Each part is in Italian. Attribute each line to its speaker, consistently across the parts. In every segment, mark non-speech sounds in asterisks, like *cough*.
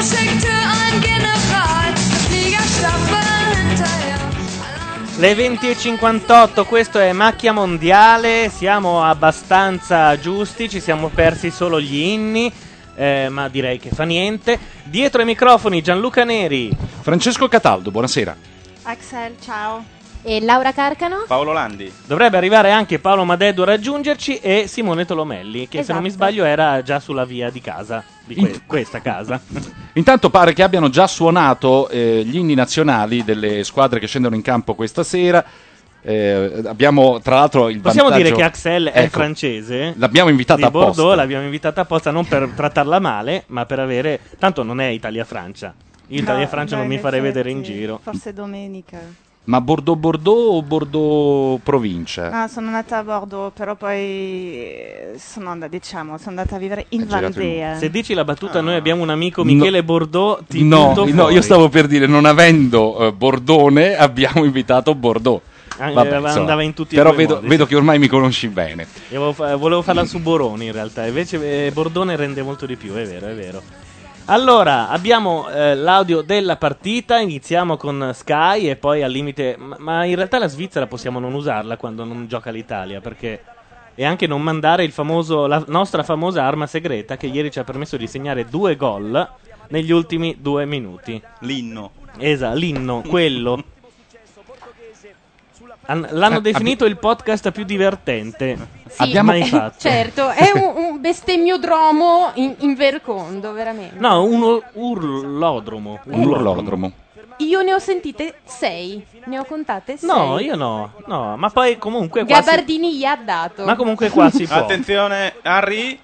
Speaker 1: schickte ein General das Fliegerstaffel hinterher.
Speaker 2: Le 20.58, questo è Macchia Mondiale, siamo abbastanza giusti, ci siamo persi solo gli inni, eh, ma direi che fa niente. Dietro ai microfoni Gianluca Neri.
Speaker 3: Francesco Cataldo, buonasera.
Speaker 4: Axel, ciao.
Speaker 5: E Laura Carcano?
Speaker 2: Paolo Landi. Dovrebbe arrivare anche Paolo Madeddu a raggiungerci e Simone Tolomelli, che se non mi sbaglio era già sulla via di casa, di que-
Speaker 3: *laughs*
Speaker 2: questa casa.
Speaker 3: Intanto pare che abbiano già suonato eh, gli inni nazionali delle squadre che scendono in campo questa sera. Eh, abbiamo tra l'altro il
Speaker 2: Possiamo
Speaker 3: vantaggio-
Speaker 2: dire che Axel è
Speaker 3: Ecco,
Speaker 2: francese?
Speaker 3: L'abbiamo invitata
Speaker 2: di
Speaker 3: apposta.
Speaker 2: Bordeaux, l'abbiamo invitata apposta non per trattarla male, ma per avere... Tanto non è Italia-Francia. Io Italia-Francia
Speaker 4: No,
Speaker 2: non mi
Speaker 4: dai,
Speaker 2: farei
Speaker 4: in
Speaker 2: vedere in
Speaker 4: effetti,
Speaker 2: giro.
Speaker 4: Forse domenica.
Speaker 3: Ma Bordeaux-Bordeaux o Bordeaux provincia?
Speaker 4: Ah, sono nata a Bordeaux, però poi eh, sono andata, diciamo, sono andata a vivere in
Speaker 3: girato in-
Speaker 4: Valdea.
Speaker 2: Se dici la battuta, noi abbiamo un amico Michele Bordeaux, ti
Speaker 3: no,
Speaker 2: butto
Speaker 3: no,
Speaker 2: fuori.
Speaker 3: io stavo per dire, non avendo eh, Bordone, abbiamo invitato Bordeaux.
Speaker 2: Ah,
Speaker 3: Vabbè,
Speaker 2: eh,
Speaker 3: insomma,
Speaker 2: andava in tutti e
Speaker 3: però
Speaker 2: due i
Speaker 3: vedo,
Speaker 2: modi,
Speaker 3: vedo
Speaker 2: sì.
Speaker 3: che ormai mi conosci bene.
Speaker 2: Io volevo, fa- eh, volevo farla su Boroni in realtà, invece eh, Bordone rende molto di più, è vero, è vero. Allora, abbiamo eh, l'audio della partita, iniziamo con Sky e poi al limite... Ma, ma in realtà la Svizzera possiamo non usarla quando non gioca l'Italia, perché... E anche non mandare il famoso, la nostra famosa arma segreta che ieri ci ha permesso di segnare due gol negli ultimi due minuti.
Speaker 6: L'inno.
Speaker 2: Esatto, l'inno, quello. An-
Speaker 7: Eh,
Speaker 2: l'hanno
Speaker 8: Ah,
Speaker 2: definito il podcast più divertente.
Speaker 5: Sì,
Speaker 2: Abbiamo mai
Speaker 5: eh,
Speaker 2: fatto.
Speaker 5: *laughs* Certo, è un, un bestemmiodromo in, in vercondo, veramente.
Speaker 2: No, un ur- urlodromo.
Speaker 3: Un urlodromo.
Speaker 5: Io ne ho sentite sei, ne ho contate sei.
Speaker 2: No, io no. no, ma poi comunque qua si-
Speaker 5: Gabardini gli ha dato.
Speaker 2: Ma comunque qua si può.
Speaker 6: Attenzione, Harry.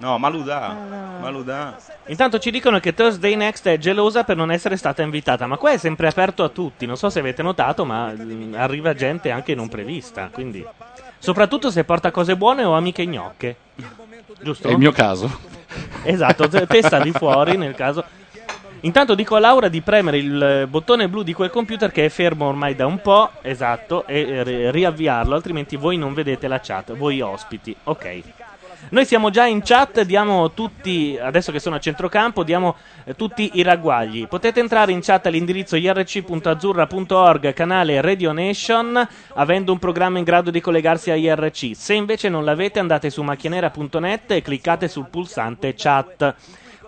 Speaker 6: No, Maluda. Maluda.
Speaker 2: Intanto ci dicono che Thursday Next è gelosa per non essere stata invitata, ma qua è sempre aperto a tutti. Non so se avete notato, ma mm, arriva gente anche non prevista, quindi soprattutto se porta cose buone o amiche gnocche. Giusto?
Speaker 3: È il mio caso.
Speaker 2: Esatto, te te sali fuori nel caso. Intanto dico a Laura di premere il eh, bottone blu di quel computer che è fermo ormai da un po', esatto, e eh, ri- riavviarlo, altrimenti voi non vedete la chat, voi ospiti. Ok. Noi siamo già in chat, diamo tutti, adesso che sono a centrocampo, diamo eh, tutti i ragguagli. Potete entrare in chat all'indirizzo irc.azzurra.org, canale Radio Nation, avendo un programma in grado di collegarsi a IRC. Se invece non l'avete, andate su macchianera.net e cliccate sul pulsante chat.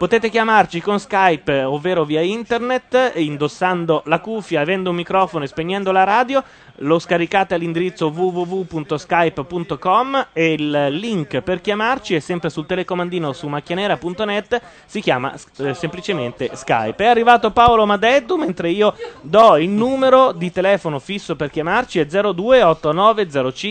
Speaker 2: Potete chiamarci con Skype, eh, ovvero via internet, e indossando la cuffia, avendo un microfono e spegnendo la radio. Lo scaricate all'indirizzo www.skype.com e il link per chiamarci è sempre sul telecomandino su macchianera.net. Si chiama eh, semplicemente Skype. È arrivato Paolo Madeddu, mentre io do il numero di telefono fisso per chiamarci è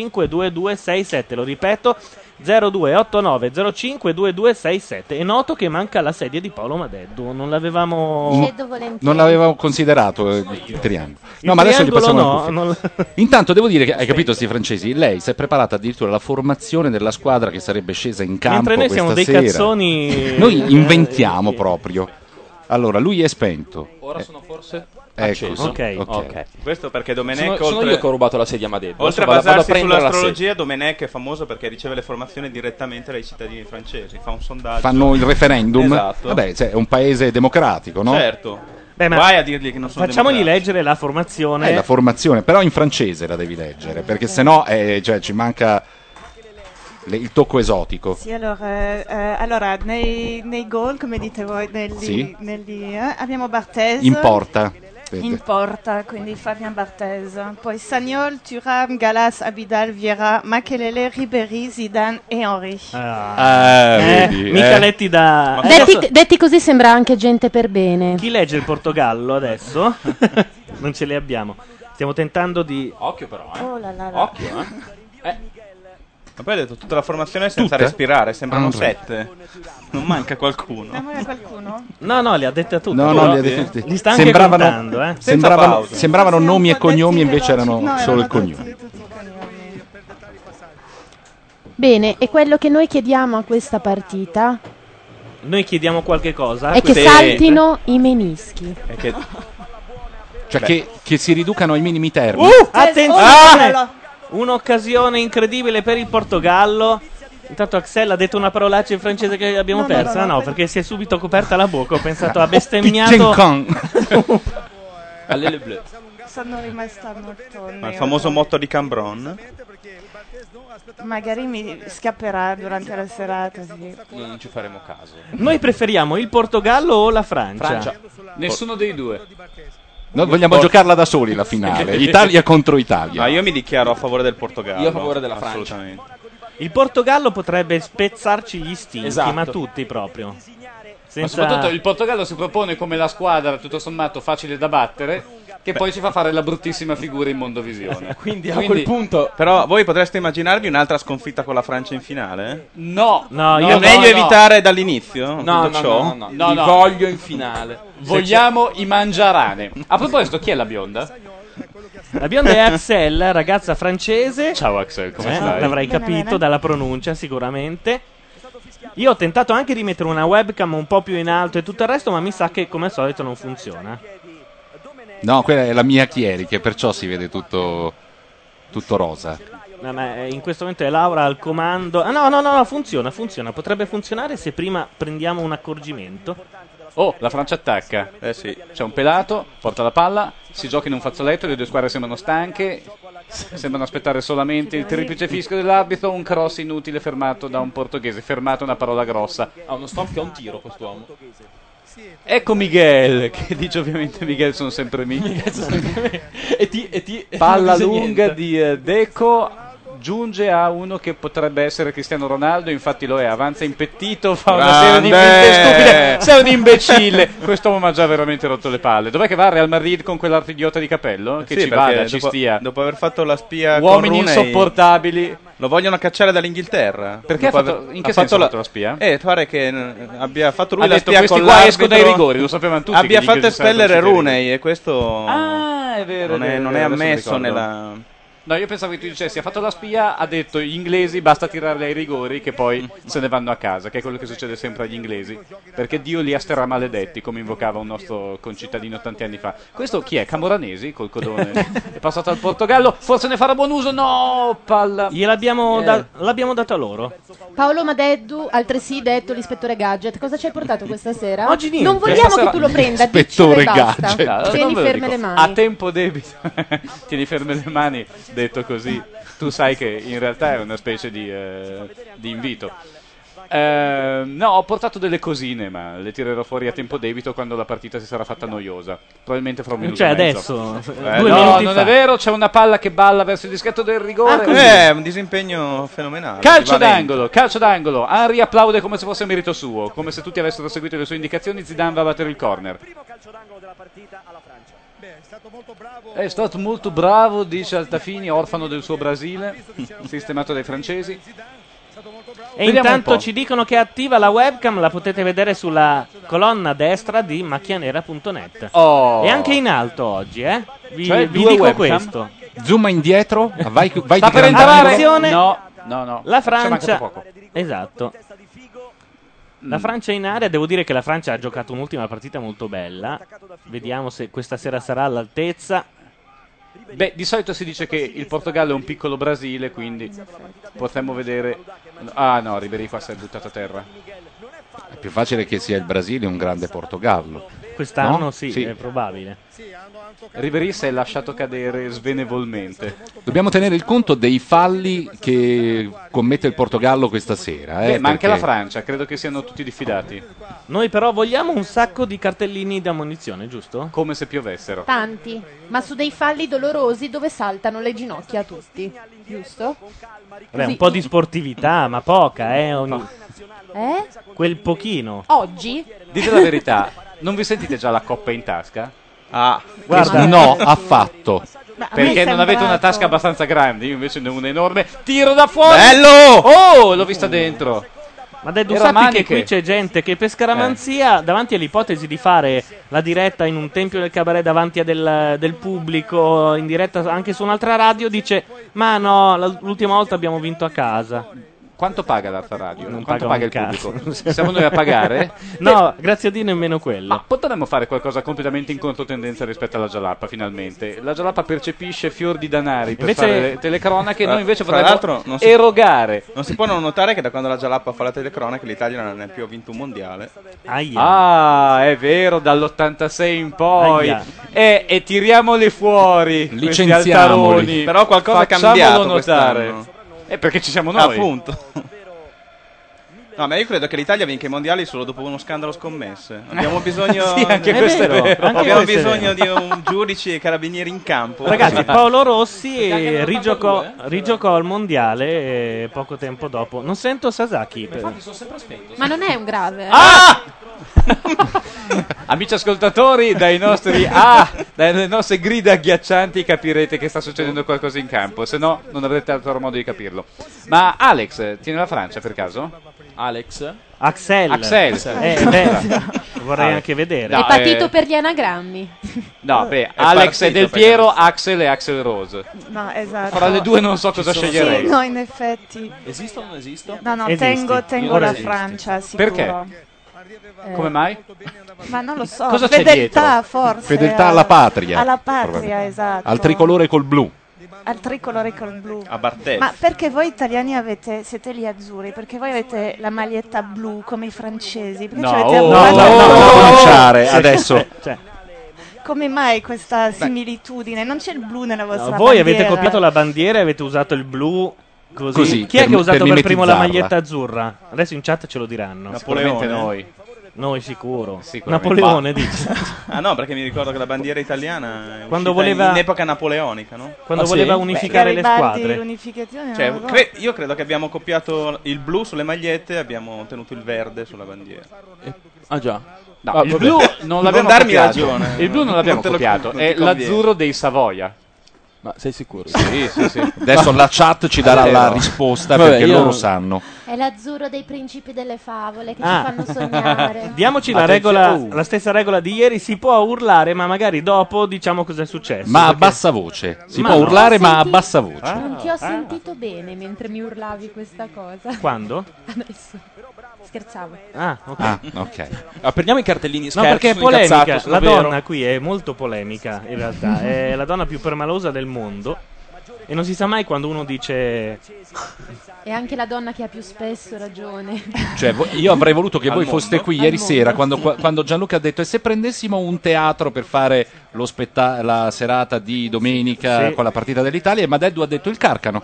Speaker 2: 0289052267. Lo ripeto. 0289052267 e noto che manca la sedia di Paolo Madeddu non
Speaker 3: Mm.
Speaker 2: l'avevamo
Speaker 5: Cedo volentieri.
Speaker 3: Non l'avevo considerato eh, il triangolo. No,
Speaker 2: Il
Speaker 3: ma adesso gli
Speaker 2: triangolo
Speaker 3: passiamo
Speaker 2: no,
Speaker 3: la cuffia. *laughs* Intanto devo dire che hai capito sti francesi, lei si è preparata addirittura la formazione della squadra che sarebbe scesa in campo
Speaker 2: Mentre noi
Speaker 3: questa
Speaker 2: siamo dei
Speaker 3: sera.
Speaker 2: cazzoni-
Speaker 3: *laughs*
Speaker 2: eh,
Speaker 3: Noi inventiamo proprio. Allora, lui è spento. Eh,
Speaker 9: Ora sono forse
Speaker 3: Ecco,
Speaker 9: acceso.
Speaker 3: sì, ok.
Speaker 6: Questo perché Domenech
Speaker 9: Sono, sono
Speaker 6: oltre-
Speaker 9: io che ho rubato la sedia a Madeddu.
Speaker 6: Oltre a
Speaker 9: Adesso vado- vado
Speaker 6: basarsi
Speaker 9: prendere la
Speaker 6: sull'astrologia, Domenech è famoso perché riceve le formazioni direttamente dai cittadini francesi. Fa un sondaggio.
Speaker 3: Fanno il referendum.
Speaker 6: Esatto.
Speaker 3: Vabbè, cioè, è un paese democratico, no?
Speaker 6: Certo.
Speaker 2: Beh, ma
Speaker 6: Vai a dirgli che non sono
Speaker 2: facciamogli
Speaker 6: democratici.
Speaker 2: leggere la formazione
Speaker 3: È Eh, la formazione, però in francese la devi leggere, perché sennò eh, cioè, ci manca le- il tocco esotico.
Speaker 4: Sì, allora, eh, eh, allora, nei, nei gol, come dite voi, negli,
Speaker 3: Sì.
Speaker 4: negli, eh, abbiamo Barthez.
Speaker 3: In porta.
Speaker 4: In porta, quindi Fabien Barthez. Poi Sagnol, Thuram, Galas, Abidal, Vieira, Makelele, Ribéry, Zidane e Henry.
Speaker 2: Ah, eh,
Speaker 3: vedi,
Speaker 2: mica
Speaker 3: eh.
Speaker 2: letti da
Speaker 5: Detti, detti così sembra anche gente per bene.
Speaker 2: chi legge il Portogallo adesso *laughs* non ce le abbiamo stiamo tentando di
Speaker 9: occhio però
Speaker 4: Oh là là là.
Speaker 9: Occhio, eh.
Speaker 6: Ma poi hai detto tutta la formazione senza
Speaker 2: Tutte?
Speaker 6: respirare, sembrano
Speaker 2: Ah,
Speaker 6: sette. Non manca qualcuno.
Speaker 4: Dammi a qualcuno?
Speaker 2: no no le ha dette a tutti
Speaker 3: No, no,
Speaker 2: però-
Speaker 3: li ha detti tutti.
Speaker 2: li sta anche
Speaker 3: Sembravano-
Speaker 2: contando eh.
Speaker 3: sembravano- sembravano nomi e cognomi, invece erano
Speaker 4: No, erano
Speaker 3: solo il cognome.
Speaker 5: Bene, e quello che noi chiediamo a questa partita
Speaker 2: noi chiediamo qualche cosa
Speaker 5: è che
Speaker 2: Queste-
Speaker 5: saltino i menischi.
Speaker 6: È che-
Speaker 3: Cioè
Speaker 6: Beh.
Speaker 3: che, che si riducano ai minimi
Speaker 5: Uh,
Speaker 3: termini.
Speaker 2: Uh, attenzione! Ah,
Speaker 4: Oh,
Speaker 2: Un'occasione incredibile per il Portogallo. Intanto Axel ha detto una parolaccia in francese che abbiamo
Speaker 8: No, no,
Speaker 2: perso.
Speaker 8: no,
Speaker 2: No,
Speaker 8: no,
Speaker 2: no, perché si è subito coperta la bocca. Ho pensato ha
Speaker 3: Pigeon
Speaker 2: bestemmiato.
Speaker 3: con.
Speaker 6: Allele bleu.
Speaker 4: Sono rimasta molto
Speaker 6: Ma il
Speaker 4: neo-
Speaker 6: famoso motto di Cambron.
Speaker 4: Magari mi scapperà durante la serata. sì.
Speaker 9: Non ci faremo caso.
Speaker 2: *laughs* Noi preferiamo il Portogallo o la Francia?
Speaker 9: Francia.
Speaker 10: Nessuno dei due.
Speaker 3: Noi vogliamo
Speaker 6: Por-
Speaker 3: giocarla da soli la finale. Italia contro Italia.
Speaker 6: No, Ah, io mi dichiaro a favore del Portogallo.
Speaker 9: Io a favore
Speaker 6: *laughs*
Speaker 9: della Francia.
Speaker 6: Assolutamente.
Speaker 2: Il Portogallo potrebbe spezzarci gli stinchi,
Speaker 9: Esatto.
Speaker 2: ma tutti proprio.
Speaker 10: Ma
Speaker 2: Senza-
Speaker 10: soprattutto il Portogallo si propone come la squadra tutto sommato facile da battere, che poi ci fa fare la bruttissima figura in
Speaker 6: *laughs*
Speaker 10: Mondovisione.
Speaker 9: Quindi a
Speaker 10: Quindi-
Speaker 9: quel punto
Speaker 6: Però voi potreste immaginarvi un'altra sconfitta con la Francia in finale?
Speaker 10: No,
Speaker 2: No, io
Speaker 6: è
Speaker 2: no,
Speaker 6: meglio evitare dall'inizio
Speaker 9: No, no,
Speaker 6: tutto ciò?
Speaker 9: no, no,
Speaker 10: No,
Speaker 9: Li
Speaker 10: no.
Speaker 9: voglio in finale.
Speaker 10: Vogliamo i mangiarane. A proposito, chi è la bionda?
Speaker 2: La bionda è Axel, ragazza francese.
Speaker 10: Ciao Axel, come
Speaker 2: Eh,
Speaker 10: stai?
Speaker 2: L'avrai
Speaker 4: Bene,
Speaker 2: capito
Speaker 4: bene.
Speaker 2: dalla pronuncia sicuramente. Io ho tentato anche di mettere una webcam un po' più in alto e tutto il resto, ma mi sa che come al solito non funziona.
Speaker 3: No, quella è la mia Chieri, che perciò si vede tutto, tutto rosa.
Speaker 2: No, ma, eh, in questo momento è Laura al comando. Ah, no, no, no, no, funziona, funziona. Potrebbe funzionare se prima prendiamo un accorgimento.
Speaker 10: Oh, la Francia attacca.
Speaker 6: Eh sì.
Speaker 10: C'è un pelato, porta la palla, si gioca in un fazzoletto, le due squadre sembrano stanche, sembrano aspettare solamente il triplice fischio dell'arbitro, un cross inutile fermato da un portoghese, fermato è una parola grossa.
Speaker 9: Ha uno stop che ha un tiro quest'uomo.
Speaker 10: Ecco Miguel, *laughs* che dice ovviamente Miguel sono sempre Miguel.
Speaker 9: e ti, e ti e non
Speaker 10: Palla
Speaker 9: dice
Speaker 10: lunga
Speaker 9: niente.
Speaker 10: di eh, Deco giunge a uno che potrebbe essere Cristiano Ronaldo, infatti lo è, avanza impettito, fa una serie di
Speaker 6: Grande!
Speaker 10: finte stupide, sei un imbecille. Quest'uomo mi ha già veramente rotto le palle. Dov'è che va al Real Madrid con quell'artidiota di capello? Che
Speaker 6: Sì,
Speaker 10: ci
Speaker 6: perché
Speaker 10: vada, ci
Speaker 6: dopo,
Speaker 10: stia.
Speaker 6: Dopo aver fatto la spia
Speaker 10: Uomini
Speaker 6: con Rooney,
Speaker 10: insopportabili.
Speaker 6: Lo vogliono cacciare dall'Inghilterra.
Speaker 10: Perché
Speaker 6: Dopo
Speaker 10: ha fatto-
Speaker 6: aver-
Speaker 10: in che
Speaker 6: ha fatto
Speaker 10: senso ha
Speaker 6: la...
Speaker 10: fatto la spia?
Speaker 6: Eh, pare che mm, abbia fatto lui
Speaker 10: Ha
Speaker 6: la
Speaker 10: detto,
Speaker 6: spia
Speaker 10: "Questi
Speaker 6: con
Speaker 10: qua
Speaker 6: l'arbitro-
Speaker 10: escono dai rigori", lo sapevano tutti
Speaker 6: Abbia
Speaker 10: che gli
Speaker 6: fatto
Speaker 10: inglesi sarebbero
Speaker 6: espellere
Speaker 10: usciti dai
Speaker 6: Rooney e questo
Speaker 10: Ah, è vero.
Speaker 6: non è,
Speaker 10: vero,
Speaker 6: non è
Speaker 10: vero, adesso mi
Speaker 6: ammesso
Speaker 10: ricordo.
Speaker 6: nella...
Speaker 10: No, io pensavo che tu dicessi, ha fatto la spia, ha detto gli inglesi basta tirarle ai rigori che poi se ne vanno a casa, che è quello che succede sempre agli inglesi, perché Dio li ha maledetti, come invocava un nostro concittadino tanti anni fa. Questo chi è? Camoranesi, col codone, è passato al Portogallo, forse ne farà buon uso, no, palla.
Speaker 2: Gliel'abbiamo
Speaker 10: Eh.
Speaker 2: da- l'abbiamo dato a loro.
Speaker 11: Paolo Madeddu, altresì detto l'ispettore Gadget, cosa ci hai portato questa sera?
Speaker 2: Oggi niente.
Speaker 11: Non vogliamo
Speaker 10: Stasera-
Speaker 11: che tu lo prenda, diccelo
Speaker 3: Ispettore
Speaker 11: e basta.
Speaker 3: Gadget.
Speaker 10: No, Cioè, non
Speaker 11: Tieni
Speaker 10: ve lo
Speaker 11: ferme
Speaker 10: dico.
Speaker 11: le
Speaker 10: A
Speaker 11: mani.
Speaker 10: tempo debito, *laughs* tieni ferme le mani, detto così, tu sai che in realtà è una specie di, eh, di invito. Eh, no, ho portato delle cosine, ma le tirerò fuori a tempo debito quando la partita si sarà fatta noiosa. Probabilmente fra un minuto.
Speaker 2: Cioè
Speaker 10: e mezzo.
Speaker 2: adesso,
Speaker 10: Eh,
Speaker 2: due
Speaker 10: no,
Speaker 2: minuti
Speaker 10: non
Speaker 2: fa.
Speaker 10: è vero, c'è una palla che balla verso il dischetto del rigore.
Speaker 6: Eh, è un disimpegno fenomenale.
Speaker 10: Calcio
Speaker 6: Di Valente.
Speaker 10: d'angolo, calcio d'angolo. Henry applaude come se fosse merito suo, come se tutti avessero seguito le sue indicazioni. Zidane va a battere il corner. È stato molto bravo, dice Altafini, orfano del suo Brasile, sistemato dai francesi.
Speaker 2: E
Speaker 10: Vediamo un
Speaker 2: intanto
Speaker 10: po'.
Speaker 2: ci dicono che è attiva la webcam, la potete vedere sulla colonna destra di macchianera.net.
Speaker 10: Oh.
Speaker 2: E anche in alto oggi, eh? Vi,
Speaker 10: Cioè,
Speaker 2: vi
Speaker 10: due
Speaker 2: dico
Speaker 10: webcam?
Speaker 2: questo.
Speaker 3: Zoom indietro, vai, vai
Speaker 10: Sta
Speaker 3: di
Speaker 10: per
Speaker 3: grandangolo.
Speaker 10: entrare.
Speaker 2: Attenzione.
Speaker 10: No, no, no.
Speaker 2: La
Speaker 10: Ci è mancato
Speaker 2: Francia...
Speaker 10: poco.
Speaker 2: Esatto.
Speaker 10: Mm.
Speaker 2: La Francia in area, devo dire che la Francia ha giocato un'ultima partita molto bella. Vediamo se questa sera sarà all'altezza.
Speaker 10: Beh, di solito si dice che il Portogallo è un piccolo Brasile, quindi potremmo vedere. Ah no, Ribery qua si è buttato a terra.
Speaker 3: È più facile che sia il Brasile un grande Portogallo.
Speaker 2: Quest'anno
Speaker 3: No?
Speaker 2: sì,
Speaker 3: Sì.
Speaker 2: è probabile.
Speaker 10: Ribery si è lasciato cadere svenevolmente.
Speaker 3: Dobbiamo tenere il conto dei falli che commette il Portogallo questa sera. eh,
Speaker 10: Beh, ma anche la
Speaker 3: perché-
Speaker 10: Francia, credo che siano tutti diffidati,
Speaker 2: Noi però vogliamo un sacco di cartellini da munizione, giusto?
Speaker 10: come se piovessero.
Speaker 11: Tanti, ma su dei falli dolorosi dove saltano le ginocchia a tutti, giusto?
Speaker 2: Vabbè, un
Speaker 11: Sì.
Speaker 2: po' di sportività, ma poca, eh? ogni-
Speaker 11: Eh?
Speaker 2: Quel pochino.
Speaker 12: Oh.
Speaker 11: Oggi?
Speaker 10: Dite la verità, non vi sentite già la coppa in tasca?
Speaker 6: Ah,
Speaker 2: Guarda,
Speaker 10: *laughs*
Speaker 3: No, affatto.
Speaker 11: Ma a me
Speaker 10: Perché
Speaker 11: è
Speaker 10: non avete una
Speaker 11: sembrato-
Speaker 10: tasca abbastanza grande, io invece ne ho una enorme. Tiro da fuori!
Speaker 6: Bello!
Speaker 10: Oh, l'ho vista dentro.
Speaker 2: Ma Deddu,
Speaker 10: Era
Speaker 2: sappi che
Speaker 10: maniche. Eh.
Speaker 2: qui c'è gente che per scaramanzia, davanti all'ipotesi di fare la diretta in un tempio del cabaret davanti a del, del pubblico, in diretta anche su un'altra radio, dice: Ma no, la- l'ultima volta abbiamo vinto a casa.
Speaker 10: quanto paga l'Alfa Radio?
Speaker 2: Non
Speaker 10: quanto
Speaker 2: paga
Speaker 10: paga
Speaker 2: un
Speaker 10: il pubblico? *laughs*
Speaker 2: cazzo.
Speaker 10: Siamo noi a pagare?
Speaker 2: *laughs* No, grazie a Dio nemmeno quello.
Speaker 10: Ma potremmo fare qualcosa completamente in controtendenza rispetto alla Gialappa, finalmente. La Gialappa percepisce fior di danari per
Speaker 6: Invece-
Speaker 10: fare le telecronache,
Speaker 6: Fra-
Speaker 10: noi invece
Speaker 6: fra
Speaker 10: vorremmo
Speaker 6: l'altro non si-
Speaker 10: erogare.
Speaker 6: Non si può non notare che da quando la Gialappa fa la telecronaca l'Italia non ha più vinto un mondiale.
Speaker 10: Ah, è vero, dall'86 in poi.
Speaker 6: Aia.
Speaker 10: Eh, e tiriamoli fuori. questi
Speaker 6: Licenziamoli.
Speaker 10: altaroni.
Speaker 6: Però qualcosa è
Speaker 10: Facciamolo
Speaker 6: cambiato
Speaker 10: notare.
Speaker 6: quest'anno.
Speaker 10: Eh, perché ci siamo noi.
Speaker 6: Appunto. No, ma io credo che l'Italia vinca i mondiali solo dopo uno scandalo scommesse. Abbiamo
Speaker 2: Eh,
Speaker 6: bisogno, Eh,
Speaker 10: Sì, anche È questo è vero, vero. anche
Speaker 6: Abbiamo
Speaker 10: questo è
Speaker 6: bisogno di
Speaker 10: vero.
Speaker 6: un giudice e carabinieri in campo.
Speaker 10: *laughs*
Speaker 2: Ragazzi, Paolo Rossi
Speaker 6: Perché anche
Speaker 2: eh,
Speaker 6: nell' 82,
Speaker 2: rigiocò,
Speaker 6: eh?
Speaker 2: rigiocò al mondiale eh, poco tempo dopo. Non sento Sasaki. per-
Speaker 5: Ma non è un grave.
Speaker 2: Ah!
Speaker 10: Amici ascoltatori, dai
Speaker 6: *laughs*
Speaker 10: nostri ah, dalle nostre grida agghiaccianti capirete che sta succedendo qualcosa in campo, se no non avrete altro modo di capirlo. Ma Alex, tiene la Francia per caso? Alex?
Speaker 2: Axel.
Speaker 10: Axel.
Speaker 2: Eh, beh, vorrei
Speaker 10: Ah.
Speaker 2: anche vedere.
Speaker 10: No,
Speaker 5: è partito
Speaker 10: eh,
Speaker 5: per gli anagrammi.
Speaker 10: No, beh,
Speaker 2: È
Speaker 10: Alex è
Speaker 2: partito
Speaker 10: Del
Speaker 2: per
Speaker 10: Piero, Axel e Axel Rose.
Speaker 4: No, esatto.
Speaker 10: Fra le due non so cosa
Speaker 4: Ci sono-
Speaker 10: sceglierei.
Speaker 4: Sì, no, in effetti.
Speaker 9: Esisto o non esisto?
Speaker 4: No, no,
Speaker 10: Esisti.
Speaker 4: tengo, tengo
Speaker 10: Ora
Speaker 4: la
Speaker 10: esisti.
Speaker 4: Francia, sicuro.
Speaker 10: Perché?
Speaker 4: Eh,
Speaker 10: Come mai?
Speaker 4: Ma non lo so,
Speaker 10: Cosa c'è
Speaker 4: fedeltà
Speaker 10: dietro?
Speaker 4: forse.
Speaker 3: Fedeltà
Speaker 4: al-
Speaker 3: alla patria.
Speaker 4: Alla patria,
Speaker 3: Probabilmente.
Speaker 4: esatto.
Speaker 3: Al tricolore col blu.
Speaker 4: Al tricolore col blu.
Speaker 3: Ah,
Speaker 6: A Bartè.
Speaker 4: Ma perché voi italiani avete, siete lì azzurri, perché voi avete la maglietta blu come i francesi? Perché ci avete
Speaker 3: oh,
Speaker 4: una-
Speaker 3: no, no, no, no, cominciare adesso.
Speaker 2: Cioè,
Speaker 4: Come mai questa similitudine? Non c'è il blu nella
Speaker 2: no,
Speaker 4: vostra
Speaker 2: voi
Speaker 4: bandiera.
Speaker 2: avete copiato la bandiera e avete usato il blu. Così.
Speaker 3: Così,
Speaker 2: Chi è
Speaker 3: per-
Speaker 2: che ha usato
Speaker 3: per
Speaker 2: per, primo la
Speaker 3: mimetizzarla.
Speaker 2: maglietta azzurra? Adesso in chat ce lo diranno.
Speaker 6: Napoleone. Sicuramente
Speaker 10: noi.
Speaker 2: Noi sicuro.
Speaker 6: Sicuramente.
Speaker 2: Napoleone
Speaker 9: *laughs*
Speaker 6: Ma-
Speaker 2: dice.
Speaker 6: Ah no, perché mi ricordo che la bandiera italiana è uscita
Speaker 2: Quando voleva-
Speaker 6: in epoca napoleonica, no?
Speaker 2: Quando Ah, sì? voleva unificare le
Speaker 4: Garibaldi,
Speaker 2: squadre.
Speaker 4: l'unificazione,
Speaker 6: Cioè,
Speaker 4: non lo so.
Speaker 6: cre- io credo che abbiamo copiato il blu sulle magliette e abbiamo ottenuto il verde sulla bandiera.
Speaker 9: Ah già.
Speaker 10: No, il
Speaker 9: *laughs*
Speaker 10: blu non l'abbiamo
Speaker 6: darmi
Speaker 10: copiato.
Speaker 6: ragione.
Speaker 10: Il blu non l'abbiamo copiato, è l'azzurro dei Savoia.
Speaker 9: Ma sei sicuro?
Speaker 10: Sì,
Speaker 3: *laughs*
Speaker 10: sì, sì.
Speaker 3: Adesso la chat ci darà
Speaker 10: Allora.
Speaker 3: la risposta
Speaker 9: Vabbè,
Speaker 3: perché
Speaker 9: io-
Speaker 3: loro
Speaker 10: *laughs*
Speaker 3: sanno.
Speaker 8: È l'azzurro dei principi delle favole che
Speaker 2: Ah.
Speaker 8: ci fanno
Speaker 2: *laughs*
Speaker 8: sognare.
Speaker 2: Diamoci la,
Speaker 3: Attenzione. Uh.
Speaker 2: regola, la stessa regola di ieri: si può urlare, ma magari dopo diciamo cosa è successo.
Speaker 3: Ma a
Speaker 2: perché-
Speaker 3: bassa voce. Si
Speaker 2: Ma
Speaker 3: può
Speaker 2: no. Eh?
Speaker 3: urlare, ma a
Speaker 2: Senti-
Speaker 3: bassa voce.
Speaker 2: Ah,
Speaker 8: Non ti ho sentito bene mentre mi urlavi questa cosa.
Speaker 11: *laughs*
Speaker 2: Quando?
Speaker 8: Adesso. Scherzavo.
Speaker 2: Ah, ok.
Speaker 3: Ah, ok.
Speaker 9: Ah, prendiamo i cartellini
Speaker 2: No,
Speaker 9: scherzi.
Speaker 2: perché è
Speaker 9: sono incazzato,
Speaker 2: polemica.
Speaker 9: sono
Speaker 2: La
Speaker 9: vero.
Speaker 2: donna qui è molto polemica, in realtà. È la donna più permalosa del mondo. E non si sa mai quando uno
Speaker 3: Eh,
Speaker 2: dice.
Speaker 8: E anche la donna che ha più spesso ragione.
Speaker 3: Cioè, vo- io avrei voluto che
Speaker 9: Al
Speaker 3: voi
Speaker 9: mondo.
Speaker 3: foste qui
Speaker 8: Al
Speaker 3: ieri
Speaker 8: mondo,
Speaker 3: sera quando, qua- quando Gianluca ha detto: E se prendessimo un teatro per fare lo spetta- la serata di domenica
Speaker 2: Sì.
Speaker 3: con la partita dell'Italia? E Madeddu ha detto il carcano.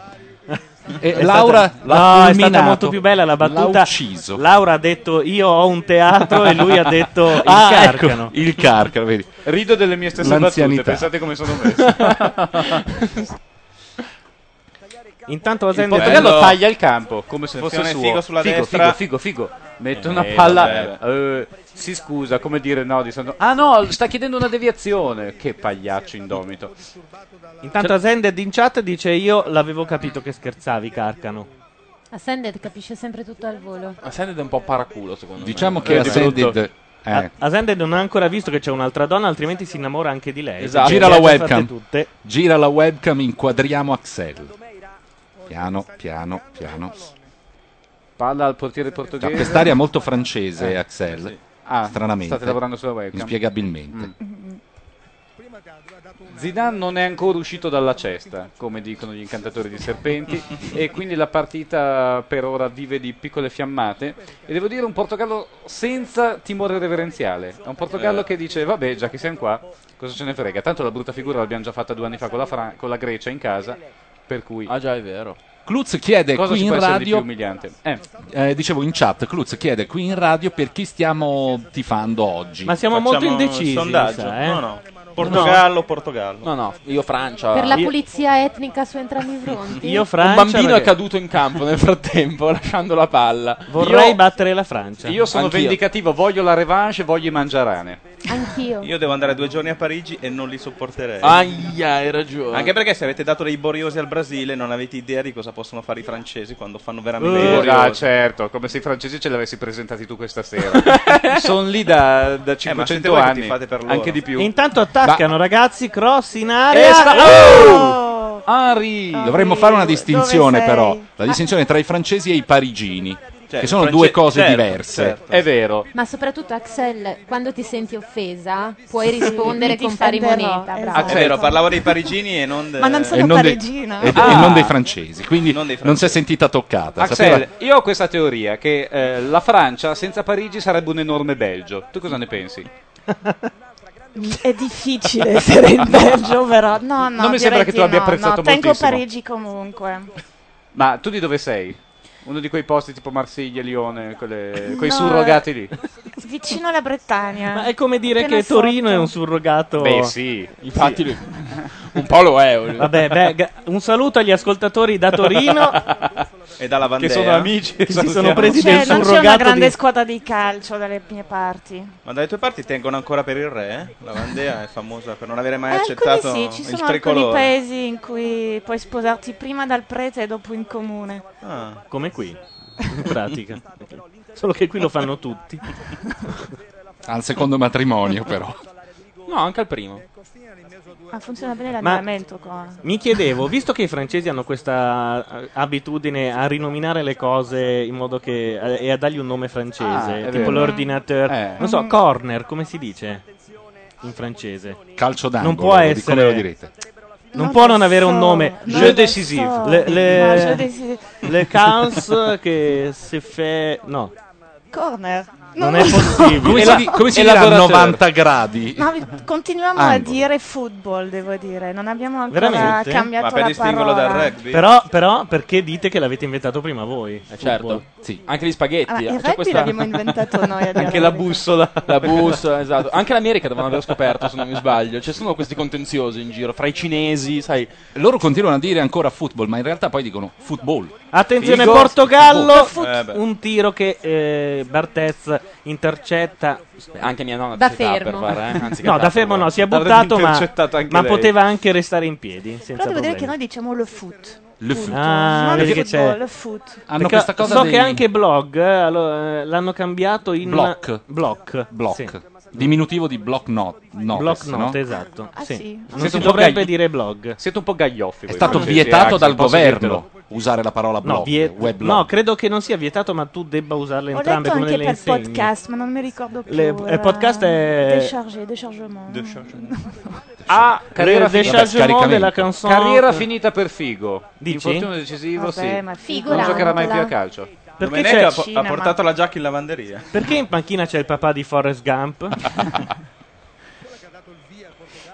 Speaker 3: E
Speaker 2: È
Speaker 3: Laura
Speaker 2: stata-
Speaker 3: l'ha
Speaker 2: no, è stata
Speaker 3: fulminato.
Speaker 2: molto più bella la battuta.
Speaker 3: L'ha ucciso.
Speaker 2: Laura ha detto io ho un teatro e lui ha
Speaker 3: *laughs*
Speaker 2: detto il
Speaker 3: Ah,
Speaker 2: carcano.
Speaker 3: ecco, il carcano, vedi.
Speaker 10: Rido delle mie stesse battute,
Speaker 3: L'anzianità.
Speaker 10: pensate come sono
Speaker 2: *laughs*
Speaker 10: messo.
Speaker 2: Intanto
Speaker 10: il
Speaker 2: Osimhen-
Speaker 10: Portogallo taglia il campo come se fosse
Speaker 6: Sezione
Speaker 10: suo.
Speaker 6: figo sulla
Speaker 10: figo,
Speaker 6: destra.
Speaker 10: figo, figo, figo. Mette
Speaker 6: Eh,
Speaker 10: una palla.
Speaker 6: vabbè.
Speaker 10: eh, si scusa, come dire no di Santo. Ah no, sta chiedendo una deviazione. Che pagliaccio indomito.
Speaker 2: Intanto Ascended in chat dice io l'avevo capito che scherzavi carcano.
Speaker 8: *laughs* Ascended capisce sempre tutto al volo.
Speaker 3: Ah,
Speaker 9: Ascended è un po' paraculo, secondo
Speaker 3: Diciamo
Speaker 9: me.
Speaker 3: che
Speaker 9: Vedi,
Speaker 3: Ascended.
Speaker 9: brutto.
Speaker 3: eh,
Speaker 2: Ascended non ha ancora visto che c'è un'altra donna, altrimenti si innamora anche di lei.
Speaker 9: Esatto.
Speaker 3: gira la
Speaker 2: Perché le ha già fatte
Speaker 3: webcam.
Speaker 2: tutte.
Speaker 3: Gira la webcam, inquadriamo Axel. Piano, piano, piano.
Speaker 10: Palla al portiere
Speaker 3: Cioè,
Speaker 10: portoghese.
Speaker 3: quest'area è molto francese,
Speaker 10: Eh,
Speaker 3: Axel.
Speaker 10: sì. Ah,
Speaker 3: stranamente.
Speaker 10: state lavorando sulla webcam. Mm.
Speaker 3: Inspiegabilmente.
Speaker 10: Zidane non è ancora uscito dalla cesta, come dicono gli incantatori di serpenti, e quindi la partita per ora vive di piccole fiammate. E devo dire un Portogallo senza timore reverenziale. È un
Speaker 9: Eh.
Speaker 10: Portogallo che dice: Vabbè, già che siamo qua, cosa ce ne frega? Tanto la brutta figura l'abbiamo già fatta due anni fa con la, Fran- con la Grecia in casa. Per cui.
Speaker 9: Ah, già, è vero.
Speaker 3: Klutz chiede
Speaker 10: Cosa
Speaker 3: qui
Speaker 10: ci può
Speaker 3: in
Speaker 10: essere di più
Speaker 3: radio
Speaker 10: umiliante? Eh.
Speaker 3: Eh, dicevo in chat, Klutz chiede qui in radio per chi stiamo tifando oggi.
Speaker 2: Ma siamo
Speaker 6: Facciamo
Speaker 2: molto indecisi.
Speaker 6: il sondaggio.
Speaker 2: mi sa, eh.
Speaker 6: No, no. Portogallo, Portogallo.
Speaker 9: No, no, io Francia.
Speaker 8: Per la
Speaker 9: Io-
Speaker 8: pulizia etnica su entrambi i fronti.
Speaker 2: Io Francia.
Speaker 9: un bambino
Speaker 2: perché
Speaker 9: è caduto in campo nel
Speaker 10: *laughs*
Speaker 9: frattempo, lasciando la palla.
Speaker 2: Vorrei
Speaker 9: Io-
Speaker 2: battere la Francia.
Speaker 10: Io sono
Speaker 9: Anch'io.
Speaker 10: vendicativo, voglio la revanche, voglio i mangiarane.
Speaker 8: Anch'io.
Speaker 6: Io devo andare due giorni a Parigi e non li sopporterei.
Speaker 9: Aia, hai ragione.
Speaker 6: Anche perché se avete dato dei boriosi al Brasile non avete idea di cosa possono fare i francesi quando fanno veramente i
Speaker 10: Eh,
Speaker 6: boriosi.
Speaker 10: ah, certo, come se i francesi ce li avessi presentati tu questa *laughs* sera. Sono cioè, lì da, da
Speaker 6: Eh,
Speaker 10: 500
Speaker 6: ma siete voi che
Speaker 10: anni,
Speaker 6: tifate per loro.
Speaker 10: anche di più.
Speaker 2: E intanto attaccano, ragazzi. Cross in aria.
Speaker 10: E sta-
Speaker 2: Oh!
Speaker 9: Ari.
Speaker 3: Dovremmo fare una distinzione,
Speaker 9: dove sei?
Speaker 3: però. La distinzione tra i francesi e i parigini,
Speaker 9: Cioè,
Speaker 3: che sono
Speaker 9: france-
Speaker 3: due cose
Speaker 9: certo,
Speaker 3: diverse.
Speaker 9: certo.
Speaker 10: È vero.
Speaker 8: Ma soprattutto, Axel, quando ti senti offesa, puoi rispondere
Speaker 4: mi
Speaker 8: con pari
Speaker 4: difenderò, esatto.
Speaker 8: moneta. bravo.
Speaker 6: Ah, È vero, parlavo dei parigini e non. de-
Speaker 8: Ma non
Speaker 3: E non, dei- e- e
Speaker 10: Ah.
Speaker 3: non dei francesi, quindi non, si è sentita toccata.
Speaker 10: Axel,
Speaker 3: Sapeva-
Speaker 10: io ho questa teoria che eh, la Francia senza Parigi sarebbe un enorme Belgio. Tu cosa ne pensi?
Speaker 4: È difficile essere
Speaker 10: *laughs*
Speaker 4: in Belgio, però. No, no,
Speaker 10: Non mi
Speaker 4: direi
Speaker 10: sembra che
Speaker 4: di
Speaker 10: tu abbia
Speaker 4: no,
Speaker 10: apprezzato
Speaker 4: no, tengo
Speaker 10: moltissimo.
Speaker 4: Parigi comunque.
Speaker 10: Ma tu di dove sei? Uno di quei posti tipo Marsiglia, Lione, quelle- quei
Speaker 4: No,
Speaker 10: Eh,
Speaker 4: eh,
Speaker 10: surrogati lì.
Speaker 2: eh.
Speaker 4: Vicino alla Bretagna.
Speaker 2: Ma è come dire
Speaker 4: Appena
Speaker 2: che
Speaker 4: sotto.
Speaker 2: Torino è un surrogato.
Speaker 9: Beh, sì. Infatti
Speaker 2: Sì.
Speaker 9: lui- un po' lo è. voglio dire.
Speaker 2: Vabbè, beh, ga- un saluto agli ascoltatori da Torino.
Speaker 6: E dalla Vandea.
Speaker 2: sono amici, Che si sono salutiamo. presi
Speaker 4: Cioè,
Speaker 2: del
Speaker 4: non c'è una
Speaker 2: surrogato
Speaker 4: grande
Speaker 2: di-
Speaker 4: squadra di calcio dalle mie parti.
Speaker 6: Ma dalle tue parti tengono ancora per il re? eh? La Vandea è famosa per non avere
Speaker 4: Eh,
Speaker 6: mai
Speaker 4: Alcuni
Speaker 6: accettato
Speaker 4: sì, ci
Speaker 6: il
Speaker 4: sono alcuni
Speaker 6: tricolore.
Speaker 4: paesi in cui puoi sposarti prima dal prete e dopo in comune.
Speaker 2: Ah, Come qui, in pratica. Solo che qui lo fanno tutti.
Speaker 3: Al secondo matrimonio, però.
Speaker 9: No, anche al primo.
Speaker 4: Ah, funziona bene
Speaker 2: Ma-
Speaker 4: l'andamento qua.
Speaker 2: Mi chiedevo, visto che i francesi hanno questa eh, abitudine a rinominare le cose in modo che eh, e a dargli un nome
Speaker 3: Ah, è
Speaker 2: francese, tipo
Speaker 3: vero.
Speaker 2: l'ordinateur,
Speaker 3: Eh.
Speaker 2: non so, corner, come si dice in francese?
Speaker 3: Calcio d'angolo,
Speaker 2: Non può
Speaker 3: lo di-
Speaker 2: essere
Speaker 3: come lo direte?
Speaker 2: Non,
Speaker 4: Non
Speaker 2: può
Speaker 4: lo
Speaker 2: non avere un
Speaker 4: so,
Speaker 2: nome.
Speaker 4: non Jeu lo décisif. so.
Speaker 2: Le, le,
Speaker 4: No, jeu décisif.
Speaker 2: le cans che si fait no,
Speaker 4: Corner.
Speaker 2: non
Speaker 4: lo
Speaker 2: è
Speaker 4: so.
Speaker 2: possibile.
Speaker 3: Come si, di- come si dirà a 90 gradi?
Speaker 4: No, vi- continuiamo a
Speaker 2: Angolo.
Speaker 4: dire football, devo dire. Non abbiamo ancora
Speaker 2: Veramente?
Speaker 4: cambiato la parola.
Speaker 2: Però, però perché dite che l'avete inventato prima voi?
Speaker 9: Certo. Anche gli spaghetti.
Speaker 4: Ah, il
Speaker 9: eh.
Speaker 4: rugby l'abbiamo inventato
Speaker 2: *laughs*
Speaker 4: noi, a dire
Speaker 9: Anche
Speaker 4: la
Speaker 9: la bussola. La *laughs* bussola, esatto. Anche l'America devono aver scoperto, se non mi sbaglio. Ci sono questi contenziosi in giro, fra i cinesi, sai.
Speaker 3: Loro continuano a dire ancora football, ma in realtà poi dicono football.
Speaker 2: Attenzione
Speaker 3: Figo.
Speaker 2: Portogallo,
Speaker 3: Football.
Speaker 2: Eh, beh. un tiro che eh, Bartez intercetta.
Speaker 9: Anche mia nonna
Speaker 2: Da
Speaker 9: intercettava
Speaker 2: fermo.
Speaker 9: per fare, eh,
Speaker 2: *laughs*
Speaker 9: anziché
Speaker 2: no, da
Speaker 9: attacco,
Speaker 2: fermo no, si è
Speaker 9: guarda.
Speaker 2: buttato
Speaker 9: Avrebbe
Speaker 2: ma,
Speaker 9: intercettato anche
Speaker 2: ma
Speaker 9: lei.
Speaker 2: poteva anche restare in piedi senza
Speaker 4: Però devo dire
Speaker 2: problemi.
Speaker 4: che noi diciamo le foot.
Speaker 2: Le
Speaker 4: Punto.
Speaker 2: foot. Ah,
Speaker 4: non
Speaker 2: vedi
Speaker 4: il
Speaker 2: che
Speaker 4: football,
Speaker 2: c'è.
Speaker 4: le foot.
Speaker 3: Hanno
Speaker 2: Perché
Speaker 3: questa cosa
Speaker 2: so
Speaker 3: dei-
Speaker 2: che anche blog eh, allo- eh, l'hanno cambiato in
Speaker 3: Block.
Speaker 2: block,
Speaker 3: Block.
Speaker 2: sì.
Speaker 3: Diminutivo di block not. notes,
Speaker 2: Block
Speaker 3: no?
Speaker 2: note, esatto.
Speaker 4: Ah,
Speaker 10: Ah,
Speaker 2: Sì. Non
Speaker 3: Siete
Speaker 2: si
Speaker 3: un po'
Speaker 2: dovrebbe
Speaker 3: gagli-
Speaker 2: dire blog.
Speaker 10: Siete un po' gaglioffi.
Speaker 3: È stato vietato dal governo usare la parola blog.
Speaker 2: No, viet-
Speaker 3: web blog.
Speaker 2: no, credo che non sia vietato, ma tu debba usarle
Speaker 4: Ho letto
Speaker 2: entrambe come
Speaker 4: anche
Speaker 2: delle
Speaker 4: per
Speaker 2: insegne.
Speaker 4: podcast, ma non mi ricordo più.
Speaker 2: Le- eh, podcast è-
Speaker 4: Déchargé, déchargement.
Speaker 10: Ah, carriera
Speaker 2: Le-
Speaker 10: finita.
Speaker 2: Cioè, Vabbè, scaricamento. della canzone.
Speaker 10: Carriera finita per Figo.
Speaker 2: Dici?
Speaker 10: Infortunio decisivo,
Speaker 4: Vabbè,
Speaker 10: sì.
Speaker 4: ma Figo
Speaker 10: Non giocherà mai più
Speaker 4: Lantola.
Speaker 10: a calcio.
Speaker 2: Perché
Speaker 6: Domenica
Speaker 2: c'è-
Speaker 6: ha po- ha
Speaker 2: Cinema.
Speaker 6: portato la giacca in lavanderia.
Speaker 2: Perché in panchina c'è il papà di Forrest Gump?
Speaker 4: *laughs*
Speaker 9: *laughs*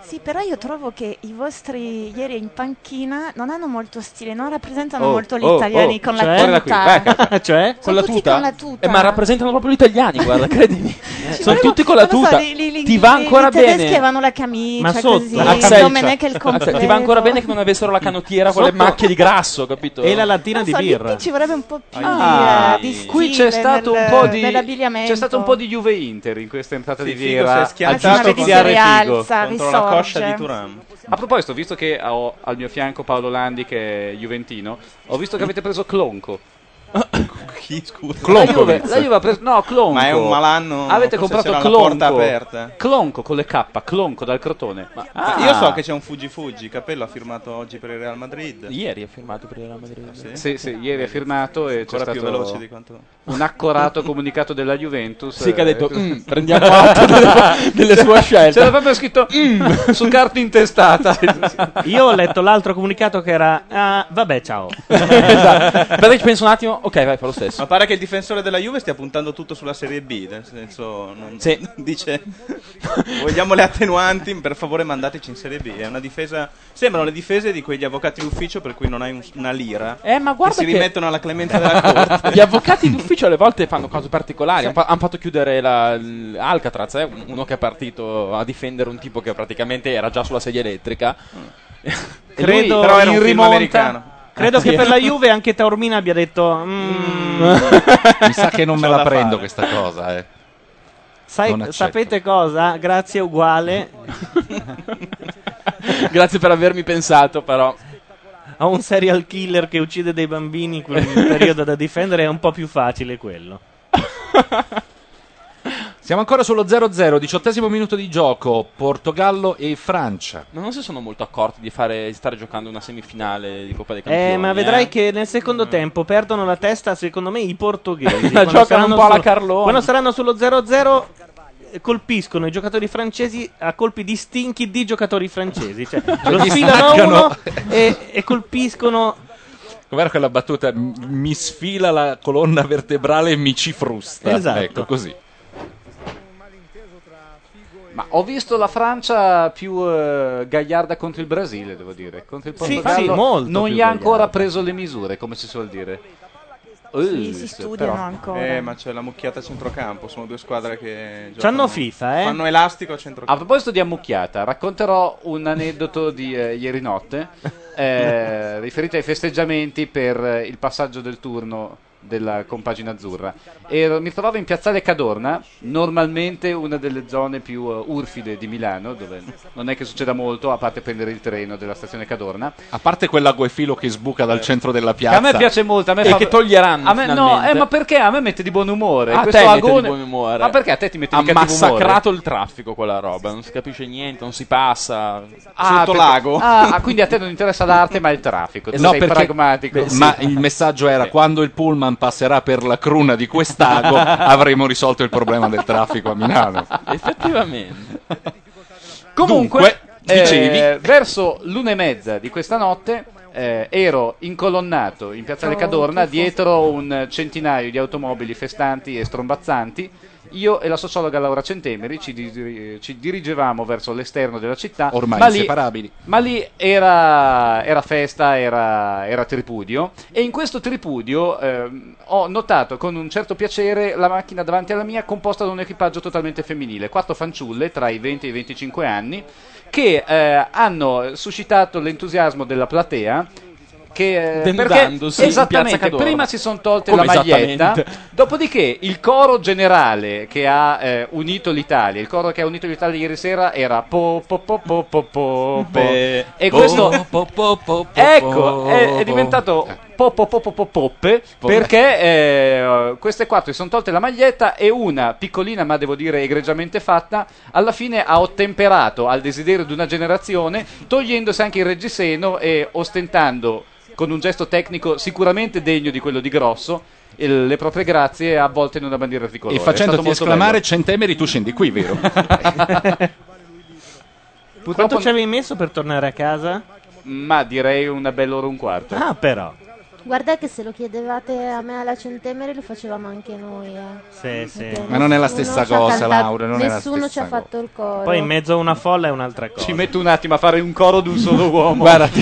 Speaker 4: Sì, però io trovo che i vostri ieri in panchina non hanno molto stile, non rappresentano
Speaker 9: Oh,
Speaker 4: molto gli
Speaker 9: oh,
Speaker 4: italiani
Speaker 9: oh,
Speaker 4: con
Speaker 9: cioè?
Speaker 4: la
Speaker 9: Guarda qui, vai a
Speaker 4: tuta.
Speaker 9: casa.
Speaker 2: *laughs* cioè? Eh.
Speaker 9: Con la
Speaker 4: tutti
Speaker 9: tuta?
Speaker 4: con la tuta.
Speaker 9: Eh, ma rappresentano proprio gli italiani, guarda, credimi. sono
Speaker 4: Però,
Speaker 9: tutti con la
Speaker 4: non lo so,
Speaker 9: tuta. *laughs*
Speaker 4: li- li- li-
Speaker 9: Ti va
Speaker 4: li-
Speaker 9: ancora
Speaker 4: I tedeschi
Speaker 9: bene.
Speaker 4: avevano la camicia,
Speaker 9: Ma sotto,
Speaker 4: Cioè, così.
Speaker 9: la Cioè,
Speaker 4: il Domenech e il completo.
Speaker 9: ti va ancora bene che non avessero la canottiera con le
Speaker 2: Sotto-
Speaker 9: macchie di grasso, capito?
Speaker 2: E la lattina
Speaker 4: Non
Speaker 2: di
Speaker 4: so, lì-
Speaker 2: birra.
Speaker 4: lì ci vorrebbe un po' più
Speaker 10: Ah,
Speaker 4: di, eh, di
Speaker 10: qui
Speaker 4: stile
Speaker 10: c'è stato
Speaker 4: nel-
Speaker 10: un po' di
Speaker 4: nell'abbigliamento.
Speaker 10: c'è stato un po' di Juve Inter in questa entrata
Speaker 6: Sì,
Speaker 10: di
Speaker 6: Figo
Speaker 10: Viera
Speaker 6: si è
Speaker 10: a
Speaker 6: schiantato
Speaker 10: giusto
Speaker 6: contro-
Speaker 10: piazzare
Speaker 6: si rialza,
Speaker 10: Figo.
Speaker 6: contro la risorge. coscia di Thuram.
Speaker 10: A proposito, visto che ho al mio fianco Paolo Landi che è juventino, ho visto che avete preso Clonco.
Speaker 6: *coughs* Chi scusa?
Speaker 10: La Juve, la Juve ha preso no, Clonco.
Speaker 6: Ma è un malanno,
Speaker 10: Avete
Speaker 6: forse
Speaker 10: comprato
Speaker 6: c'era la
Speaker 10: Clonco.
Speaker 6: porta aperta.
Speaker 10: Clonco con le K, Clonco dal Crotone. Ma,
Speaker 9: Ah.
Speaker 10: Ah.
Speaker 6: Ma Io so che c'è un Fuggi Fuggi, Capello ha firmato oggi per il Real Madrid.
Speaker 9: Ieri ha firmato per il Real Madrid.
Speaker 6: Sì,
Speaker 10: Sì, sì, ieri ha firmato e c'è
Speaker 6: Ancora più
Speaker 10: stato
Speaker 6: veloce di quanto...
Speaker 10: un
Speaker 6: *laughs*
Speaker 10: accorato comunicato della Juventus.
Speaker 9: Sì, che ha detto,
Speaker 10: eh, *laughs*
Speaker 9: "Mm, prendiamo atto delle- *laughs* delle sue scelte."
Speaker 10: C'era
Speaker 9: *laughs*
Speaker 10: proprio scritto "Mm", su carta intestata.
Speaker 2: *laughs* Io ho letto l'altro comunicato che era ah, vabbè, ciao.
Speaker 9: *laughs*
Speaker 2: *laughs*
Speaker 9: esatto. Perché ci penso un attimo. Ok, vai, fa lo stesso.
Speaker 6: Ma pare che il difensore della Juve stia puntando tutto sulla Serie B, nel senso non- *laughs* dice vogliamo le attenuanti, per favore mandateci in Serie B. È una difesa, sembrano le difese di quegli avvocati d'ufficio per cui non hai un- una lira.
Speaker 9: Eh, ma guarda
Speaker 6: che si
Speaker 9: che-
Speaker 6: rimettono alla clemenza
Speaker 9: *laughs*
Speaker 6: della corte.
Speaker 9: Gli avvocati d'ufficio alle volte fanno cose particolari. Hanno fa- hanno fatto chiudere la, l'Alcatraz, eh, uno che è partito a difendere un tipo che praticamente era già sulla sedia elettrica. E lui-
Speaker 2: Credo
Speaker 9: però era un
Speaker 2: in
Speaker 9: film
Speaker 2: rimonta-
Speaker 9: americano.
Speaker 2: Credo
Speaker 9: Ah, sì.
Speaker 2: che per la Juve anche Taormina abbia detto "Mm, *laughs*
Speaker 3: Mi sa che non me
Speaker 2: c'ho
Speaker 3: la
Speaker 2: da
Speaker 3: prendo
Speaker 2: fare".
Speaker 3: questa cosa, eh.
Speaker 2: Sai-
Speaker 3: Non accetto.
Speaker 2: sapete cosa? Grazie uguale.
Speaker 9: *laughs* Grazie per avermi pensato, però.
Speaker 2: A un serial killer che uccide dei bambini, quindi il periodo da difendere è un po' più facile quello.
Speaker 3: Siamo ancora sullo 0-0, diciottesimo minuto di gioco, Portogallo e Francia.
Speaker 9: Ma non si sono molto accorti di, fare, di stare giocando una semifinale di Coppa dei Campioni.
Speaker 2: Eh, ma vedrai che nel
Speaker 10: Mm.
Speaker 2: secondo tempo perdono la testa, secondo me,
Speaker 10: *laughs*
Speaker 2: i portoghesi.
Speaker 9: La
Speaker 2: Quando
Speaker 9: giocano
Speaker 2: saranno
Speaker 9: un po' alla
Speaker 2: sullo-
Speaker 9: Carlone.
Speaker 2: Quando saranno sullo 0-0 eh, colpiscono i giocatori francesi a colpi di stinchi di giocatori francesi.
Speaker 10: *laughs*
Speaker 2: Cioè, lo
Speaker 3: Gli
Speaker 2: sfilano a
Speaker 3: staccano.
Speaker 2: uno e, e colpiscono...
Speaker 3: Com'era quella battuta? M- Mi sfila la colonna vertebrale e mi ci frusta.
Speaker 10: Esatto.
Speaker 3: Ecco, così.
Speaker 10: Ma ho visto la Francia più eh, gagliarda contro il Brasile, devo dire. Contro il
Speaker 2: Sì,
Speaker 10: Portogallo
Speaker 2: sì, molto
Speaker 10: non
Speaker 2: più
Speaker 10: gli ha
Speaker 2: gagliarda.
Speaker 10: ancora preso le misure, come si suol dire. Eh,
Speaker 6: si
Speaker 10: se- però-
Speaker 6: Eh, ma c'è la mucchiata a centrocampo. Sono due squadre che. giocano-
Speaker 10: C'hanno FIFA, eh.
Speaker 6: Fanno elastico a centrocampo.
Speaker 10: A proposito di ammucchiata, racconterò un aneddoto di eh, ieri notte eh, riferito ai festeggiamenti per eh, il passaggio del turno della compagina azzurra. Ero- mi trovavo in piazzale Cadorna, normalmente una delle zone più eh, urfide di Milano, dove non è che succeda molto, a parte prendere il treno della stazione Cadorna.
Speaker 3: A parte quell'acquefilo che sbuca dal centro della
Speaker 10: Che
Speaker 3: piazza.
Speaker 10: a me piace molto, a me
Speaker 3: E
Speaker 10: fa-
Speaker 3: che toglieranno
Speaker 10: a me- No,
Speaker 3: finalmente.
Speaker 10: eh, ma perché a me mette di buon umore?
Speaker 9: A
Speaker 10: Questo
Speaker 9: Ah, te mette
Speaker 10: agone-
Speaker 9: di buon umore.
Speaker 10: Ma perché a te ti mette
Speaker 9: ha
Speaker 10: di cattivo umore?
Speaker 9: massacrato il traffico quella roba, non si capisce niente, non si passa.
Speaker 10: Ah,
Speaker 9: Sotto
Speaker 10: perché-
Speaker 9: lago. *laughs*
Speaker 10: Ah, ah, quindi a te non interessa l'arte, ma il traffico. Tu
Speaker 3: Eh, No,
Speaker 10: sei
Speaker 3: perché-
Speaker 10: pragmatico.
Speaker 3: Beh, Ma *laughs* il messaggio era: quando il pullman passerà per la cruna di
Speaker 10: *laughs*
Speaker 3: quest'ago, avremo risolto il problema del traffico a Milano.
Speaker 9: Effettivamente.
Speaker 10: Comunque,
Speaker 3: Dunque, dicevi?
Speaker 10: eh, verso l'una e mezza di questa notte eh, ero incolonnato in Piazzale
Speaker 9: Oh,
Speaker 10: Cadorna
Speaker 9: che fo-
Speaker 10: dietro un centinaio di automobili festanti e strombazzanti. Io e la sociologa Laura Centemeri ci, diri- ci dirigevamo verso l'esterno della città.
Speaker 3: Ormai
Speaker 10: ma lì,
Speaker 3: inseparabili.
Speaker 10: ma lì era, era festa, era, era tripudio. E in questo tripudio ehm, ho notato con un certo piacere la macchina davanti alla mia composta da un equipaggio totalmente femminile. Quattro fanciulle tra i 20 e i 25 anni che eh, hanno suscitato l'entusiasmo della platea. Che, eh, perché
Speaker 9: Denudandosi in
Speaker 10: esattamente
Speaker 9: piazza Cadorna.
Speaker 10: prima si sono tolte
Speaker 9: Come
Speaker 10: la maglietta,
Speaker 9: esattamente?
Speaker 10: dopodiché il coro generale che ha eh, unito l'Italia, il coro che ha unito l'Italia ieri sera era po po po po po po, po.
Speaker 9: Beh,
Speaker 10: e
Speaker 9: po-
Speaker 10: questo
Speaker 9: po- po- po- po-
Speaker 10: ecco è, è
Speaker 9: po-
Speaker 10: diventato po po po po po poppe perché eh, queste quattro si sono tolte la maglietta e una piccolina ma devo dire egregiamente fatta alla fine ha ottemperato al desiderio di una generazione togliendosi anche il reggiseno e ostentando con un gesto tecnico sicuramente degno di quello di Grosso il- le proprie grazie avvolte in una bandiera
Speaker 3: E
Speaker 10: tricolore È stato
Speaker 3: facendoti
Speaker 10: molto
Speaker 3: esclamare
Speaker 10: bello.
Speaker 3: centemeri, tu scendi qui,
Speaker 10: *laughs*
Speaker 3: vero?
Speaker 2: Quanto ci avevi messo per tornare a casa?
Speaker 10: Ma direi una bella ora e un quarto.
Speaker 2: Ah, però.
Speaker 3: Ecco.
Speaker 8: Guarda che se lo chiedevate a me alla centemere lo facevamo anche noi. eh.
Speaker 2: Sì, sì.
Speaker 8: Perché
Speaker 3: Ma non è la
Speaker 8: nessuno
Speaker 3: stessa
Speaker 8: ci ha
Speaker 3: cosa,
Speaker 8: cantato-
Speaker 3: Laura, non è la
Speaker 8: Nessuno ci
Speaker 3: stessa
Speaker 8: ha fatto il coro.
Speaker 2: Poi in mezzo a una folla è un'altra cosa.
Speaker 10: Ci metto un attimo a fare un coro di un solo uomo.
Speaker 8: *laughs*
Speaker 3: Guarda, ti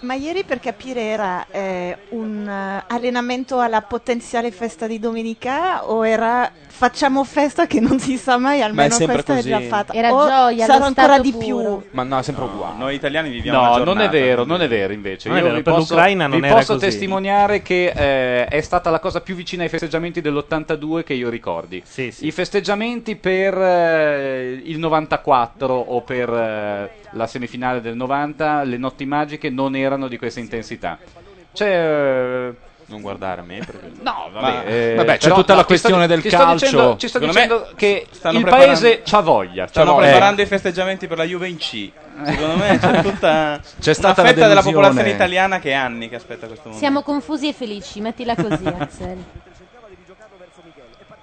Speaker 4: Ma ieri per capire era eh, un eh, allenamento alla potenziale festa di domenica o era facciamo festa che non si sa mai,
Speaker 9: Ma è
Speaker 4: almeno
Speaker 9: sempre
Speaker 4: questa
Speaker 9: così.
Speaker 4: è già fatta.
Speaker 8: Era
Speaker 4: o
Speaker 8: gioia,
Speaker 4: sarà
Speaker 8: lo
Speaker 4: ancora
Speaker 8: stato
Speaker 4: di
Speaker 8: puro.
Speaker 4: più.
Speaker 9: Ma no, è sempre uguale.
Speaker 6: Noi italiani viviamo una
Speaker 10: No, non
Speaker 6: giornata.
Speaker 10: è vero, non è vero invece.
Speaker 6: Non è
Speaker 10: Io
Speaker 6: vero,
Speaker 10: vi
Speaker 6: per
Speaker 10: posso,
Speaker 6: l'Ucraina non
Speaker 10: vi
Speaker 6: era
Speaker 10: posso
Speaker 6: così.
Speaker 10: testimoniare che eh, è stata la cosa più vicina ai festeggiamenti dell'82 che io ricordi. I festeggiamenti per eh, il 94 o per eh, la semifinale del 90, le notti magiche non erano di questa intensità. C'è... eh,
Speaker 9: Non guardare a me perché...
Speaker 10: No, vabbè,
Speaker 9: Ma-
Speaker 10: eh,
Speaker 9: vabbè, c'è
Speaker 10: però-
Speaker 9: tutta la
Speaker 10: no, ti sto-
Speaker 9: questione del
Speaker 10: ti sto
Speaker 9: calcio.
Speaker 10: dicendo- ci sto
Speaker 9: Secondo
Speaker 10: dicendo
Speaker 9: me
Speaker 10: che
Speaker 9: stanno
Speaker 10: il
Speaker 9: preparando-
Speaker 10: paese c'ha voglia. c'ha
Speaker 6: Stanno
Speaker 10: voglia. Eh.
Speaker 6: preparando i festeggiamenti per la Juve in C. Secondo me c'è tutta
Speaker 10: *laughs*
Speaker 3: C'è stata
Speaker 6: una fetta
Speaker 3: la
Speaker 6: della
Speaker 3: delusione.
Speaker 6: popolazione italiana che è anni che aspetta questo momento.
Speaker 8: Siamo confusi e felici, mettila
Speaker 3: *laughs*
Speaker 6: *laughs*
Speaker 8: così, Axel.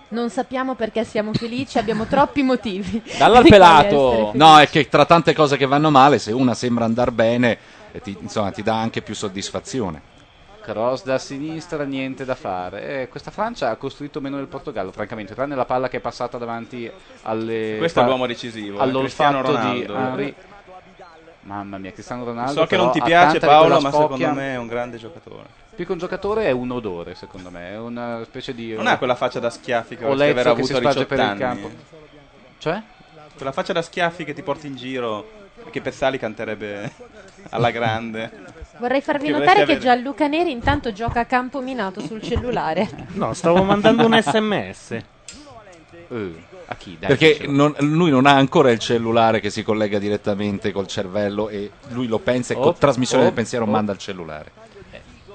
Speaker 8: Non sappiamo perché siamo felici, abbiamo troppi motivi.
Speaker 3: Dalla al
Speaker 8: di cui essere felici.
Speaker 3: No, è che tra tante cose che vanno male, se una sembra andar bene, eh, ti, insomma, ti dà anche più soddisfazione.
Speaker 10: Cross da sinistra, niente da fare. Eh, questa Francia ha costruito meno del Portogallo, francamente, tranne la palla che è passata davanti alle.
Speaker 6: Questo è l'uomo decisivo, eh,
Speaker 10: All'olfatto
Speaker 6: Cristiano
Speaker 10: di
Speaker 6: Ronaldo.
Speaker 10: Henry. Mamma mia, Cristiano Ronaldo.
Speaker 6: So che
Speaker 10: però,
Speaker 6: non ti
Speaker 10: ha
Speaker 6: piace
Speaker 10: tanta di quella
Speaker 6: Paolo, ma
Speaker 10: spocchia.
Speaker 6: secondo me è un grande giocatore.
Speaker 10: Più che un giocatore è un odore, secondo me. È una specie di.
Speaker 6: Non ha quella faccia da schiaffi che
Speaker 10: Ho
Speaker 6: dovresti aver
Speaker 10: letto che
Speaker 6: avuto
Speaker 10: si
Speaker 6: a
Speaker 10: sparge
Speaker 6: 18
Speaker 10: per il
Speaker 6: anni.
Speaker 10: campo. Cioè?
Speaker 6: Quella faccia da schiaffi che ti porti in giro che Pezzali canterebbe *laughs* alla grande.
Speaker 8: Vorrei farvi
Speaker 6: Che
Speaker 8: notare che
Speaker 6: vorresti avere.
Speaker 8: Gianluca Neri intanto gioca a campo minato sul cellulare.
Speaker 2: No, stavo mandando un sms.
Speaker 10: a chi?
Speaker 3: Perché non- lui non ha ancora il cellulare che si collega direttamente col cervello e lui lo pensa e
Speaker 10: Oh,
Speaker 3: con trasmissione
Speaker 10: oh,
Speaker 3: del pensiero
Speaker 10: oh.
Speaker 3: manda al cellulare.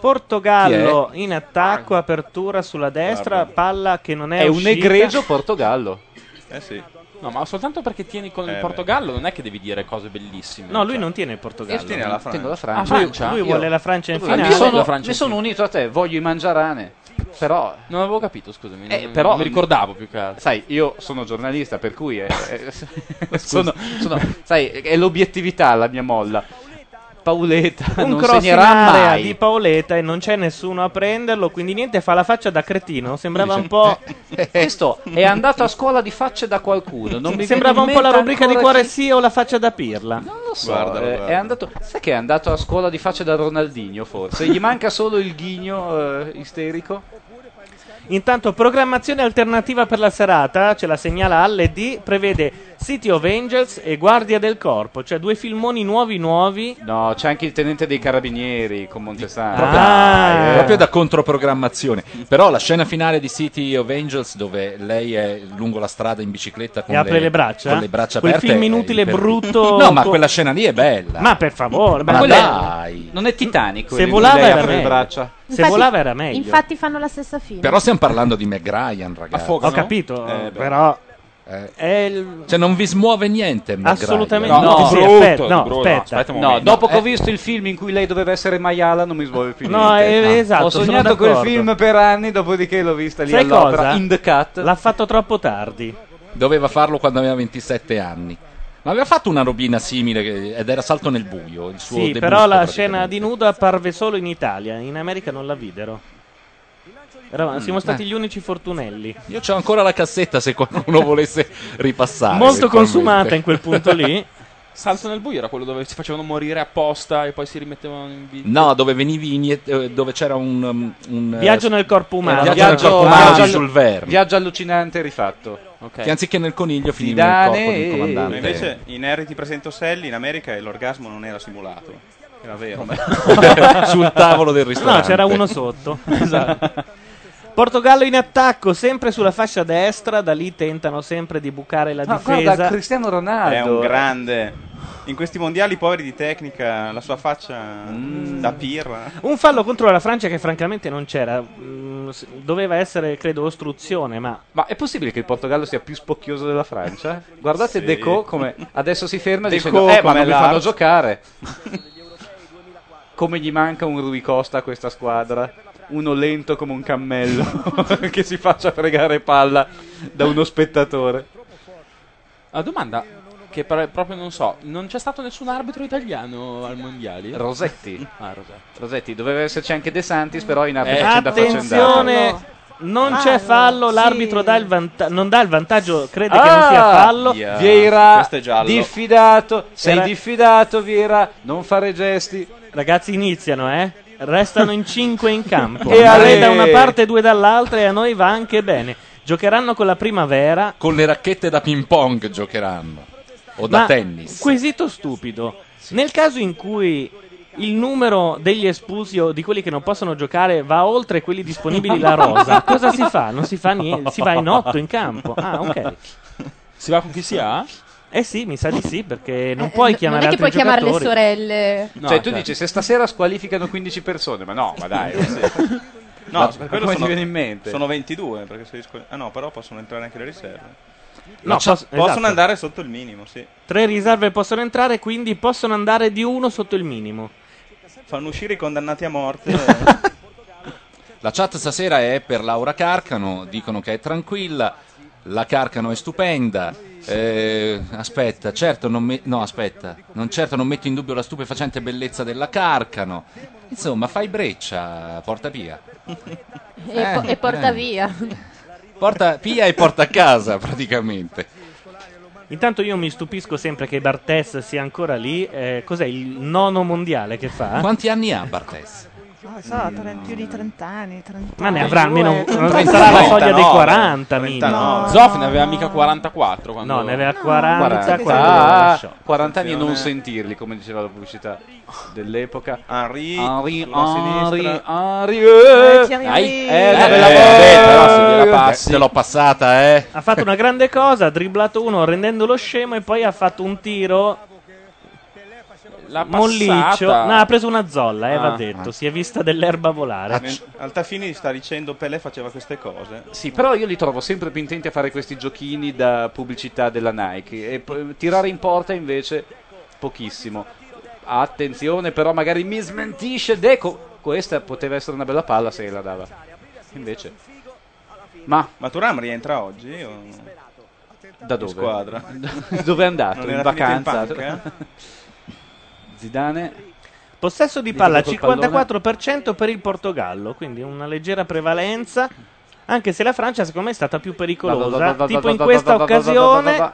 Speaker 2: Portogallo in attacco, apertura sulla destra, palla che non è,
Speaker 10: È un
Speaker 2: uscita.
Speaker 10: egregio
Speaker 6: *laughs*
Speaker 9: Portogallo.
Speaker 6: Eh sì.
Speaker 9: No, ma soltanto perché tieni con
Speaker 2: Eh,
Speaker 9: il Portogallo non è che devi dire cose bellissime.
Speaker 2: No, lui non tiene il Portogallo.
Speaker 9: Io tiene la Francia. Tengo
Speaker 10: Tengo la
Speaker 9: la
Speaker 10: Francia.
Speaker 9: Ah, Francia?
Speaker 2: lui vuole la Francia in
Speaker 10: Ah,
Speaker 2: finale.
Speaker 10: Mi sono,
Speaker 9: La Francia
Speaker 10: mi
Speaker 9: in
Speaker 10: sono unito a te, voglio i mangiarane. Però.
Speaker 9: Non avevo capito, scusami.
Speaker 10: Eh,
Speaker 9: non-
Speaker 10: però-
Speaker 9: non mi ricordavo più che altro.
Speaker 10: Sai, io sono giornalista, per cui è, è-
Speaker 2: *laughs*
Speaker 10: *laughs* sono- sono- sai, è l'obiettività la mia molla. Pauletta
Speaker 2: un
Speaker 10: non
Speaker 2: cross in
Speaker 10: segnerà
Speaker 2: area
Speaker 10: mai.
Speaker 2: di Paoletta e non c'è nessuno a prenderlo, quindi niente, fa la faccia da cretino, sembrava un po'
Speaker 10: Questo è andato a scuola di facce da qualcuno. Non mi
Speaker 2: sembrava un
Speaker 10: viene
Speaker 2: po'
Speaker 10: in
Speaker 2: la
Speaker 10: mente
Speaker 2: rubrica di
Speaker 10: ancora
Speaker 2: cuore
Speaker 10: chi-
Speaker 2: sì o la faccia da pirla. Non
Speaker 10: lo so, eh, è andato, sai che è andato a scuola di facce da Ronaldinho forse? Gli manca solo il ghigno eh, isterico.
Speaker 2: Intanto, programmazione alternativa per la serata, ce la segnala Alle D, prevede City of Angels e Guardia del Corpo, cioè due filmoni nuovi nuovi.
Speaker 10: No, c'è anche il tenente dei carabinieri con
Speaker 2: Ah,
Speaker 10: Montesano.
Speaker 3: Proprio,
Speaker 2: eh.
Speaker 3: proprio da controprogrammazione. Però la scena finale di City of Angels, dove lei è lungo la strada in bicicletta con
Speaker 2: E apre le braccia?
Speaker 3: con le braccia
Speaker 2: Quel
Speaker 3: aperte,
Speaker 2: film
Speaker 3: è
Speaker 2: inutile,
Speaker 3: iper-
Speaker 2: brutto.
Speaker 3: *laughs* No, ma
Speaker 2: Co-
Speaker 3: quella scena lì è bella.
Speaker 2: Ma per favore, ma
Speaker 3: Ma
Speaker 2: quella-
Speaker 3: dai.
Speaker 10: Non è Titanico.
Speaker 2: Se
Speaker 10: in cui
Speaker 2: volava
Speaker 10: lei
Speaker 2: era
Speaker 10: apre le
Speaker 2: meglio.
Speaker 10: braccia.
Speaker 2: Se volava era meglio.
Speaker 8: Infatti fanno la stessa fine.
Speaker 3: Però stiamo parlando di Meg Ryan, ragazzi.
Speaker 2: Ho capito, però è il-
Speaker 3: Cioè, non vi smuove niente. Meg
Speaker 2: Assolutamente
Speaker 3: Ryan.
Speaker 2: no, No, sì, brutto, aspetta, no, brutto, aspetta. aspetta un
Speaker 10: No,
Speaker 2: momento.
Speaker 10: dopo che ho
Speaker 2: Eh.
Speaker 10: visto il film in cui lei doveva essere maiala, non mi smuove più
Speaker 2: No,
Speaker 10: niente.
Speaker 2: eh, esatto,
Speaker 10: Ho
Speaker 2: sono
Speaker 10: sognato quel
Speaker 2: d'accordo.
Speaker 10: film per anni, dopodiché l'ho vista lì
Speaker 2: Sai
Speaker 10: all'opera.
Speaker 2: cosa?
Speaker 10: In the cut.
Speaker 2: L'ha fatto troppo tardi.
Speaker 3: Doveva farlo quando aveva 27 anni. Ma aveva fatto una robina simile che- ed era salto nel buio. Il suo
Speaker 2: Sì,
Speaker 3: debutto,
Speaker 2: però la
Speaker 3: praticamente.
Speaker 2: scena di nudo apparve solo in Italia, in America non la videro. Eravamo-
Speaker 3: Mm,
Speaker 2: siamo stati
Speaker 3: eh.
Speaker 2: gli unici fortunelli.
Speaker 3: Io ho ancora la cassetta se qualcuno volesse
Speaker 9: Ah,
Speaker 3: ripassare.
Speaker 2: Molto
Speaker 3: eventualmente.
Speaker 2: consumata in quel punto lì.
Speaker 9: Salto nel buio era quello dove si facevano morire apposta e poi si rimettevano in vita.
Speaker 3: No, dove venivi in- eh, dove c'era un, um, un, eh,
Speaker 2: Viaggio nel corpo umano.
Speaker 3: Viaggio,
Speaker 2: Viaggio-
Speaker 3: nel corpo umano
Speaker 2: viaggio-
Speaker 3: di Jules Verne.
Speaker 10: Viaggio allucinante rifatto.
Speaker 3: Che anziché nel coniglio finiva nel
Speaker 10: Zidane
Speaker 3: corpo di un
Speaker 10: e-
Speaker 3: comandante.
Speaker 6: Invece in Harry ti presento Sally, in America l'orgasmo non era simulato, era vero.
Speaker 3: *laughs*
Speaker 10: *laughs*
Speaker 3: Sul tavolo del ristorante.
Speaker 2: No, c'era
Speaker 3: *laughs*
Speaker 2: uno sotto. *laughs* Esatto. Portogallo in attacco, sempre sulla fascia destra, da lì tentano sempre di bucare la
Speaker 10: Ma
Speaker 2: difesa.
Speaker 10: guarda, Cristiano Ronaldo.
Speaker 6: È un grande. In questi mondiali poveri di tecnica, la sua faccia
Speaker 3: Mm.
Speaker 6: da pirra.
Speaker 2: Un fallo contro la Francia che francamente non c'era. Mm, s- Doveva essere, credo, ostruzione, ma...
Speaker 10: Ma è possibile che il Portogallo sia più spocchioso della Francia? Guardate
Speaker 2: Sì.
Speaker 10: Deco come adesso si ferma
Speaker 2: Deco
Speaker 10: dicendo eh ma
Speaker 2: come
Speaker 10: non mi
Speaker 2: Lars."
Speaker 10: fanno giocare. come gli manca un Rui Costa a questa squadra? Uno lento come un cammello *laughs* che si faccia fregare palla da uno spettatore.
Speaker 9: La Ah, domanda che pare- proprio non so, non c'è stato nessun arbitro italiano al mondiale?
Speaker 10: Rosetti.
Speaker 9: Ah, Rosetti.
Speaker 10: Rosetti, doveva esserci anche De Santis, però in
Speaker 9: Eh,
Speaker 10: arbitro "Ah, c'è da
Speaker 2: Attenzione,
Speaker 10: faccendare.
Speaker 2: non
Speaker 10: Fallo,
Speaker 2: c'è fallo,
Speaker 10: Ah, sì.
Speaker 2: l'arbitro dà il vanta- non dà il vantaggio, crede che
Speaker 10: Ah,
Speaker 2: non sia fallo.
Speaker 10: Vieira, diffidato, sei
Speaker 2: Era-
Speaker 10: diffidato Vieira, non fare gesti.
Speaker 2: Ragazzi iniziano, eh? Restano in 5 in campo.
Speaker 10: E
Speaker 2: *laughs* e
Speaker 10: alle-
Speaker 2: da una parte e due dall'altra e a noi va anche bene. Giocheranno con la primavera.
Speaker 3: Con le racchette da ping pong giocheranno. O da
Speaker 2: Ma
Speaker 3: tennis.
Speaker 2: Quesito stupido. Nel caso in cui il numero degli espulsi o di quelli che non possono giocare va oltre quelli disponibili
Speaker 9: *laughs*
Speaker 2: la rosa, cosa si fa? Non si fa niente, si va in otto in campo. Ah, ok.
Speaker 9: Si va con chi si ha?
Speaker 2: Eh sì, mi sa di sì, perché non
Speaker 11: Eh,
Speaker 2: puoi
Speaker 11: n-
Speaker 2: chiamare
Speaker 11: non è che
Speaker 2: altri
Speaker 11: puoi chiamare le
Speaker 2: giocatori.
Speaker 11: sorelle.
Speaker 10: cioè, tu dici se stasera squalificano 15 persone, ma no, ma dai.
Speaker 6: *laughs* No,
Speaker 10: Ma-
Speaker 6: per
Speaker 10: ma
Speaker 6: quello
Speaker 10: come
Speaker 6: sono,
Speaker 10: ti viene in mente?
Speaker 6: sono 22, perché se risco- ah no, però possono entrare anche le riserve.
Speaker 2: No,
Speaker 6: Cioè,
Speaker 2: pos-
Speaker 6: possono
Speaker 2: esatto.
Speaker 6: andare sotto il minimo, sì.
Speaker 2: Tre riserve possono entrare, quindi possono andare di uno sotto il minimo.
Speaker 6: Fanno uscire i condannati a morte.
Speaker 3: *laughs* La chat stasera è per Laura Carcano, dicono che è tranquilla, la Carcano è stupenda. eh, aspetta, certo non me- no, aspetta, non certo non metto in dubbio la stupefacente bellezza della Carcano. Insomma, fai breccia, porta via.
Speaker 11: E,
Speaker 3: Eh,
Speaker 11: po- e porta
Speaker 3: eh.
Speaker 11: via.
Speaker 3: Porta via e porta a casa, *laughs* praticamente.
Speaker 2: Intanto io mi stupisco sempre che Bartes sia ancora lì. eh, cos'è il nono mondiale che fa?
Speaker 3: Quanti anni ha Bartes?
Speaker 4: Non so, tre- più di 30 anni. 30
Speaker 2: Ma ne
Speaker 4: anni.
Speaker 2: avrà almeno
Speaker 4: Eh,
Speaker 2: non
Speaker 4: 30.
Speaker 2: sarà la soglia dei
Speaker 9: 39,
Speaker 2: 40
Speaker 9: 39.
Speaker 2: minimo.
Speaker 9: Zoff ne aveva mica 44 quando
Speaker 2: No, ne aveva 40 quando lo
Speaker 10: Ah,
Speaker 2: lasciò.
Speaker 10: 40 anni e non
Speaker 6: Attenzione.
Speaker 10: sentirli, come diceva la pubblicità dell'epoca.
Speaker 6: Henry,
Speaker 10: Henry,
Speaker 6: sulla
Speaker 10: Henry,
Speaker 6: sinistra.
Speaker 10: Henry.
Speaker 6: Eh,
Speaker 10: eh.
Speaker 6: Thierry
Speaker 10: Dai.
Speaker 6: Henry.
Speaker 10: Eh, una
Speaker 6: Eh,
Speaker 10: bella
Speaker 6: beh,
Speaker 10: volta.
Speaker 6: però se gliela passi.
Speaker 3: Te l'ho passata, eh.
Speaker 2: Ha fatto una grande cosa, ha dribblato uno rendendolo scemo e poi ha fatto un tiro
Speaker 9: La
Speaker 2: Molliccio.
Speaker 9: passata.
Speaker 2: No, ha preso una zolla, eh, va
Speaker 9: Ah.
Speaker 2: detto. Si è vista dell'erba volare.
Speaker 6: Altafini sta dicendo Pelé faceva queste cose.
Speaker 10: Sì, però io li trovo sempre più intenti a fare questi giochini da pubblicità della Nike e p- tirare in porta invece pochissimo. Attenzione, però magari mi smentisce Deco. Questa poteva essere una bella palla se la dava. Invece, ma
Speaker 6: Ma Turam rientra oggi? o-
Speaker 10: da
Speaker 6: in
Speaker 10: dove?
Speaker 6: Squadra.
Speaker 9: *laughs*
Speaker 10: *laughs* dove è andato?
Speaker 6: Non
Speaker 10: in
Speaker 6: era finito in eh?
Speaker 10: vacanza.
Speaker 6: panca?
Speaker 10: *laughs* Zidane.
Speaker 2: Possesso di
Speaker 10: Dico
Speaker 2: palla
Speaker 10: col
Speaker 2: 54% per il Portogallo, quindi una leggera prevalenza. Anche se la Francia, secondo me, è stata più
Speaker 10: Va, va, va,
Speaker 2: pericolosa.
Speaker 10: va,
Speaker 2: Tipo
Speaker 10: va,
Speaker 2: in
Speaker 10: va,
Speaker 2: questa
Speaker 10: va, va, va, va, va, va,
Speaker 2: occasione.
Speaker 10: va.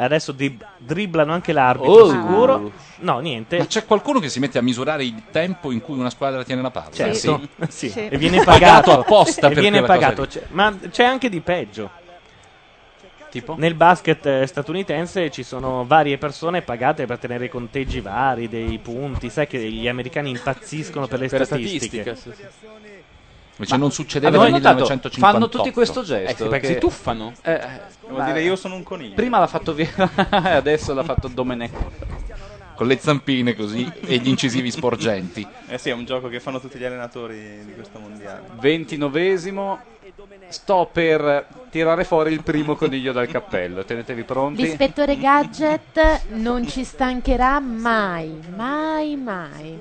Speaker 2: Adesso drib- dribblano anche l'arbitro,
Speaker 10: Oh.
Speaker 2: Oh,
Speaker 10: Ah.
Speaker 2: sicuro. Ah. No, niente.
Speaker 3: Ma c'è qualcuno che si mette a misurare il tempo in cui una squadra tiene la palla?
Speaker 2: Certo.
Speaker 3: Sì. *laughs*
Speaker 2: Sì. E viene pagato
Speaker 3: apposta
Speaker 2: E
Speaker 3: per
Speaker 2: viene
Speaker 3: quella cosa
Speaker 2: pagato. certo.
Speaker 3: lì.
Speaker 2: C'è- ma c'è anche di peggio.
Speaker 10: Tipo?
Speaker 2: Nel basket eh, statunitense ci sono varie persone pagate per tenere i conteggi vari dei punti. Sai che gli americani impazziscono per le
Speaker 9: Per la
Speaker 2: statistiche.
Speaker 9: statistica, sì, sì.
Speaker 3: Invece non succedeva
Speaker 9: avete
Speaker 3: nel
Speaker 9: notato?
Speaker 3: 1958.
Speaker 9: Fanno tutti questo gesto.
Speaker 10: Eh sì, perché
Speaker 9: che-
Speaker 10: si tuffano.
Speaker 9: Eh, eh,
Speaker 6: Vuol dire io sono un coniglio.
Speaker 10: Prima l'ha fatto Vera, *laughs* adesso l'ha fatto Domenech.
Speaker 3: Con le zampine così e gli incisivi
Speaker 2: *laughs*
Speaker 3: sporgenti.
Speaker 6: Eh sì, è un gioco che fanno tutti gli allenatori di questo mondiale.
Speaker 10: 29esimo. Sto per tirare fuori il primo coniglio dal cappello. Tenetevi pronti.
Speaker 11: L'ispettore Gadget non ci stancherà mai, mai, mai.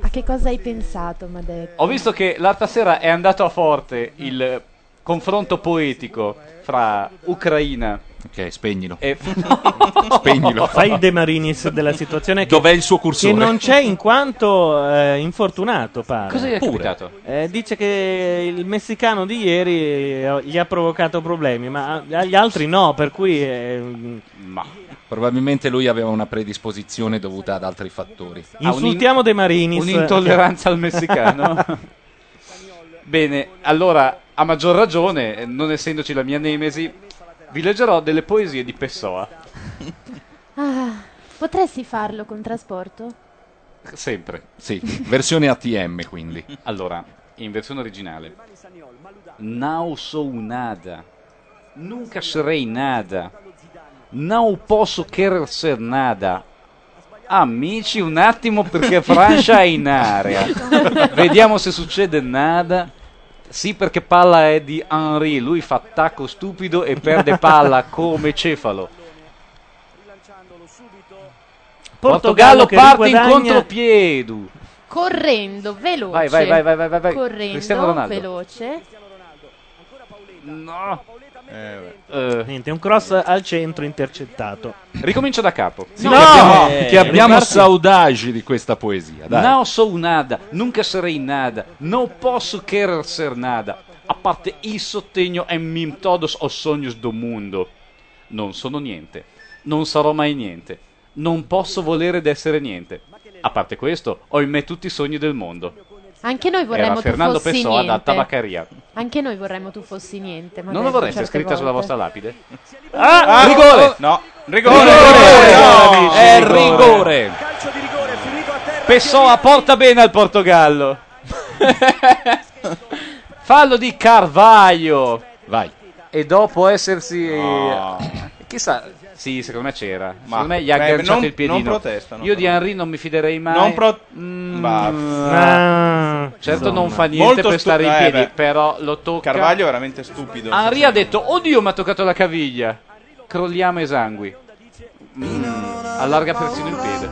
Speaker 11: A che cosa hai pensato, Madec?
Speaker 10: Ho visto che l'altra sera è andato a forte il confronto poetico fra Ucraina.
Speaker 3: Ok, spegnilo. *laughs*
Speaker 10: E... *laughs*
Speaker 3: Spegnilo.
Speaker 2: *laughs* Fai il De Marinis della situazione. Che,
Speaker 3: Dov'è il suo cursore?
Speaker 2: Che non c'è in quanto eh, infortunato, pare.
Speaker 3: Cosa gli è Pure. capitato?
Speaker 2: Eh, dice che il messicano di ieri eh, gli ha provocato problemi, ma agli altri no, per cui... eh,
Speaker 3: Probabilmente lui aveva una predisposizione dovuta ad altri fattori.
Speaker 2: Insultiamo De Marinis.
Speaker 10: Un'intolleranza
Speaker 13: *laughs*
Speaker 10: al messicano. Bene, allora, a maggior ragione, eh, non essendoci la mia nemesi, vi leggerò delle poesie di Pessoa.
Speaker 11: Ah, potresti farlo con trasporto?
Speaker 10: Sempre.
Speaker 3: Sì, versione ATM quindi.
Speaker 10: Allora, in versione originale. Não sou nada. Nunca serei nada. Não posso querer ser nada. Amici, un attimo
Speaker 11: *laughs*
Speaker 10: perché Francia è in area. Vediamo se succede nada. Sì, perché palla è di Henry. Lui fa tacco stupido e perde palla come cefalo. Portogallo,
Speaker 11: che
Speaker 10: parte in
Speaker 11: riguadagna-
Speaker 10: contropiedu.
Speaker 11: Correndo, veloce.
Speaker 10: Vai, vai, vai, vai, vai, vai, vai.
Speaker 11: Correndo,
Speaker 10: Cristiano Ronaldo.
Speaker 11: veloce.
Speaker 10: No.
Speaker 9: Eh.
Speaker 2: Niente, un cross al centro intercettato.
Speaker 10: Ricomincio da capo.
Speaker 3: Sì, che abbiamo,
Speaker 2: Eh,
Speaker 3: che abbiamo
Speaker 2: Riccardo-
Speaker 3: saudage di questa poesia. Dai.
Speaker 10: Não sou nada, nunca serei nada, não posso querer ser nada. A parte isso, tenho em mim todos os sonhos do mundo. Non sono niente, non sarò mai niente, non posso volere d'essere niente. A parte questo, ho in me tutti i sogni del mondo.
Speaker 11: Anche noi vorremmo
Speaker 10: Era
Speaker 11: tu
Speaker 10: Fernando
Speaker 11: fossi
Speaker 10: Pessoa da
Speaker 11: niente.
Speaker 10: Tabaccaria.
Speaker 11: Anche noi vorremmo tu fossi niente. Madec,
Speaker 10: Non lo vorreste
Speaker 11: certe
Speaker 10: scritta sulla
Speaker 11: volte.
Speaker 10: vostra lapide?
Speaker 11: Ah,
Speaker 10: rigore!
Speaker 6: No,
Speaker 10: rigore!
Speaker 6: Rigore!
Speaker 10: No,
Speaker 6: Amici,
Speaker 10: è
Speaker 6: rigore.
Speaker 10: rigore! Pessoa porta bene al Portogallo. *laughs* Fallo di Carvaglio.
Speaker 3: Vai.
Speaker 10: E dopo essersi... *coughs* Chissà, sì, secondo me c'era.
Speaker 6: Ma-
Speaker 10: secondo me gli ha
Speaker 6: Beh,
Speaker 10: agganciato
Speaker 6: non-
Speaker 10: il piedino.
Speaker 6: non protestano,
Speaker 10: Io di
Speaker 6: però.
Speaker 10: Henry non mi fiderei mai.
Speaker 6: Non pro-
Speaker 10: Mm,
Speaker 6: Va.
Speaker 10: certo,
Speaker 2: Ah.
Speaker 10: non fa niente
Speaker 6: Molto
Speaker 10: per
Speaker 6: stu-
Speaker 10: stare in
Speaker 6: eh,
Speaker 10: piedi,
Speaker 6: beh.
Speaker 10: però lo tocca.
Speaker 6: Carvaglio è veramente stupido.
Speaker 10: Henry ha detto: Oddio, mi ha toccato la caviglia. Crolliamo esangui. Mm, allarga persino il piede.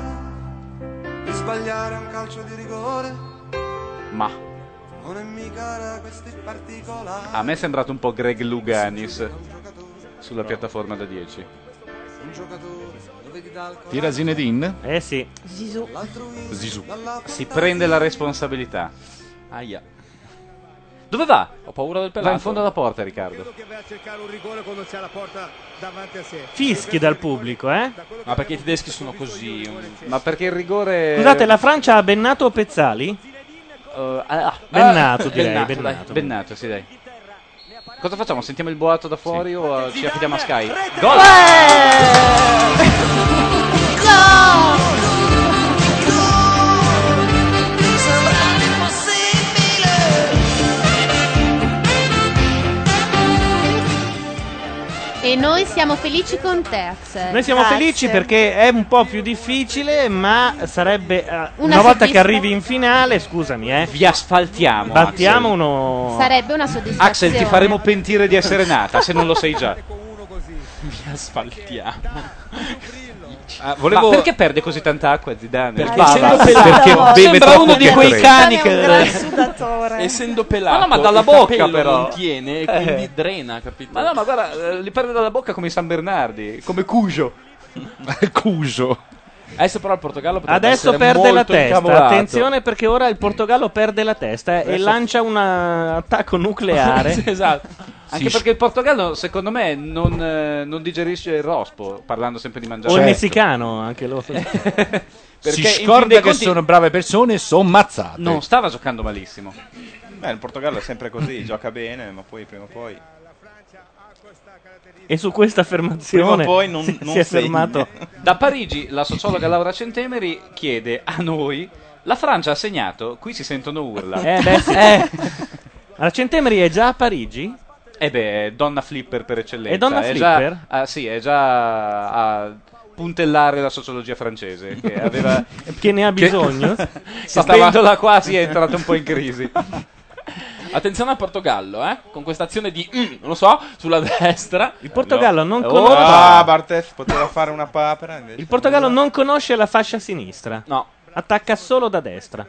Speaker 13: Di sbagliare un calcio di rigore
Speaker 10: Ma
Speaker 13: non è mica da questi particolari.
Speaker 10: a me è sembrato un po' Greg Luganis sulla piattaforma da 10.
Speaker 13: Un giocatore lo vedi dal
Speaker 3: Tira Zinedine?
Speaker 2: Eh sì.
Speaker 13: Zizou. L'altruismo
Speaker 3: Zizou.
Speaker 13: dalla
Speaker 10: Si prende la responsabilità. Aia. Dove va?
Speaker 9: Ho paura del
Speaker 10: Va in
Speaker 9: pelato.
Speaker 10: fondo alla porta, Riccardo.
Speaker 2: Fischi dal pubblico, eh?
Speaker 9: Ma perché i tedeschi sono così?
Speaker 10: Ma perché il rigore.
Speaker 2: Scusate, la Francia ha bennato o Pezzali?
Speaker 10: Eh, ah, ah,
Speaker 2: Bennato, direi,
Speaker 10: Bennato, dai.
Speaker 2: Bennato.
Speaker 10: Bennato, sì, dai. Cosa facciamo? Sentiamo il boato da fuori o eh, ci affidiamo a Sky? Gol!
Speaker 1: Sembra l'impossibile
Speaker 11: E
Speaker 12: E noi siamo felici con te, Axel.
Speaker 2: Noi siamo felici perché è un po' più difficile, ma sarebbe eh, una,
Speaker 12: Una
Speaker 2: volta che
Speaker 12: soddisfa-
Speaker 2: arrivi in finale, scusami, eh.
Speaker 10: Vi asfaltiamo.
Speaker 2: Battiamo
Speaker 10: Axel.
Speaker 2: uno
Speaker 12: Sarebbe una soddisfazione.
Speaker 10: Axel, ti faremo pentire di essere nata, se non lo sei già.
Speaker 9: Ecco
Speaker 10: *laughs*
Speaker 9: Mi asfaltiamo.
Speaker 10: Ah, volevo...
Speaker 9: volevo-
Speaker 10: perché perde così tanta acqua Zidane?
Speaker 9: Perché
Speaker 10: Bava,
Speaker 9: essendo pelato-
Speaker 10: perché
Speaker 9: Sembra
Speaker 10: beve
Speaker 9: uno
Speaker 10: troppo
Speaker 9: di
Speaker 10: che
Speaker 9: quei
Speaker 10: tre.
Speaker 9: cani che-
Speaker 10: Zidane è un gran
Speaker 4: sudatore.
Speaker 9: Essendo pelato,
Speaker 10: Ma no, ma dalla
Speaker 9: il
Speaker 10: bocca,
Speaker 9: capello
Speaker 10: però.
Speaker 9: non tiene e
Speaker 10: Eh.
Speaker 9: quindi drena, capito?
Speaker 10: Ma no, ma guarda, eh, li perde dalla bocca come i San Bernardi, come Cujo.
Speaker 3: Cujo.
Speaker 9: Adesso però il Portogallo potrebbe
Speaker 2: Adesso
Speaker 9: essere
Speaker 2: perde la
Speaker 9: molto
Speaker 2: testa.
Speaker 9: incavolato.
Speaker 2: Attenzione perché ora il Portogallo perde la testa eh, e
Speaker 9: Adesso-
Speaker 2: lancia un eh, attacco *laughs* nucleare.
Speaker 10: *laughs* Sì, esatto. Anche
Speaker 2: Sì.
Speaker 10: perché il Portogallo, secondo me, non, eh, non digerisce il rospo, parlando sempre di mangiare.
Speaker 2: O il
Speaker 10: Certo.
Speaker 2: messicano, anche
Speaker 3: *laughs*
Speaker 2: loro.
Speaker 10: Perché,
Speaker 3: si
Speaker 10: in fin
Speaker 3: scorda
Speaker 10: dei
Speaker 3: che
Speaker 10: conti,
Speaker 3: sono brave persone e sono mazzate.
Speaker 10: Non stava giocando malissimo.
Speaker 6: Beh, il Portogallo è sempre così, *laughs* gioca bene, ma poi prima o poi.
Speaker 2: E su questa affermazione
Speaker 10: Prima o poi non-
Speaker 2: si,
Speaker 10: non
Speaker 2: si è
Speaker 10: segna.
Speaker 2: fermato.
Speaker 10: *laughs* Da Parigi, la sociologa Laura Centemeri chiede a noi: La Francia ha segnato? Qui si sentono urla.
Speaker 2: Eh, beh, sì.
Speaker 10: *laughs*
Speaker 2: *laughs*
Speaker 10: Eh.
Speaker 2: La Centemeri è già a Parigi?
Speaker 10: Eh beh, è donna flipper per eccellenza.
Speaker 2: È donna
Speaker 10: già-
Speaker 2: flipper?
Speaker 10: ah, sì, è già a puntellare la sociologia francese. Che, aveva,
Speaker 2: *laughs* Che ne ha bisogno?
Speaker 10: *laughs* che
Speaker 9: Sapendola
Speaker 10: Sapendola quasi è entrata un po' in
Speaker 2: *laughs*
Speaker 10: crisi.
Speaker 9: Attenzione al Portogallo, eh? Con questa azione di mm, non lo so, sulla *laughs* destra. Eh,
Speaker 2: Il Portogallo non
Speaker 6: Oh,
Speaker 2: conosce.
Speaker 6: ah, Bartes poteva fare una papera invece.
Speaker 2: Il Portogallo
Speaker 10: Esatto.
Speaker 2: non conosce la fascia sinistra.
Speaker 9: No.
Speaker 2: Attacca solo da destra.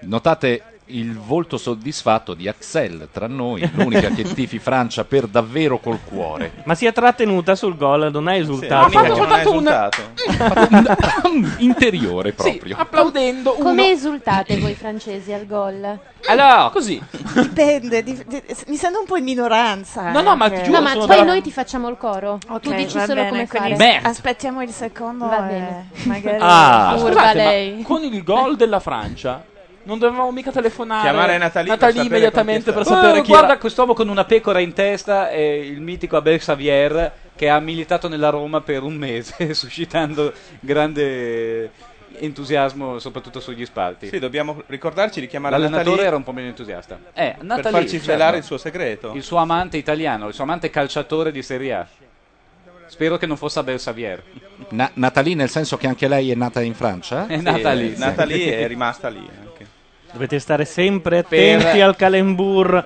Speaker 3: Notate il volto soddisfatto di Axel tra noi, l'unica che tifi Francia per davvero col cuore.
Speaker 2: Ma si è trattenuta sul gol, non ha esultato.
Speaker 3: l'unica che non ha
Speaker 2: *laughs*
Speaker 10: *laughs*
Speaker 2: interiore
Speaker 3: proprio.
Speaker 8: Applaudendo. Come
Speaker 12: uno.
Speaker 8: esultate voi francesi al gol?
Speaker 3: *laughs*
Speaker 9: Allora, così.
Speaker 4: Dipende, Cioè, di- di- mi sento un po' in minoranza.
Speaker 8: No, no, ma
Speaker 4: anche.
Speaker 12: Eh.
Speaker 8: ti giuro, No, ma sono poi dalla- noi ti facciamo il coro. Tu dici
Speaker 4: va
Speaker 8: solo
Speaker 4: bene,
Speaker 8: come
Speaker 4: quindi Ah,
Speaker 8: fare.
Speaker 4: as- Aspettiamo il secondo.
Speaker 8: Va
Speaker 4: eh,
Speaker 8: bene.
Speaker 4: magari
Speaker 9: Ah,
Speaker 4: Urba
Speaker 9: scusate, ma
Speaker 4: lei.
Speaker 9: con il gol della Francia non dovevamo mica telefonare.
Speaker 10: Chiamare Natalie,
Speaker 9: Natalie immediatamente per
Speaker 2: Oh,
Speaker 9: sapere chi
Speaker 10: Oh, guarda
Speaker 9: era.
Speaker 10: quest'uomo con una pecora in testa e il mitico Abel Xavier che ha militato nella Roma per un mese *laughs* suscitando grande entusiasmo soprattutto sugli spalti
Speaker 6: Sì, dobbiamo ricordarci di chiamare
Speaker 10: l'allenatore
Speaker 6: Natalie-
Speaker 10: era un po' meno entusiasta eh,
Speaker 6: Per
Speaker 10: Natalie,
Speaker 6: farci
Speaker 10: certo.
Speaker 6: celare il suo segreto.
Speaker 10: il suo amante italiano il suo amante calciatore di Serie A spero che non fosse Abel Xavier
Speaker 3: Na- Natalie nel senso che anche lei è nata in Francia? Eh,
Speaker 10: È nata lì, sì.
Speaker 6: Natalie è rimasta lì anche.
Speaker 2: Dovete stare sempre attenti
Speaker 10: *laughs*
Speaker 2: al calembur.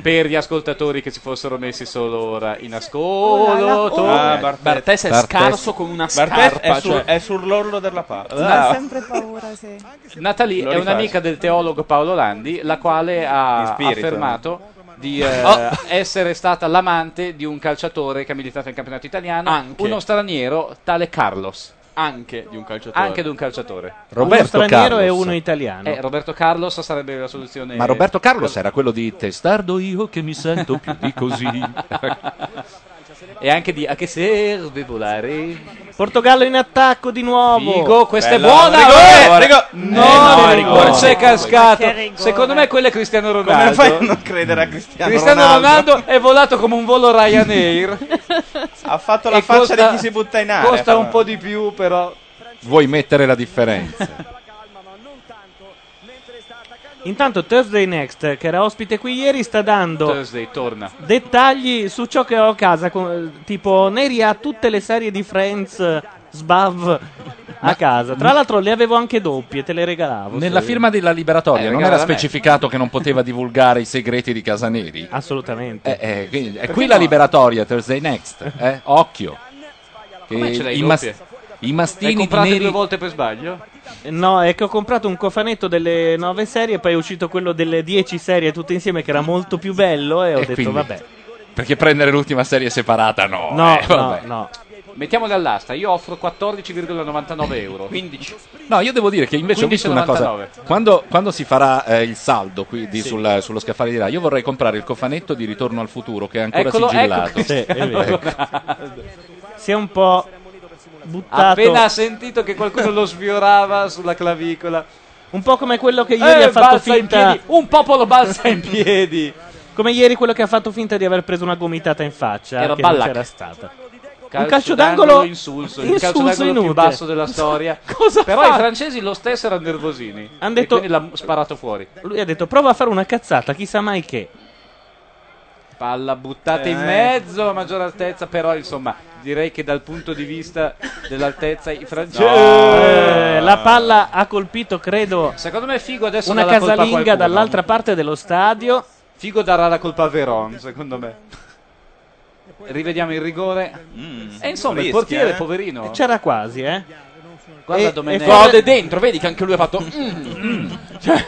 Speaker 10: per gli ascoltatori che si fossero messi solo ora in
Speaker 9: Oh, la-
Speaker 10: ascolto
Speaker 9: oh. Ah, Bartes. Bartes è Bartes. scarso come una scarpa,
Speaker 10: è, sul-
Speaker 9: cioè.
Speaker 10: è sull'orlo della palla
Speaker 4: Ho
Speaker 10: Ah.
Speaker 4: sempre paura, sì.
Speaker 10: Natalie
Speaker 9: Lo
Speaker 10: è
Speaker 9: rifaccio.
Speaker 10: un'amica del teologo Paolo Landi, la quale ha
Speaker 9: In spirito,
Speaker 10: affermato di eh,
Speaker 9: Oh.
Speaker 10: essere stata l'amante di un calciatore che ha militato in campionato italiano,
Speaker 9: Anche.
Speaker 10: uno straniero tale Carlos.
Speaker 9: Anche di un calciatore.
Speaker 10: Anche di un calciatore.
Speaker 3: Roberto Uno straniero Carlos. e uno
Speaker 2: italiano.
Speaker 10: Eh, Roberto Carlos sarebbe la soluzione.
Speaker 3: Ma Roberto Carlos era quello di testardo io che mi sento più di
Speaker 2: *laughs*
Speaker 3: così.
Speaker 10: E anche di a che serve volare?
Speaker 2: Portogallo in attacco di nuovo.
Speaker 10: Figo, questa è buona.
Speaker 2: Rigore,
Speaker 10: rigore,
Speaker 2: rigore.
Speaker 10: No,
Speaker 2: Eh,
Speaker 10: rigore,
Speaker 2: no, rigore.
Speaker 10: c'è cascato.
Speaker 2: Ma che rigore?
Speaker 10: Secondo me quello è Cristiano Ronaldo.
Speaker 6: Come fai a non credere a Cristiano,
Speaker 10: Cristiano Ronaldo è volato come un volo Ryanair.
Speaker 6: ha fatto la
Speaker 10: E
Speaker 6: faccia
Speaker 10: costa-
Speaker 6: di chi si butta in aria.
Speaker 10: Costa un po' di più, però.
Speaker 3: Vuoi mettere la differenza?
Speaker 2: Eh, Intanto Thursday Next, che era ospite qui ieri, sta dando
Speaker 10: Thursday torna.
Speaker 2: dettagli su ciò che ho a casa. co- Tipo, Neri ha tutte le serie di Friends, eh, Sbav a casa. Tra l'altro le avevo anche doppie, te le regalavo.
Speaker 3: Nella
Speaker 2: se-
Speaker 3: firma della liberatoria
Speaker 2: Eh,
Speaker 3: non
Speaker 2: regala
Speaker 3: era
Speaker 2: da me.
Speaker 3: specificato che non poteva divulgare i segreti di Casaneri?
Speaker 2: Assolutamente.
Speaker 3: Eh, eh, quindi è
Speaker 2: Ah, Perché
Speaker 3: qui
Speaker 2: no?
Speaker 3: la liberatoria, Thursday Next. eh, Occhio.
Speaker 10: Come ce l'hai
Speaker 3: i,
Speaker 10: doppie?
Speaker 3: i mastini
Speaker 10: Hai comprato
Speaker 3: di neri
Speaker 10: due volte per sbaglio?
Speaker 2: Eh, No, è che ho comprato un cofanetto delle nove serie, poi è uscito quello delle 10 serie tutte insieme, che era molto più bello, e ho detto,
Speaker 3: quindi? *laughs*
Speaker 2: vabbè.
Speaker 3: Perché prendere l'ultima serie separata no.
Speaker 2: No,
Speaker 3: eh,
Speaker 2: no,
Speaker 3: vabbè.
Speaker 2: no.
Speaker 10: Mettiamole all'asta, io offro 14,99 euro.
Speaker 9: 15.
Speaker 3: No, io devo dire che invece ho visto una cosa.
Speaker 10: 15,99.
Speaker 3: Quando, quando si farà eh, il saldo qui di- sul- sullo scaffale di là, io vorrei comprare il cofanetto di Ritorno al futuro che è ancora
Speaker 10: Eccolo,
Speaker 3: sigillato.
Speaker 10: ecco
Speaker 3: *laughs*
Speaker 10: Cristiano
Speaker 3: Ecco.
Speaker 10: Ronaldo.
Speaker 2: Si è un po' buttato.
Speaker 10: Appena ha sentito che qualcuno lo sfiorava sulla clavicola.
Speaker 2: Un po' come quello che
Speaker 10: Eh,
Speaker 2: ieri ha fatto finta.
Speaker 10: Un popolo balza
Speaker 2: *laughs*
Speaker 10: in piedi.
Speaker 2: Come ieri quello che ha fatto finta di aver preso una gomitata in faccia.
Speaker 10: Era
Speaker 2: che non
Speaker 10: Ballack.
Speaker 2: c'era stata.
Speaker 10: Calcio
Speaker 2: un calcio d'angolo.
Speaker 10: insulso, il
Speaker 2: insulso
Speaker 10: calcio d'angolo più
Speaker 2: inutile.
Speaker 10: basso
Speaker 2: *laughs*
Speaker 10: della storia.
Speaker 2: Cosa
Speaker 10: Però
Speaker 2: fa?
Speaker 10: i francesi lo stesso erano nervosini.
Speaker 2: Han detto-
Speaker 10: E quindi l'ha sparato fuori.
Speaker 2: Lui ha detto prova a fare una cazzata, chissà mai che.
Speaker 10: Palla buttata in
Speaker 9: Eh.
Speaker 10: mezzo a maggior altezza, però insomma direi che dal punto di vista dell'altezza i francesi...
Speaker 2: Eh, La palla ha colpito, credo,
Speaker 10: Secondo me Figo adesso
Speaker 2: una
Speaker 10: dà la colpa a
Speaker 2: casalinga
Speaker 10: qualcuno.
Speaker 2: dall'altra parte dello stadio.
Speaker 10: Figo darà la colpa a Veron, secondo me. Rivediamo il rigore. e insomma, il
Speaker 2: Rischia,
Speaker 10: portiere,
Speaker 2: eh.
Speaker 10: poverino.
Speaker 2: E C'era quasi, eh.
Speaker 10: Guarda
Speaker 2: E-
Speaker 10: Domenech.
Speaker 2: e forse-
Speaker 9: Gode dentro, vedi che anche lui ha fatto.
Speaker 10: *laughs*
Speaker 9: mm, mm. Cioè,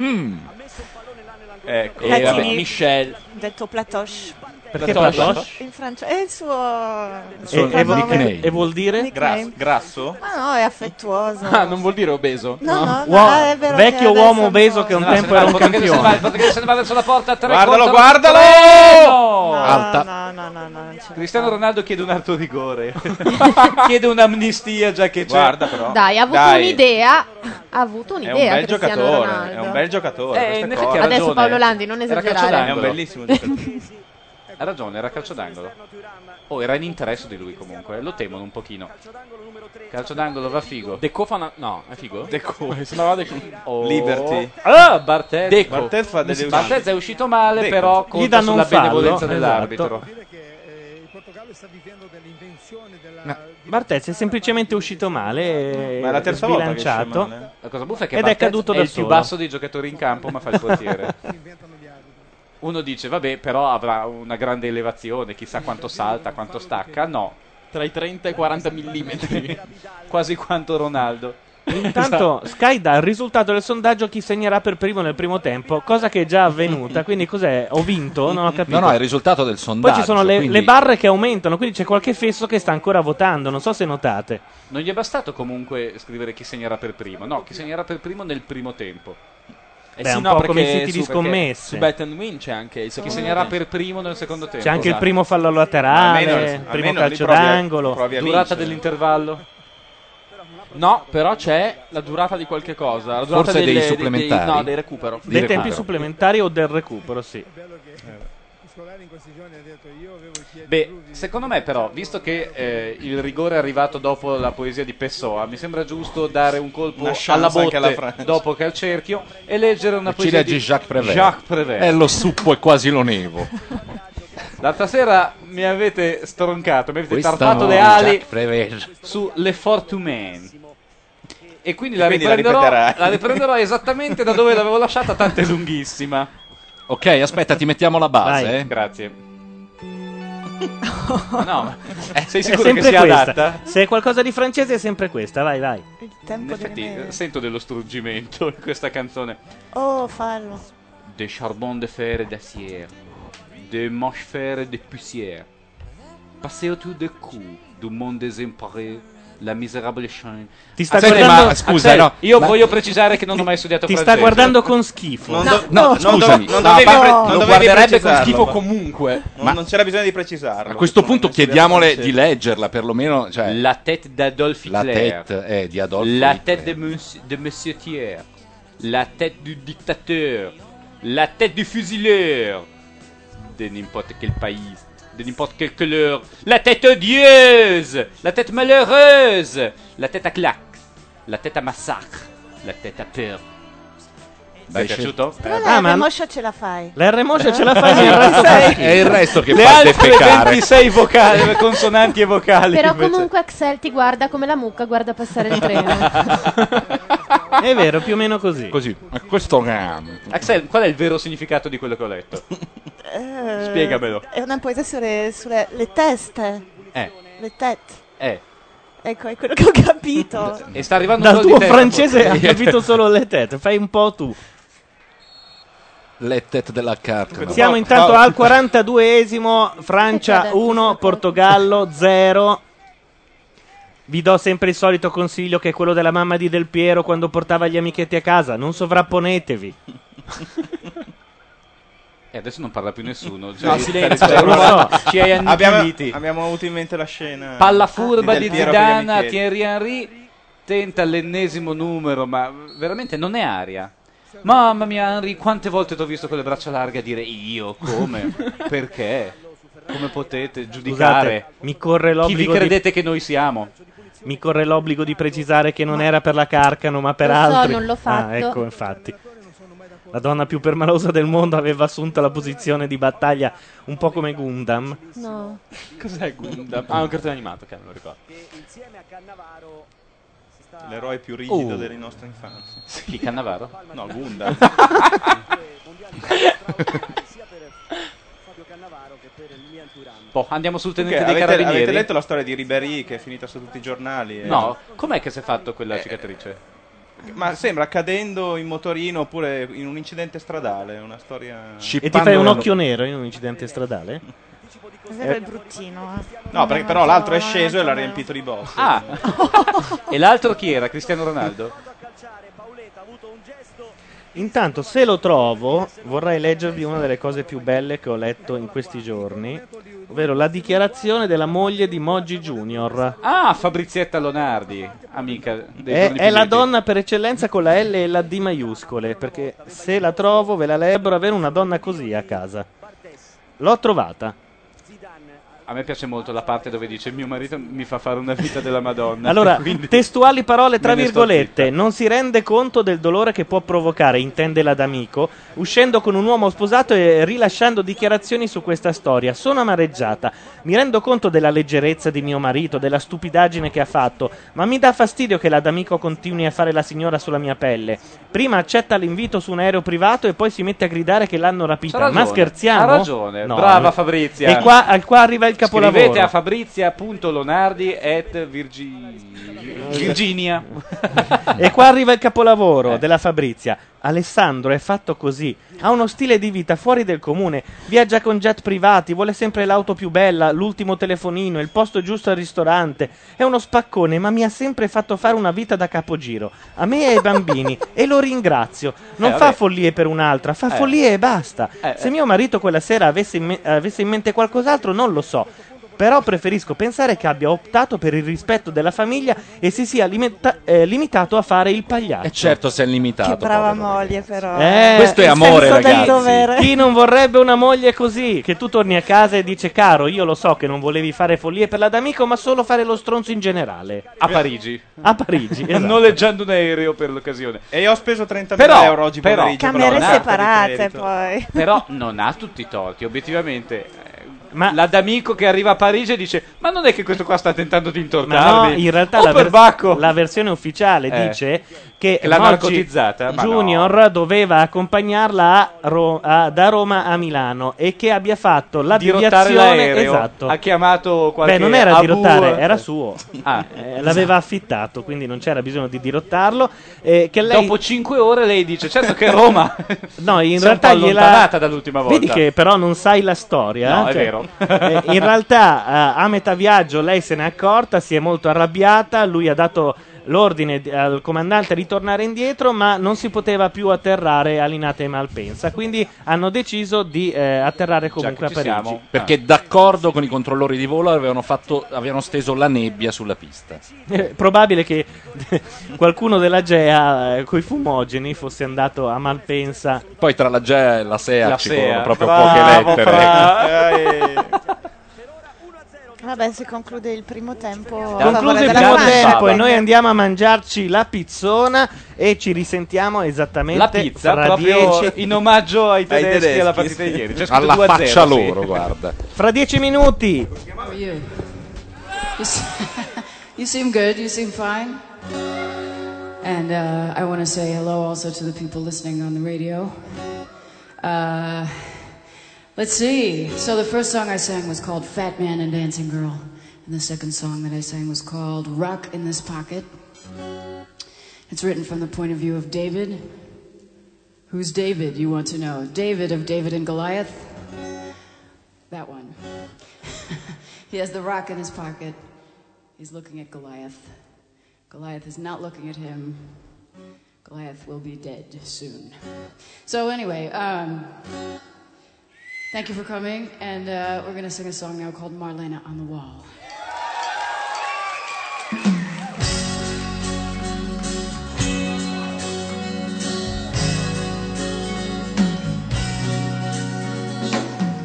Speaker 9: mm.
Speaker 6: Eh.
Speaker 10: Ecco,
Speaker 2: Eh,
Speaker 9: e vabbè,
Speaker 4: Platini.
Speaker 9: Michel.
Speaker 4: Detto Platoche.
Speaker 9: Perché Platoche? Platoche?
Speaker 4: In francese. È il suo. il
Speaker 2: E,
Speaker 4: suo
Speaker 2: e vuol-
Speaker 4: cognome.
Speaker 2: e vuol dire?
Speaker 4: Nickname.
Speaker 6: grasso?
Speaker 4: Ma no, è affettuoso.
Speaker 9: Ah, non vuol dire obeso. Ah,
Speaker 4: No, no, no,
Speaker 2: Uomo-
Speaker 4: è vero che
Speaker 2: vecchio
Speaker 4: adesso
Speaker 2: uomo
Speaker 4: no.
Speaker 2: obeso che un
Speaker 10: No, se
Speaker 2: tempo
Speaker 10: ne
Speaker 2: era
Speaker 10: va,
Speaker 2: un
Speaker 10: potrebbe che se ne va,
Speaker 2: campione.
Speaker 10: potrebbe che se ne va verso la porta. Tre
Speaker 2: Guardalo,
Speaker 10: contro-
Speaker 2: guardalo!
Speaker 10: Tre!
Speaker 2: No,
Speaker 10: Alta.
Speaker 4: No, no, no, no. non c'è.
Speaker 10: Cristiano Ronaldo chiede un
Speaker 4: *laughs*
Speaker 10: altro rigore. chiede un'amnistia già che c'è.
Speaker 6: Guarda però.
Speaker 12: Dai, ha avuto
Speaker 10: Dai.
Speaker 12: un'idea. Ha avuto un'idea. Cristiano Ronaldo.
Speaker 6: è un bel giocatore.
Speaker 12: Eh,
Speaker 6: queste
Speaker 12: in
Speaker 6: cose.
Speaker 12: effetti ha Adesso ragione. Paolo Landi, non
Speaker 10: Era calcio
Speaker 12: esagerare.
Speaker 10: d'angolo.
Speaker 6: È un bellissimo giocatore.
Speaker 10: *laughs* ha ragione, era calcio d'angolo. Oh, era in interesse di lui comunque, lo temono un pochino. Calcio d'angolo va figo. De Cofana, no, è figo? Eh, De Cofana.
Speaker 9: Sembrava De Co-
Speaker 10: Oh.
Speaker 9: Liberty.
Speaker 10: Ah, Barthez.
Speaker 9: Deco. Barthez fa
Speaker 10: Mi
Speaker 9: delle
Speaker 10: si-
Speaker 9: uscite.
Speaker 10: Barthez è uscito male,
Speaker 9: Deco.
Speaker 10: però
Speaker 9: Gli
Speaker 10: conta
Speaker 9: danno un
Speaker 10: sulla
Speaker 9: fallo,
Speaker 10: benevolenza
Speaker 9: esatto.
Speaker 10: dell'arbitro.
Speaker 7: eh,
Speaker 2: Bartez è semplicemente uscito male,
Speaker 10: Ma è la terza volta che esce
Speaker 2: sbilanciato
Speaker 10: male. La cosa buffa è che
Speaker 2: ed è
Speaker 10: Barthez
Speaker 2: caduto
Speaker 10: è
Speaker 2: da
Speaker 10: il più
Speaker 2: solo.
Speaker 10: basso dei giocatori in campo, ma fa il portiere. Uno dice, vabbè, però avrà una grande elevazione, chissà quanto salta, quanto stacca. No. Tra i 30 e i 40 mm. Quasi quanto Ronaldo. Esatto.
Speaker 2: Intanto Sky dà il risultato del sondaggio chi segnerà per primo nel primo tempo, cosa che è già avvenuta, quindi cos'è? Ho vinto? Non ho capito.
Speaker 3: No, no, è il risultato del sondaggio.
Speaker 2: Poi ci sono le,
Speaker 3: quindi-
Speaker 2: le barre che aumentano, quindi c'è qualche fesso che sta ancora votando, non so se notate.
Speaker 10: Non gli è bastato comunque scrivere chi segnerà per primo. No, chi segnerà per primo nel primo tempo.
Speaker 2: Beh, sì, un no, po' come perché i siti di su- perché scommesse.
Speaker 10: Su Bet Win c'è anche il Chi
Speaker 9: secondo
Speaker 10: segnerà
Speaker 9: tempo.
Speaker 10: per primo nel secondo tempo.
Speaker 2: C'è anche il
Speaker 10: esatto.
Speaker 2: primo fallo laterale, il Ah, primo calcio d'angolo.
Speaker 10: Durata dell'intervallo.
Speaker 9: No, però c'è la durata di qualche cosa. La durata
Speaker 2: Forse
Speaker 9: delle-
Speaker 2: dei
Speaker 9: dei-
Speaker 2: supplementari.
Speaker 9: dei- no, dei recupero.
Speaker 2: Dei tempi supplementari o del recupero, sì.
Speaker 10: Eh. Beh, secondo me però, visto che eh, il rigore è arrivato dopo la poesia di Pessoa, mi sembra giusto dare un colpo
Speaker 9: Una chance
Speaker 10: alla
Speaker 9: anche
Speaker 10: botte
Speaker 9: alla Francia.
Speaker 10: dopo che al cerchio e leggere una
Speaker 3: Ci
Speaker 10: poesia
Speaker 3: leggi
Speaker 10: di
Speaker 3: Jacques Prévert.
Speaker 10: Jacques Prévert.
Speaker 3: Eh, lo suppo e quasi lo nevo.
Speaker 10: L'altra sera mi avete stroncato, mi avete
Speaker 3: Questa
Speaker 10: tartato
Speaker 3: no,
Speaker 10: le ali
Speaker 3: Jacques Prévert.
Speaker 10: su Le Fortumen. E quindi,
Speaker 9: E
Speaker 10: la,
Speaker 9: quindi la
Speaker 10: riprenderò,
Speaker 9: ripeterai.
Speaker 10: la riprenderò esattamente da dove l'avevo lasciata,
Speaker 3: *laughs*
Speaker 10: tanto è lunghissima.
Speaker 3: Ok, aspetta, ti mettiamo la base.
Speaker 10: Vai.
Speaker 3: eh.
Speaker 10: Grazie. Ma no, ma- sei
Speaker 2: È
Speaker 10: sicuro che
Speaker 2: sempre
Speaker 10: sia
Speaker 2: questa.
Speaker 10: adatta?
Speaker 2: Se è qualcosa di francese è sempre questa, vai, vai.
Speaker 10: In effetti eh, sento dello struggimento in questa canzone.
Speaker 4: Oh, fallo.
Speaker 10: De charbon de fer et d'acier, de manche fer et de poussière. Passé autour des coups du monde désemparé, la misérable chaîne.
Speaker 2: Ti sta Axel, guardando- ma scusa,
Speaker 10: Axel,
Speaker 2: no,
Speaker 10: io
Speaker 2: ma-
Speaker 10: voglio precisare che non ho mai studiato
Speaker 2: Ti sta
Speaker 10: francese.
Speaker 2: guardando con schifo.
Speaker 10: Non
Speaker 2: No,
Speaker 10: do-
Speaker 2: no,
Speaker 10: no,
Speaker 2: scusami.
Speaker 10: no,
Speaker 2: No,
Speaker 10: non dovevi
Speaker 2: pa-
Speaker 10: pre-
Speaker 2: no,
Speaker 10: non
Speaker 2: lo
Speaker 10: dovevi
Speaker 2: guarderebbe con
Speaker 10: precisarlo,
Speaker 2: schifo
Speaker 10: ma-
Speaker 9: comunque.
Speaker 6: Non, non c'era bisogno di precisarlo.
Speaker 3: A questo punto chiediamole di leggerla perlomeno. Cioè, la
Speaker 10: tête d'Adolf
Speaker 3: La
Speaker 10: Hitler.
Speaker 3: tête eh, di Adolf
Speaker 10: La
Speaker 3: Hitler.
Speaker 10: tête de monsieur, de monsieur Thiers. La tête du dictateur. La tête du fusileur. De n'importe quel pays. De n'importe quelle couleur. La tête odieuse. La tête malheureuse. La tête à claque. La tête à massacre. La tête à peur. Ti è
Speaker 3: Dai,
Speaker 10: piaciuto?
Speaker 4: Però
Speaker 2: Ah,
Speaker 4: la
Speaker 2: ma-
Speaker 4: remoscia ce la fai. Eh.
Speaker 2: La R Moscia ce la fa
Speaker 4: *laughs*
Speaker 2: ma il resto fa schifo.
Speaker 3: È il resto che
Speaker 10: Le
Speaker 3: fa
Speaker 10: altre
Speaker 3: defecare.
Speaker 10: 26 vocali, consonanti e vocali.
Speaker 12: Però
Speaker 10: invece.
Speaker 12: comunque Axel ti guarda come la mucca guarda passare il
Speaker 10: *laughs*
Speaker 12: treno.
Speaker 2: È vero, più o meno così.
Speaker 3: Così. Ma questo ramo.
Speaker 10: Axel, qual è il vero significato di quello che ho letto?
Speaker 4: Eh,
Speaker 10: Spiegamelo.
Speaker 4: È una poesia sulle, sulle le teste.
Speaker 10: Eh.
Speaker 4: Le tette.
Speaker 10: Eh.
Speaker 4: Ecco, è quello che ho capito.
Speaker 10: E sta arrivando
Speaker 2: Dal
Speaker 10: un gol
Speaker 2: tuo
Speaker 10: di testa,
Speaker 2: francese ha
Speaker 10: forse.
Speaker 2: capito solo le tette, fai un po' tu.
Speaker 3: Le tette della carta.
Speaker 2: Siamo intanto al 42esimo, Francia 1, Portogallo 0. Vi do sempre il solito consiglio che è quello della mamma di Del Piero quando portava gli amichetti a casa, non sovrapponetevi.
Speaker 10: E Eh, adesso non parla più nessuno.
Speaker 6: No, silenzio,
Speaker 10: per- per-
Speaker 6: lo so.
Speaker 10: Ci hai
Speaker 6: abbiamo,
Speaker 10: annichiliti.
Speaker 6: abbiamo avuto in mente la scena.
Speaker 10: Palla furba
Speaker 6: Del
Speaker 10: di
Speaker 6: Piero per gli
Speaker 10: Zidane a
Speaker 6: amichetti.
Speaker 10: Thierry Henry. Tenta l'ennesimo numero, ma veramente non è aria. Mamma mia, Henry, quante volte ti ho visto con le braccia larghe a dire io,
Speaker 2: *laughs*
Speaker 10: come, perché, come potete giudicare
Speaker 2: Scusate, mi corre
Speaker 10: chi vi
Speaker 2: l'obbligo di-
Speaker 10: credete che noi siamo?
Speaker 2: Mi corre l'obbligo di precisare che non era per la Carcano, ma per
Speaker 12: Lo so,
Speaker 2: altri.
Speaker 12: non l'ho fatto.
Speaker 2: Ah, ecco, infatti. la donna più permalosa del mondo, aveva assunto la posizione di battaglia un po' come Gundam.
Speaker 14: No.
Speaker 10: Cos'è Gundam? Ah, è un cartone animato, ok, non lo ricordo.
Speaker 7: Insieme a Cannavaro si sta
Speaker 6: L'eroe più rigido
Speaker 10: Oh.
Speaker 6: delle nostre infanzie.
Speaker 10: Chi, Cannavaro?
Speaker 6: No, Gundam.
Speaker 10: *laughs* Boh, andiamo sul tenente
Speaker 6: Ok,
Speaker 10: dei
Speaker 6: avete,
Speaker 10: carabinieri.
Speaker 6: avete letto la storia di Ribéry che è finita su tutti i giornali? eh?
Speaker 10: Eh,
Speaker 6: e-
Speaker 10: No, Eh, com'è che si è fatto quella cicatrice?
Speaker 6: Ma sembra cadendo in motorino oppure in un incidente stradale, una storia...
Speaker 2: E ti fai un occhio nero in un incidente stradale?
Speaker 4: Questo è bruttino. eh.
Speaker 6: No, perché però l'altro è sceso e l'ha riempito di boss.
Speaker 10: Ah. e l'altro chi era? Cristiano Ronaldo?
Speaker 2: Intanto, se lo trovo, vorrei leggervi una delle cose più belle che ho letto in questi giorni, ovvero la dichiarazione della moglie di Moggi Junior.
Speaker 10: Ah, Fabrizietta Lonardi, amica dei
Speaker 2: È,
Speaker 10: giorni
Speaker 2: Eh, è la
Speaker 10: finiti.
Speaker 2: donna per eccellenza con la L e la D maiuscole, perché se la trovo ve la lebbro avere una donna così a casa. L'ho trovata.
Speaker 10: A me piace molto la parte dove dice mio marito mi fa fare una vita della Madonna.
Speaker 2: Allora,
Speaker 10: *laughs* Quindi-
Speaker 2: testuali parole tra
Speaker 10: me ne sto
Speaker 2: virgolette, non si rende conto del dolore che può provocare, intende la D'Amico, uscendo con un uomo sposato e rilasciando dichiarazioni su questa storia. Sono amareggiata, mi rendo conto della leggerezza di mio marito, della stupidaggine che ha fatto, ma mi dà fastidio che la D'Amico continui a fare la signora sulla mia pelle. Prima accetta l'invito su un aereo privato e poi si mette a gridare che l'hanno rapita.
Speaker 10: C'ha ragione,
Speaker 2: ma scherziamo?
Speaker 10: ha ragione,
Speaker 2: No.
Speaker 10: brava Fabrizia.
Speaker 2: E qua, al qua arriva il capolavoro.
Speaker 10: Scrivete a fabrizia.lonardi at Virgi-
Speaker 2: *laughs*
Speaker 10: Virginia.
Speaker 2: E qua arriva il capolavoro
Speaker 15: Eh.
Speaker 2: della Fabrizia. Alessandro è fatto così. Ha uno stile di vita fuori del comune. Viaggia con jet privati. Vuole sempre l'auto più bella, l'ultimo telefonino, il posto giusto al ristorante. È uno spaccone, ma mi ha sempre fatto fare una vita da capogiro. A me e ai
Speaker 15: *laughs*
Speaker 2: bambini. e lo ringrazio. Non
Speaker 15: Eh,
Speaker 2: fa
Speaker 15: vabbè.
Speaker 2: follie per un'altra, fa
Speaker 15: Eh.
Speaker 2: follie e basta.
Speaker 15: Eh,
Speaker 2: Se
Speaker 15: eh.
Speaker 2: mio marito quella sera avesse in, me- avesse in mente qualcos'altro, non lo so. Però preferisco pensare che abbia optato per il rispetto della famiglia e si sia limita- eh, limitato a fare il pagliaccio.
Speaker 3: E certo se è limitato.
Speaker 4: Che brava moglie, però.
Speaker 2: Eh,
Speaker 3: Questo è
Speaker 4: il
Speaker 3: amore,
Speaker 4: senso del
Speaker 3: ragazzi.
Speaker 4: dovere.
Speaker 2: Chi non vorrebbe una moglie così? Che tu torni a casa e dici, caro, io lo so che non volevi fare follie per la d'amico, ma solo fare lo stronzo in generale.
Speaker 10: A Parigi.
Speaker 2: A Parigi, esatto.
Speaker 10: Noleggiando un aereo per l'occasione.
Speaker 6: E io ho speso 30.000
Speaker 10: Però-
Speaker 6: euro oggi
Speaker 10: però-
Speaker 6: pomeriggio. con la
Speaker 4: Camere
Speaker 6: carta di
Speaker 4: separate,
Speaker 6: credito.
Speaker 4: poi.
Speaker 10: Però non ha tutti i torti, obiettivamente. eh, La D'Amico che arriva a Parigi e dice ma non è che questo qua sta tentando di intortarmi.
Speaker 2: Ma no, in realtà
Speaker 10: Oh,
Speaker 2: la,
Speaker 10: per
Speaker 2: vers- la versione ufficiale
Speaker 10: Eh.
Speaker 2: dice che,
Speaker 10: Che l'ha
Speaker 2: Moggi
Speaker 10: narcotizzata? Ma no.
Speaker 2: Junior doveva accompagnarla a Ro- a- da Roma a Milano e che abbia fatto la
Speaker 10: dirottare
Speaker 2: deviazione
Speaker 10: l'aereo.
Speaker 2: esatto.
Speaker 10: Ha chiamato qualche
Speaker 2: Beh, non era
Speaker 10: Abu-
Speaker 2: dirottare, era suo.
Speaker 10: Ah.
Speaker 2: Eh, l'aveva affittato, quindi non c'era bisogno di dirottarlo. Eh, che lei...
Speaker 10: Dopo 5 ore lei dice certo che è
Speaker 2: *laughs*
Speaker 10: Roma.
Speaker 2: No, in
Speaker 10: Si è un
Speaker 2: realtà
Speaker 10: po'
Speaker 2: gliela...
Speaker 10: allontanata dall'ultima volta.
Speaker 2: Vedi che però non sai la storia.
Speaker 10: No, è
Speaker 2: cioè,
Speaker 10: vero.
Speaker 2: eh,
Speaker 10: *laughs*
Speaker 2: in realtà eh, a metà viaggio lei se n'è accorta, si è molto arrabbiata, lui ha dato l'ordine di- al comandante di tornare indietro, ma non si poteva più atterrare a Linate e Malpensa, quindi hanno deciso di eh, atterrare comunque
Speaker 3: Cioè,
Speaker 2: a Parigi.
Speaker 10: Ah.
Speaker 3: Perché d'accordo con i controllori di volo avevano, fatto- avevano steso la nebbia sulla pista.
Speaker 2: È probabile che *laughs* qualcuno della GEA eh, coi fumogeni fosse andato a Malpensa.
Speaker 3: Poi tra la GEA e la SEA
Speaker 2: La
Speaker 3: ci
Speaker 2: SEA.
Speaker 3: furono proprio
Speaker 2: Bravo,
Speaker 3: poche lettere. *laughs*
Speaker 2: fra-
Speaker 4: Vabbè, si conclude il primo tempo. a
Speaker 2: Concluso
Speaker 4: favore
Speaker 2: il
Speaker 4: della
Speaker 2: primo
Speaker 4: Francia.
Speaker 2: tempo e noi andiamo a mangiarci la pizzona e ci risentiamo esattamente
Speaker 10: La pizza
Speaker 2: fra
Speaker 10: proprio
Speaker 2: 10
Speaker 10: in omaggio ai tedeschi,
Speaker 2: tedeschi,
Speaker 10: alla partita
Speaker 2: sì.
Speaker 10: di ieri. C'è scritto
Speaker 3: Alla
Speaker 10: 2-0,
Speaker 3: faccia
Speaker 10: sì.
Speaker 3: loro, guarda.
Speaker 2: fra 10 minuti.
Speaker 16: How are you? You, se- *laughs* you seem good. You seem fine. And uh, I want to say hello also to the people listening on the radio. Uh, let's see. So the first song I sang was called "Fat Man and Dancing Girl," and the second song that I sang was called "Rock in This Pocket." It's written from the point of view of David. Who's David? You want to know? David of David and Goliath. That one. He has the rock in his pocket. He's looking at Goliath. Goliath is not looking at him. Goliath will be dead soon. So, anyway, um, thank you for coming, and uh, we're going to sing a song now called Marlena on the Wall.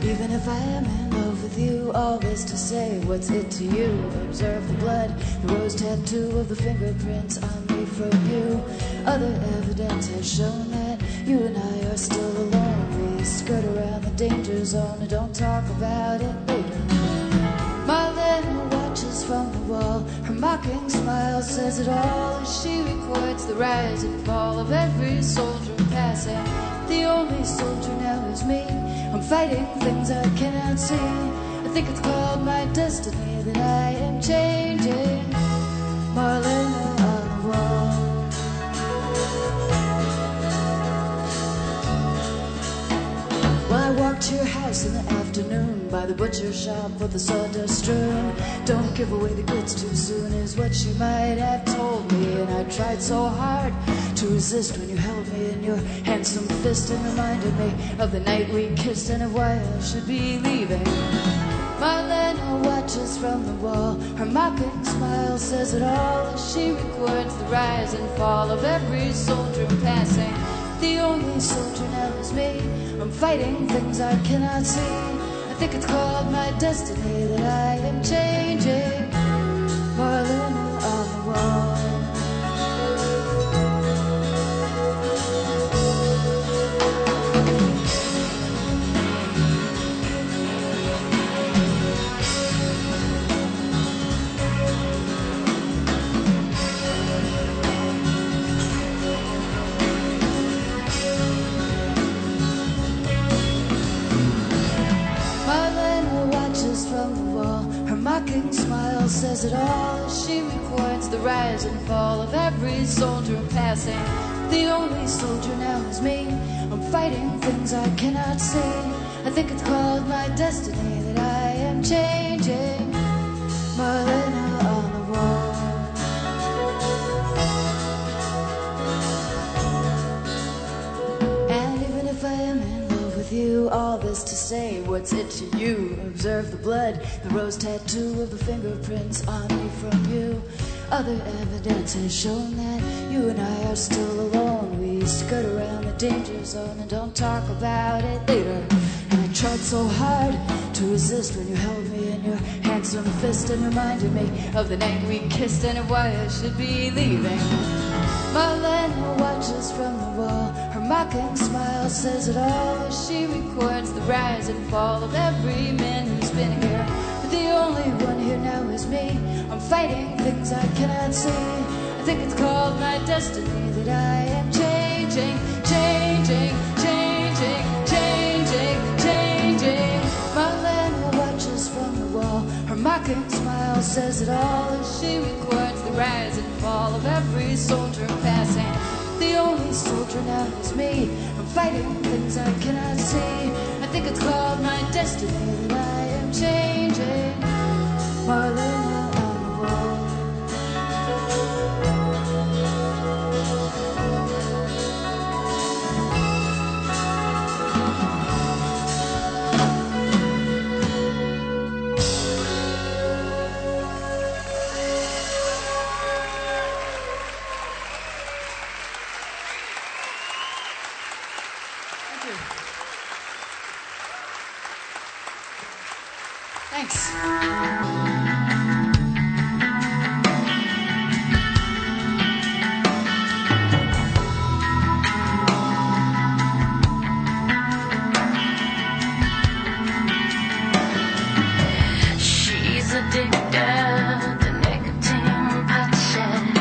Speaker 17: Even if I am in love with you, all this to say, what's it to you? Observe the blood, the rose tattoo of the fingerprints on me from you. Other evidence has shown that You and I are still alone. We skirt around the danger zone and don't talk about it later. Marlena watches from the wall. Her mocking smile says it all as she records the rise and fall of every soldier passing. The only soldier now is me. I'm fighting things I cannot see. I think it's called my destiny that I am changing. Marlena on the wall. Well, I walked to your house in the afternoon by the butcher shop with the sawdust strewn. Don't give away the goods too soon is what she might have told me, and I tried so hard to resist when you held me in your handsome fist and reminded me of the night we kissed and of why I should be leaving. Marlena watches from the wall. Her mocking smile says it all as she records the rise and fall of every soldier passing. The only soldier now is me. I'm fighting things I cannot see. I think it's called my destiny that I am changing. Marlena on the wall. Marlena watches from the wall. Her mocking smile says it all as she records the rise and fall of every soldier passing. The only soldier now is me. I'm fighting things I cannot see. I think it's called my destiny that I am changing. Marlena on the wall. And even if I am in love with you, all this to say, what's it to you? Observe the blood, the rose tattoo of the fingerprints on me from you. Other evidence has shown that you and I are still alone. We skirt around the danger zone and don't talk about it later. And I tried so hard to resist when you held me in your handsome fist and reminded me of the night we kissed and of why I should be leaving. Marlena watches from the wall. Her mocking smile says it all as she records the rise and fall of every man who's been here. But the only one here now is me. I'm fighting things I cannot see. I think it's called my destiny that I am changing, changing, changing, changing, changing. Marlena watches from the wall. Her mocking smile says it all as she records the rise and fall of every soldier passing. The only soldier now is me. I'm fighting things I cannot see. I think it's called my destiny that I am changing. Marlena on the wall.
Speaker 16: Thanks.
Speaker 18: She's addicted to nicotine patches.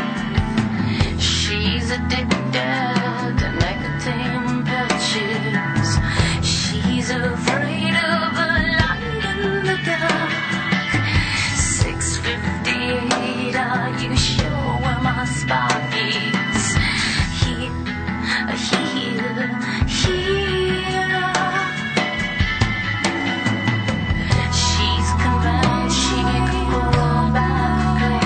Speaker 18: She's addicted to nicotine patches. She's afraid of a light in the dark. 658, are you sure where my spark is? Here, here, here. She's convinced she can go on.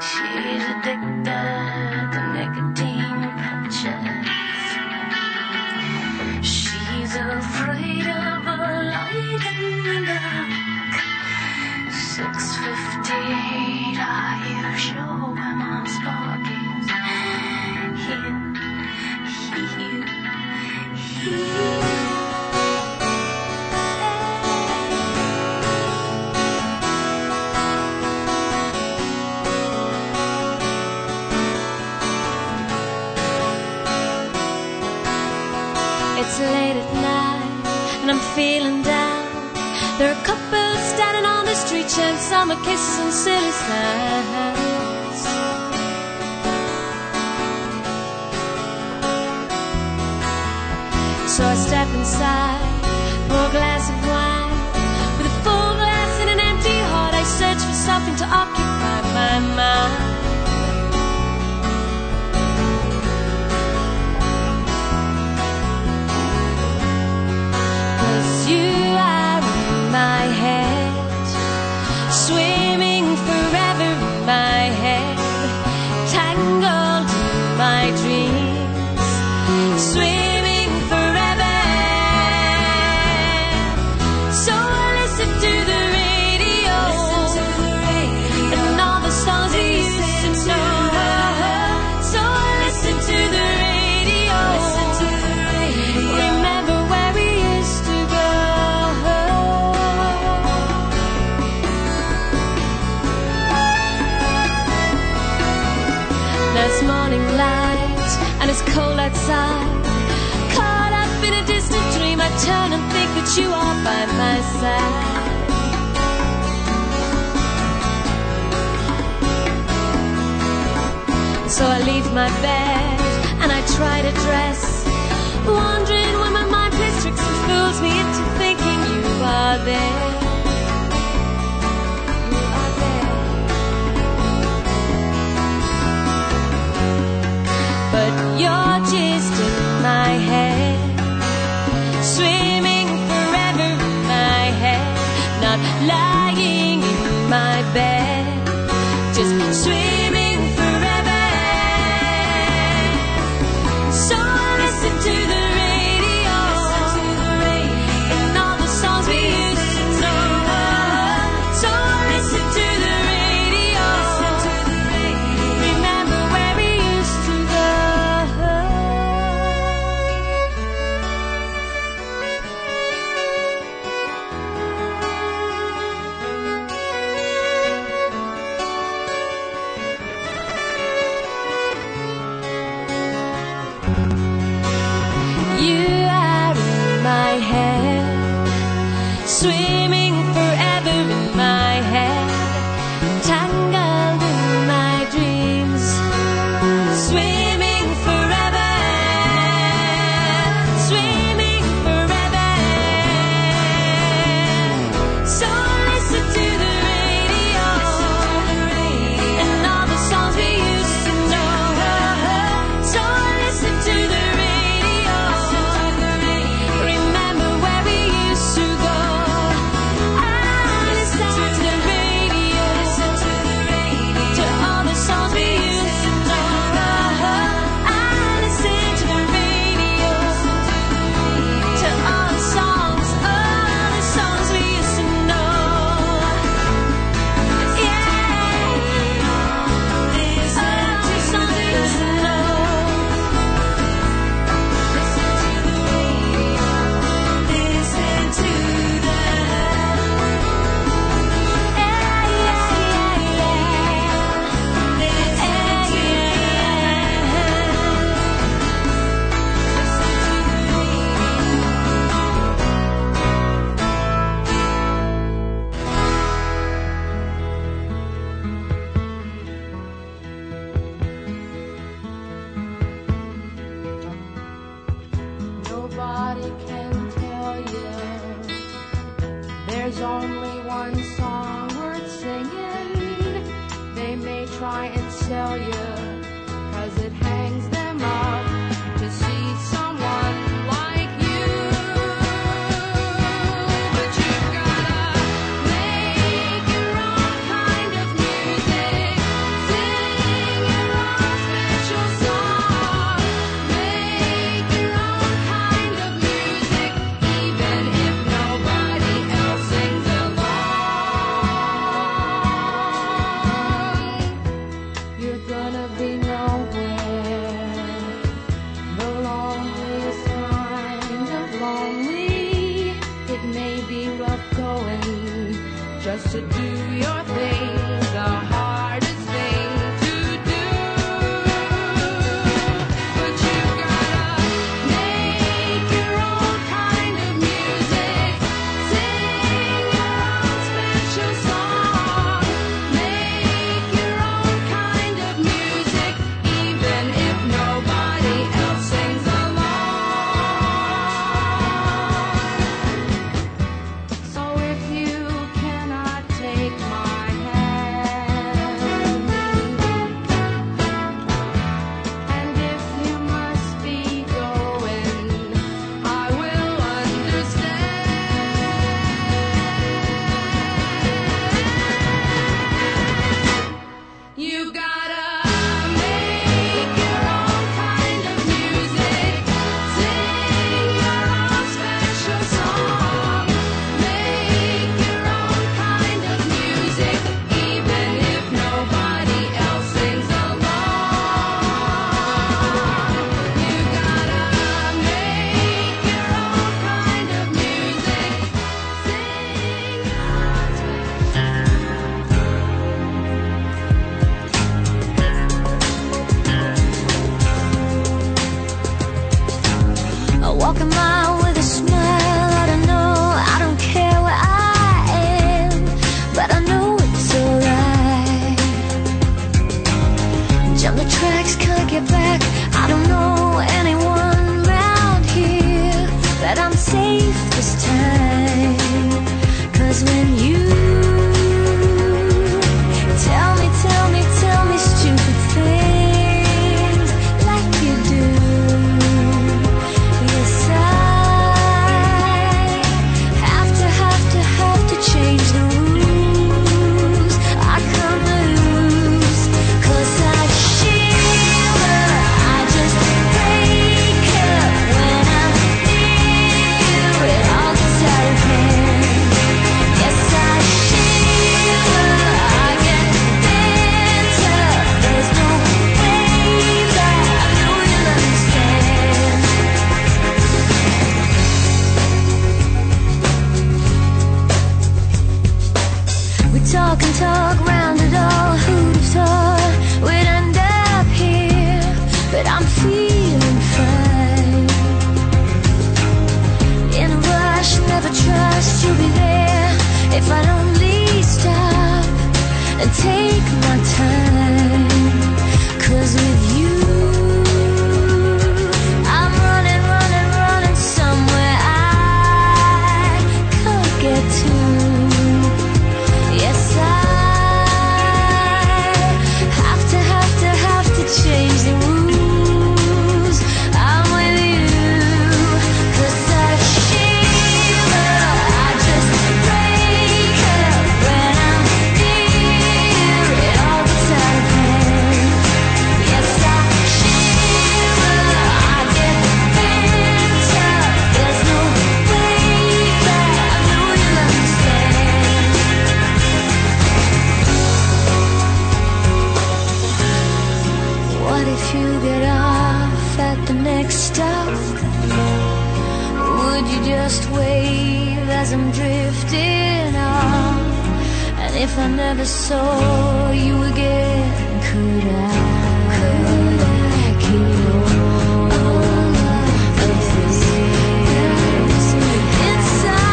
Speaker 19: She's addicted to nicotine patches. She's afraid of a light in the dark. Six fifty-eight. Are you sure where my spark is? Here, here, here.
Speaker 20: It's late at night and I'm feeling down. There are couples standing on the street, sharing summer kisses and silly signs. So I step inside, pour a glass of wine. With a full glass and an empty heart, I search for something to occupy my mind. Cause you are in my head, swimming forever in my head, tangled in my dreams, swimming forever. So I listen to the radio, and all the songs we used to know. So I listen to the radio. Remember where we used to go. There's morning light and it's cold outside. Caught up in a distant dream, I turn and think that you are by my side. So I leave my bed and I try to dress. Wondering when my mind plays tricks and fools me into thinking you are there. You are there. But you're just in my head, swimming forever in my head, not lying in my bed just swimming forever. So I listen to the radio and all the songs we used to know. So I listen to the radio. Remember where we used to go. You are in my head, swimming forever in my head, tangled in my dreams, swimming forever, swimming forever. So I listen to the radio and all the songs we used to know. So I listen to the radio. Remember where we used to go. I listen to the radio. To all the songs we used to know. I listen to the radio. To all the songs, all the songs we used to know. Yeah.
Speaker 7: Nobody can tell you. There's only one song worth singing. They may try and sell you, cause it hangs them up to see someone like you. But you've gotta make your own kind of music. Sing
Speaker 18: gonna be nowhere. The loneliest kind of lonely. It may be rough going. Just to do your thing, the hardest thing to do. But you gotta make your own kind of music. Sing your own special song. Make your own kind of music, even if nobody else sings along. So if you cannot take my hand, and if you must be going, I will understand. You gotta make your own kind of music, sing your own special song. Make your own kind of music, even if nobody else sings along. You gotta make your own kind of music. Sing your own
Speaker 7: I walk a mile with a smile. I don't know, I don't care where I am, but I know it's alright. Jump the tracks, can't get back. I don't know anyone round here, but I'm safe this time. Cause when you tell me, tell me, tell me stupid things like you do. Yes, I have to, have to, have to change the rules. I come loose, 'cause I shiver. I just break up when I'm near you. It all gets out of hand. Yes, I shiver. I get denser. There's no way that I know you'll understand. We talk and talk round it all. Who'd have thought we'd end up here? But I'm feeling fine. In a rush, never trust you'll be there if I only stop and take my time. Cause with you, I'm running, running, running somewhere I could get to. Yes, I have to, have to, have to change the rules. I'm with you, 'cause I shiver. I just break up when I'm near. It all gets out of hand. Yes, I shiver. I get denser. There's no way back. I know you'll understand. What if you get off at the next stop? Would you just wave as I'm drifting off? And if I never saw you again, could I? Could I keep on? This is this is inside.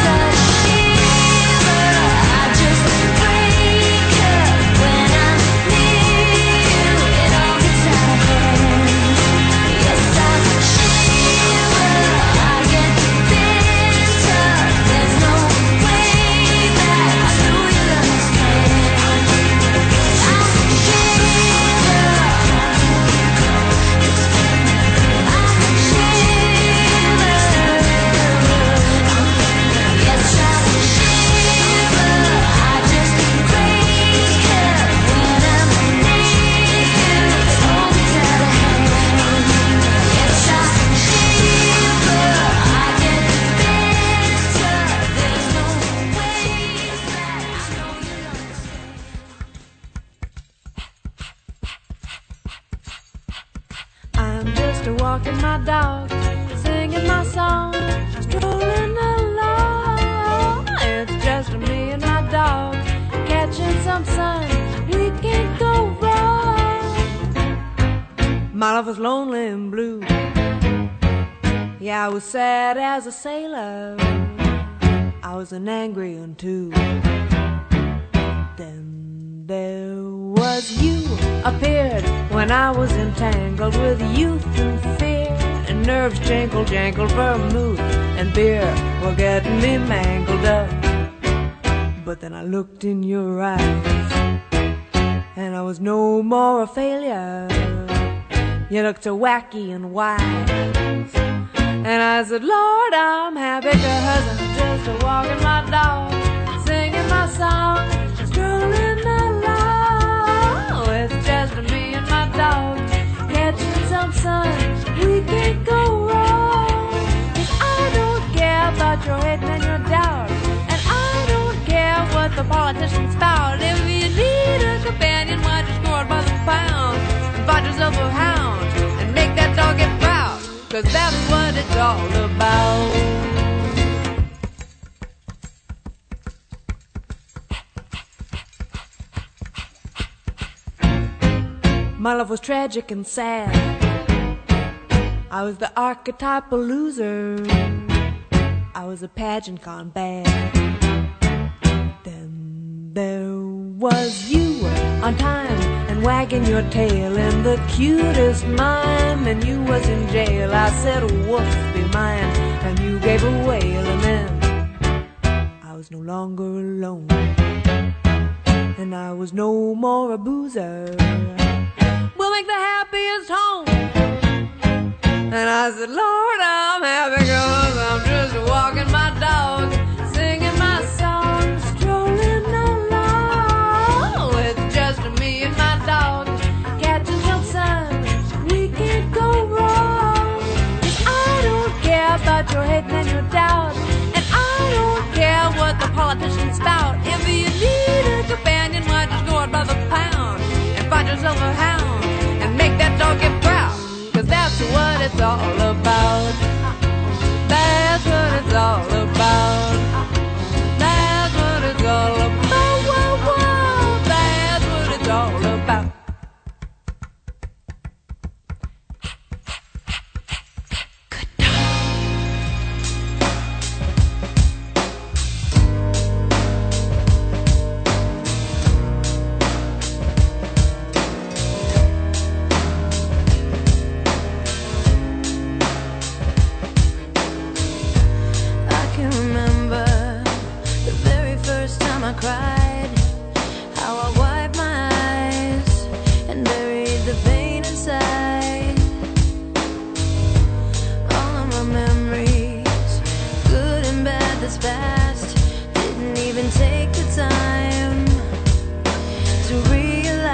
Speaker 7: 'Cause I shiver, I just break up when I'm near you. It all gets out of hand. Yes, I shiver, I get denser. There's no way that I know you'll understand.
Speaker 1: after walking my dog, singing my song, strolling along. It's just me and my dog catching some sun. We can't go wrong. My life was lonely and blue. Yeah, I was sad as a sailor. I was an angry one too. Then there was you appeared when I was entangled with youth and fear. And nerves jingle jangled, vermouth and beer were getting me mangled up. But then I looked in your eyes, and I was no more a failure. You looked so wacky and wise. And I said, Lord, I'm happy because I'm just a walking my dog, singing my song, strolling along. It's just me and my dog, catching some sun. We can't go wrong. And I don't care about your hate and your doubt. And I don't care what the politicians spout. If you need a companion, why just go out by the pound? And find yourself a hound and make that dog get proud. Cause that's what it's all about. My love was tragic and sad. I was the archetypal loser. I was a pageant gone bad. Then there was you on time and wagging your tail in the cutest mime. And you was in jail. I said, Wolf, be mine. And you gave a wail, and then I was no longer alone. And I was no more a boozer we'll make the happiest home. And I said, Lord, I'm happy because I'm just walking my dog, singing my song, strolling along. It's just me and my dog, catching some sun. We can't go wrong. And I don't care about your hate and your doubt. And I don't care what the politicians spout. If you need a companion, why just go out by the pound and find yourself a hound and make that dog get proud. Cause that's what it's all about. That's what it's all about. That's what it's all about. Whoa, whoa. That's what it's all about.
Speaker 21: I can remember the very first time I cried. How I wiped my eyes and buried the pain inside. All of my memories, good and bad that's past, didn't even take the time to realize.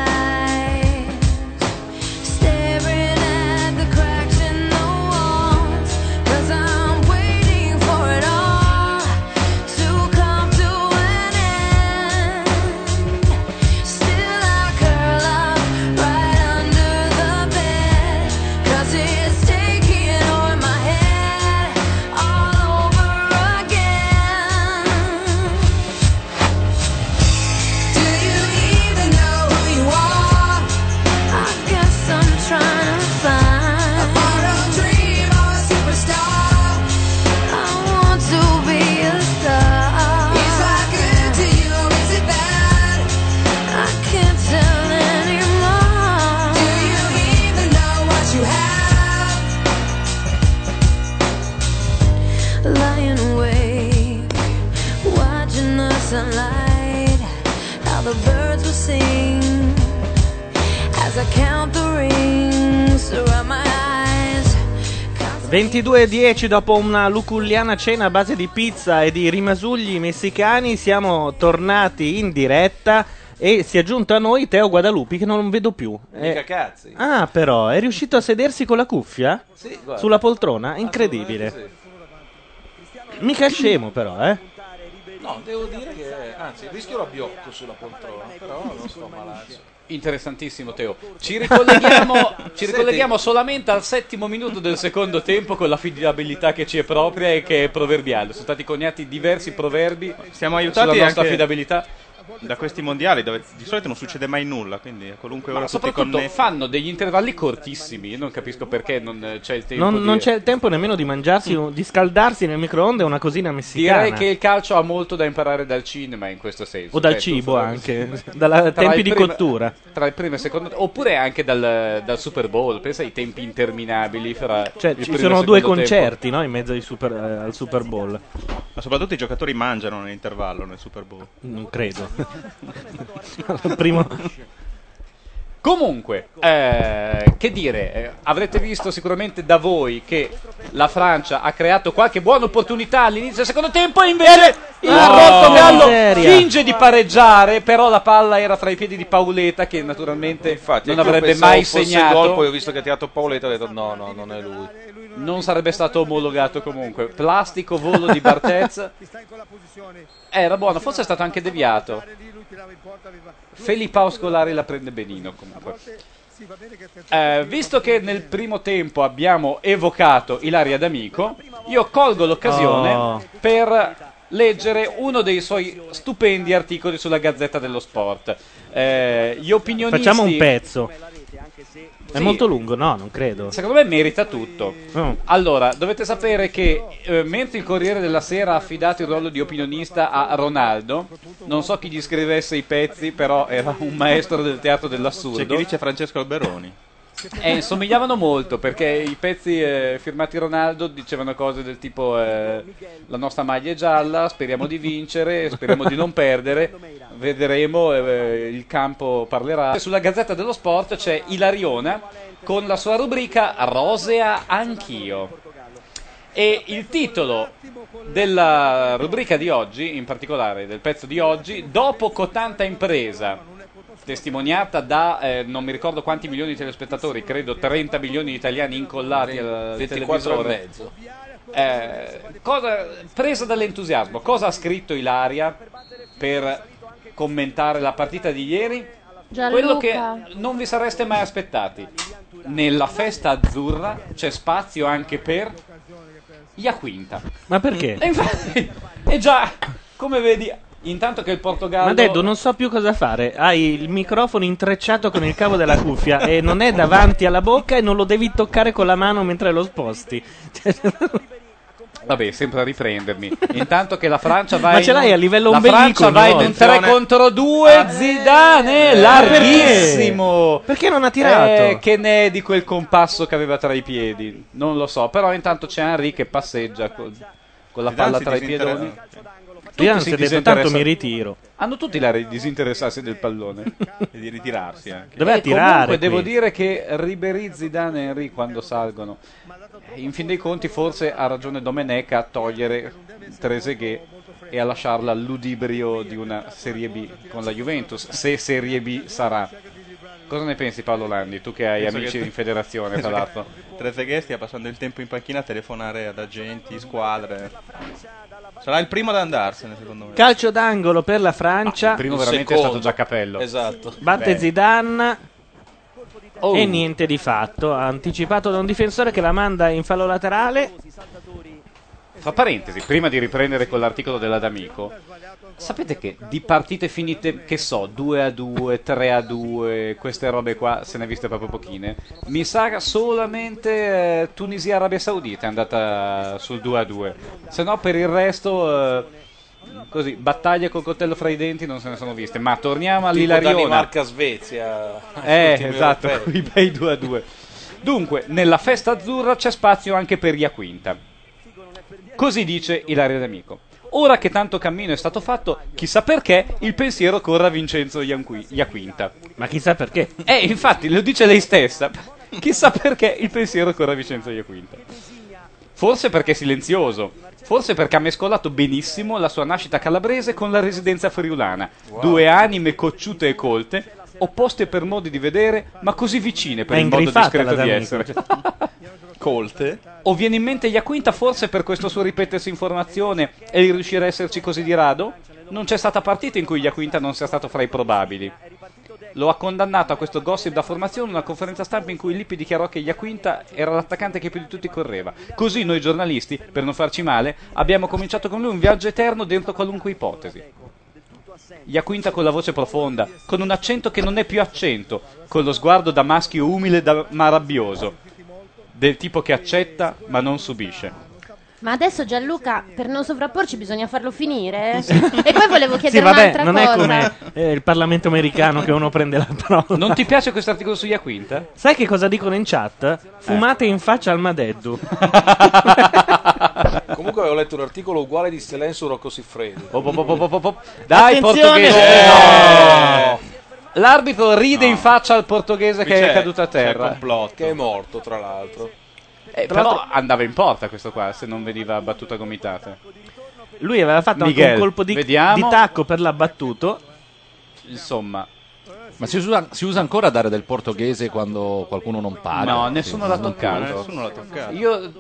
Speaker 21: Staring at the cracks in the walls, cause I'm waiting for it all to come to an end. Still I curl up right under the bed, cause it's taking over my head all over again. Do you even know who you are? I guess I'm trying to find a bottle dream or a superstar. I want to be a star. Is that good to you? Is it bad? I can't tell anymore. Do you even know what you have? Lying awake, watching the sunlight, how the birds will sing. As I count the rings around my eyes,
Speaker 2: 22.10 dopo una luculliana cena a base di pizza e di rimasugli messicani siamo tornati in diretta e si è giunto a noi Teo Guadalupi che non vedo più.
Speaker 6: Mica
Speaker 2: Eh,
Speaker 6: cazzi.
Speaker 2: ah, però è riuscito a sedersi con la cuffia?
Speaker 6: Sì, guarda.
Speaker 2: Sulla poltrona? Incredibile. Mica è scemo però, eh.
Speaker 22: No, devo dire che, anzi, rischio rabbiocco sulla poltrona, però non sto malazzo.
Speaker 10: Interessantissimo Teo. Ci ricolleghiamo, ci
Speaker 22: Senti.
Speaker 10: ricolleghiamo solamente al settimo minuto del secondo tempo con l'affidabilità che ci è propria e che è proverbiale. Sono stati coniati diversi proverbi.
Speaker 6: Siamo aiutati
Speaker 10: sulla nostra
Speaker 6: anche
Speaker 10: affidabilità.
Speaker 6: da questi mondiali dove di solito non succede mai nulla, quindi a qualunque
Speaker 10: Ma
Speaker 6: ora tutti
Speaker 10: soprattutto
Speaker 6: connessi.
Speaker 10: fanno degli intervalli cortissimi. Io non capisco perché non eh, c'è il tempo.
Speaker 2: Non,
Speaker 10: di-
Speaker 2: non c'è il tempo nemmeno di mangiarsi, un- di scaldarsi nel microonde, una cosina messicana.
Speaker 10: Direi che il calcio ha molto da imparare dal cinema in questo senso. Certo.
Speaker 2: O dal
Speaker 10: tu
Speaker 2: cibo
Speaker 10: fai-
Speaker 2: anche, dalla-
Speaker 10: *laughs* Tra
Speaker 2: tempi
Speaker 10: il
Speaker 2: di
Speaker 10: primo-
Speaker 2: cottura.
Speaker 10: Tra il primo e il secondo, oppure anche dal, dal Super Bowl. Pensa ai tempi interminabili. Fra
Speaker 2: Cioè,
Speaker 10: il
Speaker 2: ci
Speaker 10: primo e il
Speaker 2: sono due
Speaker 10: secondo tempo.
Speaker 2: concerti no, in mezzo ai super- eh, al Super Bowl.
Speaker 6: Ma soprattutto i giocatori mangiano nell'intervallo nel Super Bowl.
Speaker 2: Non Mm,
Speaker 6: *laughs*
Speaker 2: credo. *laughs* Al primo-
Speaker 10: Comunque, eh, che dire, eh, avrete visto sicuramente da voi che la Francia ha creato qualche buona opportunità all'inizio del secondo tempo e invece il
Speaker 2: Ah,
Speaker 10: Portogallo
Speaker 2: miseria.
Speaker 10: finge di pareggiare, però la palla era tra i piedi di Pauleta che naturalmente non
Speaker 22: Io
Speaker 10: avrebbe
Speaker 22: pensavo
Speaker 10: mai
Speaker 22: fosse
Speaker 10: segnato.
Speaker 22: Gol, poi ho visto che ha tirato Pauletta e ho detto no, no, non è lui.
Speaker 10: non sarebbe stato omologato comunque. Plastico volo di Bartez. Era buono, forse è stato anche deviato. Felipa Oscolari la prende benino comunque. Eh, visto che nel primo tempo abbiamo evocato Ilaria D'Amico, io colgo l'occasione
Speaker 2: Oh.
Speaker 10: per leggere uno dei suoi stupendi articoli sulla Gazzetta dello Sport. Eh, gli opinionisti
Speaker 2: Facciamo un pezzo. È
Speaker 10: Sì.
Speaker 2: molto lungo, no, non credo.
Speaker 10: Secondo me merita tutto.
Speaker 2: Oh.
Speaker 10: Allora, dovete sapere che eh, mentre il Corriere della Sera ha affidato il ruolo di opinionista a Ronaldo, non so chi gli scrivesse i pezzi, però era un maestro del teatro dell'assurdo.
Speaker 6: C'è chi dice Francesco Alberoni.
Speaker 10: Eh, somigliavano molto perché i pezzi eh, firmati Ronaldo dicevano cose del tipo eh, la nostra maglia è gialla, speriamo di vincere, speriamo di non perdere, vedremo, eh, il campo parlerà. Sulla Gazzetta dello Sport c'è Ilariona con la sua rubrica Rosea anch'io. E il titolo della rubrica di oggi, in particolare del pezzo di oggi, dopo cotanta impresa, testimoniata da eh, non mi ricordo quanti milioni di telespettatori, credo 30 milioni di italiani incollati al
Speaker 22: 24 e
Speaker 10: televisore.
Speaker 22: mezzo.
Speaker 10: Eh, cosa- presa dall'entusiasmo, cosa ha scritto Ilaria per commentare la partita di ieri? Quello che non vi sareste mai aspettati. Nella festa azzurra c'è spazio anche per Iaquinta.
Speaker 2: Ma perché?
Speaker 10: *laughs* E infatti, e già, come vedi, intanto che il Portogallo...
Speaker 2: Ma Deddo, non so più cosa fare. Hai il microfono intrecciato con il cavo della cuffia e non è davanti alla bocca e non lo devi toccare con la mano mentre lo sposti.
Speaker 10: Vabbè, sempre a riprendermi. Intanto che la Francia va
Speaker 2: Ma
Speaker 10: in
Speaker 2: ce l'hai a livello
Speaker 10: La
Speaker 2: ombelico
Speaker 10: Francia va in
Speaker 2: ogni
Speaker 10: un
Speaker 2: volta.
Speaker 10: 3 contro 2, Zidane larghissimo.
Speaker 2: Ah, eh, Perché? Perché non ha tirato?
Speaker 10: Eh, che ne è di quel compasso che aveva tra i piedi? Non lo so, però intanto c'è Henry che passeggia col- con la
Speaker 6: Zidane
Speaker 10: palla
Speaker 6: si
Speaker 10: tra i
Speaker 6: disinteressa.
Speaker 10: piedoni.
Speaker 2: Zidane
Speaker 10: si
Speaker 2: si è detto,
Speaker 10: disinteressa-
Speaker 2: "Tanto mi ritiro".
Speaker 10: Hanno tutti l'aria di disinteressarsi del pallone
Speaker 6: e di ritirarsi anche.
Speaker 2: Doveva
Speaker 10: e
Speaker 2: tirare,
Speaker 10: Comunque devo
Speaker 2: quindi.
Speaker 10: dire che Ribery, Zidane e Henry quando salgono, eh, in fin dei conti forse ha ragione Domeneca a togliere Trezeguet e a lasciarla all'udibrio di una Serie B con la Juventus, se Serie B sarà. Cosa ne pensi Paolo Landi, tu che hai
Speaker 6: Penso
Speaker 10: amici
Speaker 6: che-
Speaker 10: in federazione esatto. tra
Speaker 6: *laughs* penso che
Speaker 10: l'altro?
Speaker 6: Trezeguet stia passando il tempo in panchina a telefonare ad agenti, squadre. Sarà il primo ad andarsene, secondo me.
Speaker 2: Calcio d'angolo per la Francia.
Speaker 10: Ah,
Speaker 6: il primo veramente è stato
Speaker 10: già Capello.
Speaker 22: Esatto.
Speaker 2: Batte
Speaker 6: Bene.
Speaker 2: Zidane.
Speaker 10: Oh.
Speaker 2: E niente di fatto. Anticipato da un difensore che la manda in fallo laterale.
Speaker 10: Fra parentesi, prima di riprendere con l'articolo della D'Amico, sapete che di partite finite, che so, 2 a 2, 3 a 2, queste robe qua se ne è viste proprio pochine. Mi sa che solamente eh, Tunisia-Arabia Saudita è andata sul 2 a 2, se no per il resto. eh, Così, battaglie col coltello fra i denti non se ne sono viste. Ma torniamo
Speaker 22: Tipo
Speaker 10: all'Ilariona.
Speaker 22: *laughs* Danimarca-Svezia.
Speaker 10: Eh,
Speaker 22: Ultimi
Speaker 10: esatto,
Speaker 23: *laughs*
Speaker 22: europei.
Speaker 10: *laughs* i bei 2 a 2. Dunque, nella festa azzurra c'è spazio anche per Iaquinta. Così dice Ilaria D'Amico. Ora che tanto cammino è stato fatto, chissà perché il pensiero corra a Vincenzo Ianqui- Iaquinta.
Speaker 2: Ma chissà perché?
Speaker 10: Eh, infatti, lo dice lei
Speaker 2: *laughs*
Speaker 10: stessa. Chissà perché il pensiero corra a Vincenzo Iaquinta. Forse perché è silenzioso, forse perché ha mescolato benissimo la sua nascita calabrese con la residenza friulana. Due anime cocciute e colte, opposte per modi di vedere, ma così vicine per
Speaker 2: È
Speaker 10: il modo
Speaker 2: ingriffata
Speaker 10: discreto
Speaker 2: la cioè,
Speaker 10: di
Speaker 2: D'Amico.
Speaker 10: essere.
Speaker 6: colte.
Speaker 10: O viene in mente Iaquinta forse per questo suo ripetersi in formazione e il riuscire a esserci così di rado? Non c'è stata partita in cui Iaquinta non sia stato fra i probabili. Lo ha condannato a questo gossip da formazione in una conferenza stampa in cui Lippi dichiarò che Iaquinta era l'attaccante che più di tutti correva. Così noi giornalisti, per non farci male, abbiamo cominciato con lui un viaggio eterno dentro qualunque ipotesi. Iaquinta con la voce profonda, con un accento che non è più accento, con lo sguardo da maschio umile da- ma rabbioso, del tipo che accetta ma non subisce.
Speaker 12: Ma adesso Gianluca, per non sovrapporci, bisogna farlo finire. E poi volevo
Speaker 2: Sì,
Speaker 12: chiedere
Speaker 2: vabbè,
Speaker 12: un'altra
Speaker 2: non
Speaker 12: cosa.
Speaker 2: è come eh, il Parlamento americano che uno prende la parola.
Speaker 10: Non ti piace questo articolo su Iaquinta?
Speaker 2: Sai che cosa dicono in chat? Fumate in faccia al Madeddu.
Speaker 22: Comunque avevo letto un articolo uguale di Selen su Rocco Siffredi.
Speaker 10: Dai,
Speaker 22: Attenzione!
Speaker 10: portoghese!
Speaker 22: Eh!
Speaker 10: No! L'arbitro ride in faccia al portoghese
Speaker 22: Qui
Speaker 10: che
Speaker 22: c'è-
Speaker 10: è caduto a
Speaker 22: c'è il
Speaker 10: terra.
Speaker 22: complotto. Che è morto, tra l'altro.
Speaker 10: Eh,
Speaker 22: Tra
Speaker 10: però
Speaker 22: l'altro-
Speaker 10: andava in porta questo qua se non veniva battuta gomitata.
Speaker 2: Lui aveva fatto
Speaker 10: Miguel,
Speaker 2: anche un colpo di,
Speaker 10: vediamo.
Speaker 2: di tacco per l'abbattuto.
Speaker 10: Insomma.
Speaker 3: Ma si usa, si usa ancora dare del portoghese quando qualcuno non parla?
Speaker 10: No, Ah, nessuno l'ha toccato.
Speaker 6: Nessuno l'ha toccato.
Speaker 10: Io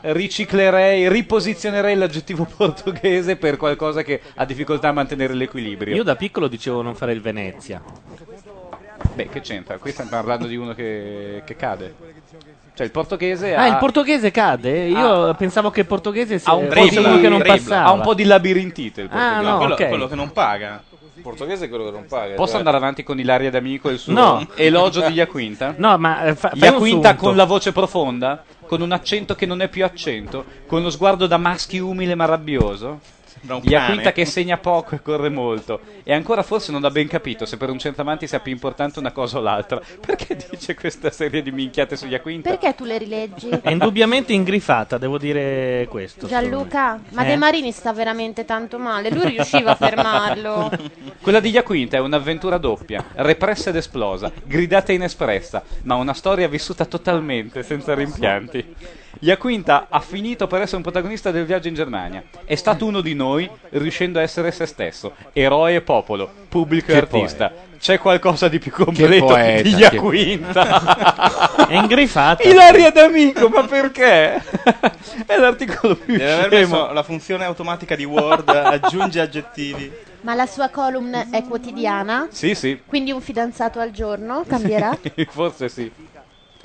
Speaker 10: riciclerei, riposizionerei l'aggettivo *laughs* portoghese per qualcosa che ha difficoltà a mantenere l'equilibrio.
Speaker 2: Io da piccolo dicevo non fare il Venezia.
Speaker 10: Beh, che c'entra? Qui stiamo parlando di uno che, che cade. Cioè, il portoghese ha...
Speaker 2: Ah, il portoghese cade? Io pensavo che il portoghese sia
Speaker 10: Ah. ha un, po
Speaker 2: fosse
Speaker 10: di,
Speaker 2: uno che non passava.
Speaker 10: ha un po' di labirintite il
Speaker 2: Ah,
Speaker 10: portoghese.
Speaker 2: no, Quello- ok.
Speaker 10: quello
Speaker 6: che non paga.
Speaker 22: Il portoghese è quello che non paga.
Speaker 10: Posso
Speaker 22: cioè.
Speaker 10: andare avanti con Ilaria D'Amico e il suo
Speaker 2: No.
Speaker 10: elogio di Iaquinta?
Speaker 2: No, ma eh, fa- fai un
Speaker 10: Iaquinta
Speaker 2: sunto.
Speaker 10: con la voce profonda, con un accento che non è più accento, con lo sguardo da maschi umile ma rabbioso.
Speaker 6: un
Speaker 10: Iaquinta
Speaker 6: cane.
Speaker 10: che segna poco e corre molto. E ancora forse non ha ben capito se per un centravanti sia più importante una cosa o l'altra. *laughs* Perché dice questa serie di minchiate su Iaquinta?
Speaker 12: Perché tu le rileggi?
Speaker 2: È indubbiamente ingrifata, devo dire questo.
Speaker 12: Gianluca, ma
Speaker 10: Eh?
Speaker 12: De Marini sta veramente tanto male. Lui riusciva a fermarlo.
Speaker 10: *laughs* Quella di Iaquinta è un'avventura doppia, repressa ed esplosa, gridata e inespressa, ma una storia vissuta totalmente senza rimpianti. Iaquinta ha finito per essere un protagonista del viaggio in Germania. È stato uno di noi, riuscendo a essere se stesso, eroe e popolo, pubblico e
Speaker 2: Che
Speaker 10: artista. C'è qualcosa di più
Speaker 2: Che
Speaker 10: completo
Speaker 2: poeta,
Speaker 10: di
Speaker 2: che-
Speaker 10: Iaquinta.
Speaker 2: È ingrifata.
Speaker 10: Ilaria D'Amico, ma perché? È l'articolo più
Speaker 6: Deve aver messo la funzione automatica di Word, aggiunge aggettivi.
Speaker 12: Ma la sua column è quotidiana?
Speaker 10: Sì, sì.
Speaker 12: Quindi un fidanzato al giorno cambierà?
Speaker 10: *laughs* Forse sì.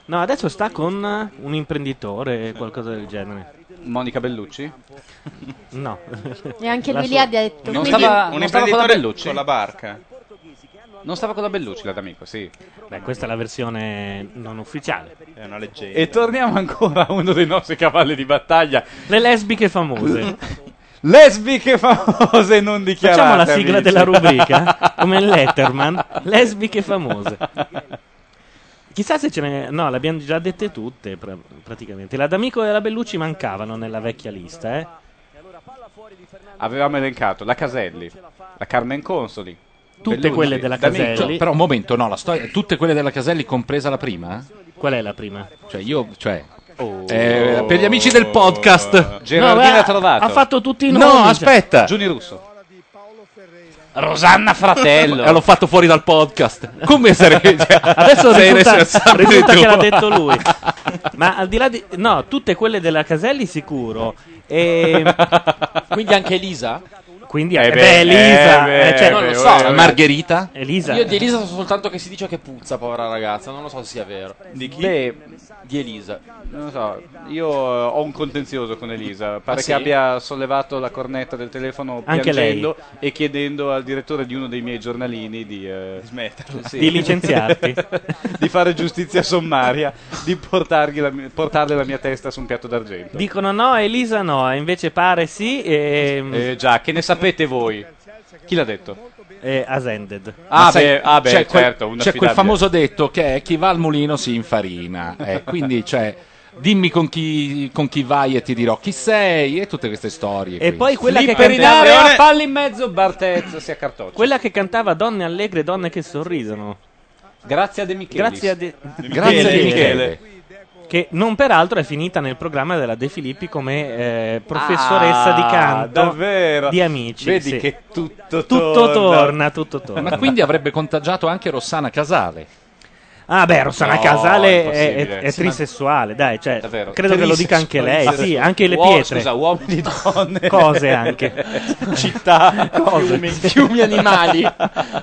Speaker 2: No, adesso sta con eh, un imprenditore, qualcosa del genere.
Speaker 10: Monica Bellucci?
Speaker 2: No.
Speaker 12: E anche
Speaker 2: La
Speaker 12: lui
Speaker 2: sua-
Speaker 12: lì ha detto.
Speaker 10: Non
Speaker 12: quindi-
Speaker 10: stava,
Speaker 2: un
Speaker 10: non stava con la
Speaker 2: imprenditore
Speaker 10: Bellucci?
Speaker 2: con la
Speaker 6: barca.
Speaker 10: Non stava con la Bellucci, la D'Amico, sì.
Speaker 2: Beh, questa è la versione non ufficiale.
Speaker 6: È una leggenda.
Speaker 10: E torniamo ancora a uno dei nostri cavalli di battaglia.
Speaker 2: Le lesbiche famose.
Speaker 10: *laughs* Lesbiche famose non dichiarate.
Speaker 2: Facciamo la sigla
Speaker 10: amici.
Speaker 2: della
Speaker 10: *laughs*
Speaker 2: rubrica, come in Letterman, lesbiche famose. Chissà se ce ne... No, le abbiamo già dette tutte, pra- praticamente. La D'Amico e la Bellucci mancavano nella vecchia lista, eh.
Speaker 10: Avevamo elencato la Caselli, la Carmen Consoli.
Speaker 2: Tutte quelle della
Speaker 10: D'Amico.
Speaker 2: Caselli.
Speaker 3: cioè, Però un momento, no, la storia, tutte quelle della Caselli, compresa la prima? eh?
Speaker 2: Qual è la prima?
Speaker 3: Cioè, io, cioè, eh, per gli amici del podcast,
Speaker 2: Gerardina No, beh, Trovato. ha fatto tutti i nomi,
Speaker 3: No,
Speaker 2: cioè.
Speaker 3: aspetta,
Speaker 10: Giuni Russo,
Speaker 3: Rosanna *laughs*
Speaker 10: Fratello.
Speaker 2: *laughs*
Speaker 3: e l'ho fatto fuori dal podcast. Come sarebbe? cioè,
Speaker 2: Adesso
Speaker 3: sei
Speaker 2: risulta,
Speaker 3: responsabile
Speaker 2: risulta
Speaker 3: tu.
Speaker 2: che l'ha detto lui. Ma al di là di... No, tutte quelle della Caselli sicuro. E...
Speaker 23: Quindi anche Elisa?
Speaker 2: Quindi
Speaker 10: Eh
Speaker 2: eh
Speaker 10: beh,
Speaker 2: beh, Elisa.
Speaker 10: eh beh,
Speaker 2: eh, cioè,
Speaker 23: non lo so.
Speaker 3: Margherita?
Speaker 2: Elisa.
Speaker 23: Io di Elisa so soltanto che si dice che puzza, povera ragazza. Non lo so se sia vero.
Speaker 10: Di chi?
Speaker 23: di Elisa.
Speaker 10: non lo so, io eh, ho un contenzioso con Elisa. Pare
Speaker 23: Ah,
Speaker 10: che
Speaker 23: sì?
Speaker 10: abbia sollevato la cornetta del telefono
Speaker 2: Anche
Speaker 10: piangendo e chiedendo al direttore di uno dei miei giornalini di, eh, sì.
Speaker 2: Di licenziarti.
Speaker 10: *laughs* di fare giustizia sommaria, di portargli la mi- portarle la mia testa su un piatto d'argento.
Speaker 2: Dicono no, Elisa no, e invece pare sì. E...
Speaker 10: Eh, già, che ne sapete voi? Chi l'ha detto?
Speaker 2: eh, Ascended.
Speaker 10: Ah,
Speaker 3: Ma sai,
Speaker 10: beh, ah, beh,
Speaker 3: c'è quel-
Speaker 10: certo, un
Speaker 3: c'è quel
Speaker 10: affidabile.
Speaker 3: famoso detto che è chi va al mulino si infarina.
Speaker 10: *laughs*
Speaker 3: Eh, quindi, cioè, dimmi con chi, con chi vai e ti dirò chi sei e tutte queste storie.
Speaker 2: E
Speaker 3: quindi.
Speaker 2: poi quella che,
Speaker 10: Perinare
Speaker 2: cantava,
Speaker 10: a palla in mezzo, Bartez si accartoccia.
Speaker 2: quella che cantava Donne allegre, donne che sorridono.
Speaker 10: Grazie a De Michele.
Speaker 2: Grazie a De,
Speaker 10: Grazie a De Michele.
Speaker 2: Che non peraltro è finita nel programma della De Filippi come eh, professoressa di
Speaker 10: Ah,
Speaker 2: canto
Speaker 10: davvero?
Speaker 2: di amici.
Speaker 10: Vedi
Speaker 2: sì.
Speaker 10: che tutto
Speaker 2: Tutto
Speaker 10: torna.
Speaker 2: torna, tutto torna.
Speaker 3: Ma quindi avrebbe contagiato anche Rossana Casale.
Speaker 2: Ah, beh, Rossana
Speaker 9: No,
Speaker 2: Casale è,
Speaker 9: impossibile.
Speaker 2: è- è
Speaker 9: Sì, ma-
Speaker 2: trisessuale, dai, cioè,
Speaker 9: Davvero.
Speaker 2: credo che lo dica anche lei.
Speaker 9: Trisessuale.
Speaker 2: Sì, anche le
Speaker 9: Uo-
Speaker 2: pietre.
Speaker 9: Scusa, uomini, donne,
Speaker 2: *laughs* Cose
Speaker 6: *laughs*
Speaker 2: anche.
Speaker 9: città,
Speaker 2: Cose.
Speaker 9: fiumi, fiumi, animali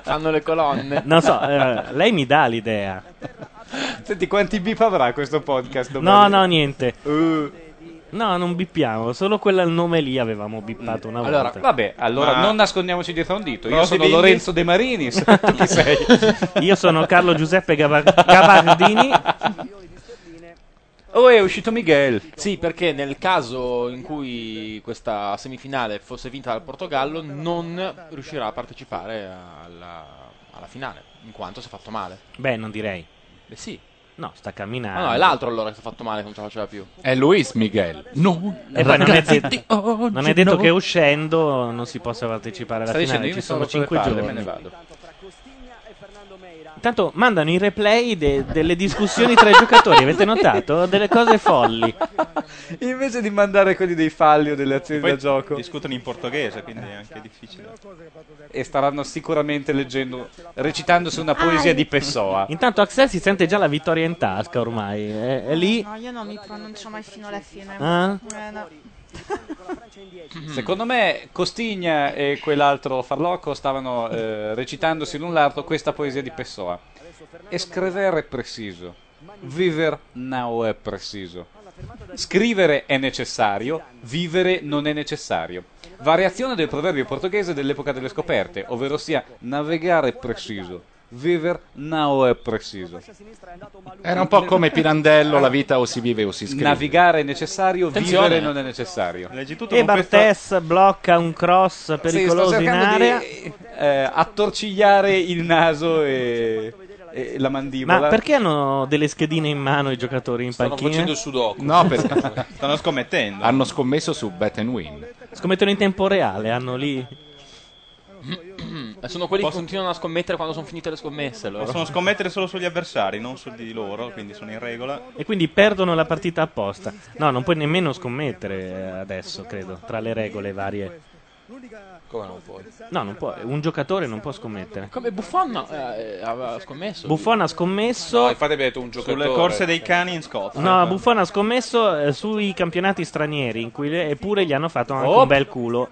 Speaker 9: fanno le colonne.
Speaker 2: Non so, eh, lei mi dà l'idea.
Speaker 10: Senti, quanti bip avrà questo podcast
Speaker 2: No,
Speaker 10: domani?
Speaker 2: no, niente.
Speaker 23: Uh.
Speaker 2: No, non bippiamo, solo quel nome lì avevamo bippato una
Speaker 10: Allora,
Speaker 2: volta.
Speaker 10: vabbè, allora non nascondiamoci dietro un dito. Io sono
Speaker 2: Bindi?
Speaker 10: Lorenzo De Marini.
Speaker 6: *laughs*
Speaker 10: se- tu chi sei?
Speaker 2: *laughs* Io sono Carlo Giuseppe Gavar- Gavardini.
Speaker 23: Oh, è uscito Miguel. Sì, perché nel caso in cui questa semifinale fosse vinta dal Portogallo, non riuscirà a partecipare alla, alla finale, in quanto si è fatto male.
Speaker 2: Beh, non direi.
Speaker 23: Beh, sì.
Speaker 2: No, sta camminando.
Speaker 23: Ah, no, è l'altro allora che si è fatto male, che non ce la faceva più.
Speaker 3: È Luis Miguel. No.
Speaker 2: E poi non è
Speaker 23: Ragazzi,
Speaker 2: detto,
Speaker 23: oggi
Speaker 2: non è detto
Speaker 23: no.
Speaker 2: che uscendo non si possa partecipare alla
Speaker 23: Sta dicendo,
Speaker 2: finale.
Speaker 23: io
Speaker 2: Ci
Speaker 23: mi
Speaker 2: sono
Speaker 23: sono rotto
Speaker 2: 5
Speaker 23: le
Speaker 2: giorni.
Speaker 23: palle, me ne vado.
Speaker 2: Intanto mandano i replay de- delle discussioni tra i giocatori. Avete notato? Delle cose folli.
Speaker 10: Invece di mandare quelli dei falli o delle azioni
Speaker 6: Poi
Speaker 10: da gioco.
Speaker 6: Discutono in portoghese, quindi è anche difficile.
Speaker 10: E staranno sicuramente leggendo, recitandosi una poesia di Pessoa.
Speaker 2: Intanto Axel si sente già la vittoria in tasca ormai. È, è lì.
Speaker 4: No, io non mi pronuncio mai fino alla fine.
Speaker 2: Ah?
Speaker 4: Eh, no.
Speaker 10: Mm-hmm. Secondo me Costigna e quell'altro farlocco stavano eh, recitandosi l'un l'altro questa poesia di Pessoa. Escrever è preciso, viver now è preciso. Scrivere è necessario, vivere non è necessario. Variazione del proverbio portoghese dell'epoca delle scoperte, ovvero sia navigare è preciso, viver now è preciso.
Speaker 3: Era un po' come Pirandello, la vita o si vive o si scrive.
Speaker 10: Navigare è necessario,
Speaker 3: Attenzione.
Speaker 10: vivere non è necessario. Leggi
Speaker 2: E Bartes blocca un cross pericoloso in area.
Speaker 10: Di, eh, attorcigliare il naso e, e la mandibola.
Speaker 2: Ma perché hanno delle schedine in mano i giocatori in panchina?
Speaker 10: sudoku.
Speaker 3: No, perché
Speaker 6: stanno scommettendo.
Speaker 3: Hanno scommesso su Bet and Win.
Speaker 2: *laughs* Scommettono in tempo reale, hanno lì.
Speaker 23: Eh, sono quelli
Speaker 6: Posso-
Speaker 23: che continuano a scommettere quando sono finite le scommesse. Loro.
Speaker 6: Possono scommettere solo sugli avversari, non su di loro, quindi sono in regola.
Speaker 2: E quindi perdono la partita apposta. No, non puoi nemmeno scommettere eh, adesso, credo, tra le regole varie.
Speaker 23: Come non puoi?
Speaker 2: No, non può, un giocatore non può scommettere.
Speaker 23: Come Buffon no, eh, aveva scommesso.
Speaker 2: Buffon ha scommesso.
Speaker 23: infatti abbiamo detto un
Speaker 6: Sulle corse dei cani in Scozia.
Speaker 2: No, Buffon ha scommesso eh, sui campionati stranieri, in cui le- eppure gli hanno fatto anche
Speaker 10: Oh.
Speaker 2: un bel culo.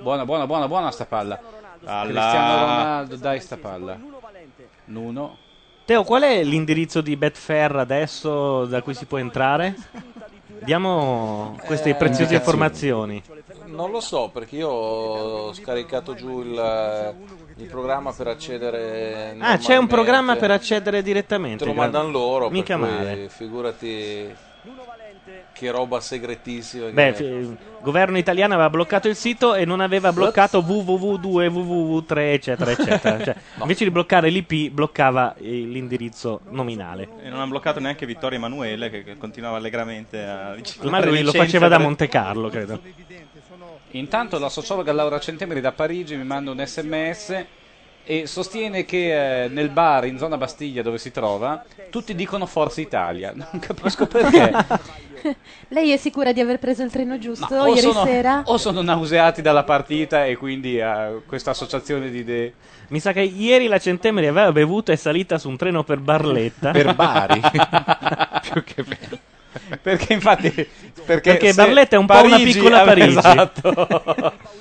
Speaker 10: Buona, buona, buona, buona sta palla. Cristiano Ronaldo, dai sta palla. Nuno.
Speaker 2: Teo, qual è l'indirizzo di Betfair adesso da cui si può entrare? Diamo queste
Speaker 24: Eh,
Speaker 2: preziose
Speaker 24: indicazioni.
Speaker 2: informazioni.
Speaker 24: Non lo so perché io ho scaricato giù il, eh, il programma per accedere.
Speaker 2: Ah, c'è un
Speaker 24: normalmente.
Speaker 2: programma per accedere
Speaker 24: Te
Speaker 2: direttamente.
Speaker 24: lo
Speaker 2: guarda.
Speaker 24: mandano loro. per
Speaker 2: Mica
Speaker 24: cui
Speaker 2: male.
Speaker 24: Figurati che roba segretissima. che-
Speaker 2: Beh, fi- il governo italiano aveva bloccato il sito e non aveva bloccato www2, www3, eccetera,
Speaker 10: *laughs*
Speaker 2: eccetera. Cioè, Invece di bloccare l'IP, bloccava eh, l'indirizzo nominale.
Speaker 6: E non hanno bloccato neanche Vittorio Emanuele, che, che continuava allegramente a vicino
Speaker 2: Ma lui lo faceva da Monte Carlo, credo.
Speaker 10: Intanto la sociologa Laura Centemeri da Parigi mi manda un sms e sostiene che eh, nel bar in zona Bastiglia dove si trova tutti dicono Forza Italia. *laughs* Non capisco perché.
Speaker 2: *laughs*
Speaker 12: Lei è sicura di aver preso il treno giusto
Speaker 10: Ma o
Speaker 12: ieri
Speaker 10: sono-
Speaker 12: sera?
Speaker 10: O sono nauseati dalla partita e quindi eh, questa associazione di idee.
Speaker 2: Mi sa che ieri la Centemeri aveva bevuto e è salita su un treno per Barletta.
Speaker 10: Per
Speaker 2: *laughs*
Speaker 10: Bari.
Speaker 2: Più che
Speaker 10: Perché infatti perché,
Speaker 2: Perché
Speaker 10: se
Speaker 2: Barletta è un po' una piccola Parigi.
Speaker 10: *laughs* Esatto. *laughs*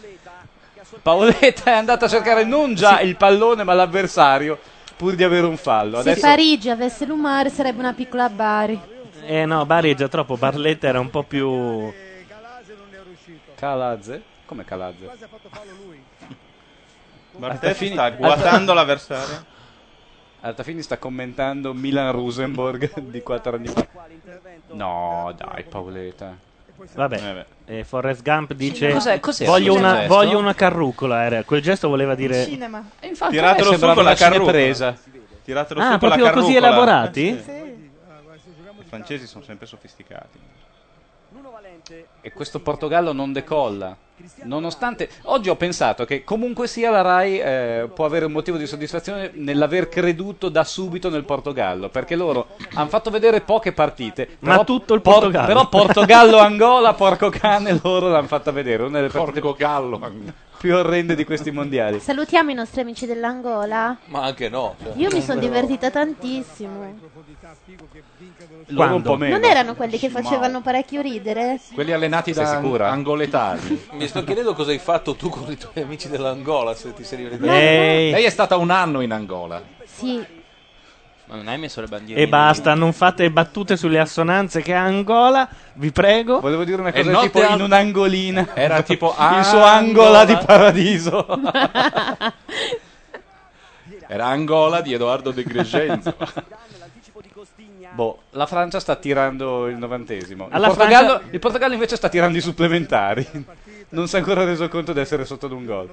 Speaker 10: Paoletta è andata a cercare non già il pallone ma l'avversario pur di avere un fallo.
Speaker 12: Se
Speaker 10: Adesso
Speaker 12: Parigi avesse l'umore sarebbe una piccola Bari.
Speaker 2: *laughs* Eh no, Bari è già troppo, Barletta era un po' più...
Speaker 10: Calazze? Come Calazze?
Speaker 6: Bartesi sta guatando l'avversario.
Speaker 10: Altafini sta commentando Milan Rosenborg *laughs* di 4 anni fa. No, dai, Paoletta.
Speaker 2: Vabbè, eh, Forrest Gump dice:
Speaker 10: Cos'è- cos'era
Speaker 2: voglio,
Speaker 10: quel
Speaker 2: una,
Speaker 10: gesto?
Speaker 2: voglio una carrucola. Era. Quel gesto voleva dire.
Speaker 4: Cinema.
Speaker 6: Tiratelo su con la carrucola. Tiratelo
Speaker 2: Ah,
Speaker 6: su con la
Speaker 2: proprio
Speaker 6: carrucola.
Speaker 2: così
Speaker 6: Eh
Speaker 2: elaborati?
Speaker 6: Sì. I francesi sono sempre sofisticati.
Speaker 10: E questo Portogallo non decolla. Nonostante oggi ho pensato che comunque sia la Rai eh, può avere un motivo di soddisfazione nell'aver creduto da subito nel Portogallo, perché loro hanno fatto vedere poche partite,
Speaker 2: Ma
Speaker 10: però
Speaker 2: tutto il
Speaker 10: Por-
Speaker 2: Portogallo.
Speaker 10: però Portogallo Angola, porco cane, loro l'hanno fatta vedere, una delle partite
Speaker 3: Portogallo.
Speaker 10: più orrende di questi mondiali.
Speaker 12: Salutiamo i nostri amici dell'Angola.
Speaker 10: Ma anche no. cioè.
Speaker 12: Io mi sono divertita tantissimo.
Speaker 3: Loro un po' meno.
Speaker 12: Non erano quelli che facevano parecchio ridere?
Speaker 3: Quelli allenati
Speaker 10: Sei
Speaker 3: da
Speaker 10: sicura?
Speaker 3: angoletani.
Speaker 24: Mi sto chiedendo cosa hai fatto tu con i tuoi amici dell'Angola, se ti sei riveduto.
Speaker 2: Ehi.
Speaker 3: Lei è stata un anno in Angola.
Speaker 12: Sì.
Speaker 23: Ma non hai messo le bandiere?
Speaker 2: *laughs* E basta, non fate battute sulle assonanze che ha Angola, vi prego.
Speaker 10: Volevo dire una
Speaker 2: E
Speaker 10: cosa
Speaker 2: notte
Speaker 10: tipo
Speaker 2: al-
Speaker 10: in un'angolina.
Speaker 2: Era tipo
Speaker 10: *laughs* il suo angola di paradiso.
Speaker 3: Era Angola di Edoardo De Crescenzo.
Speaker 10: *laughs* boh, la Francia sta tirando il novantesimo. Il
Speaker 2: Alla
Speaker 10: Portogallo,
Speaker 2: Francia-
Speaker 10: il Portogallo invece sta tirando i supplementari. Non si è ancora reso conto di essere sotto ad un gol.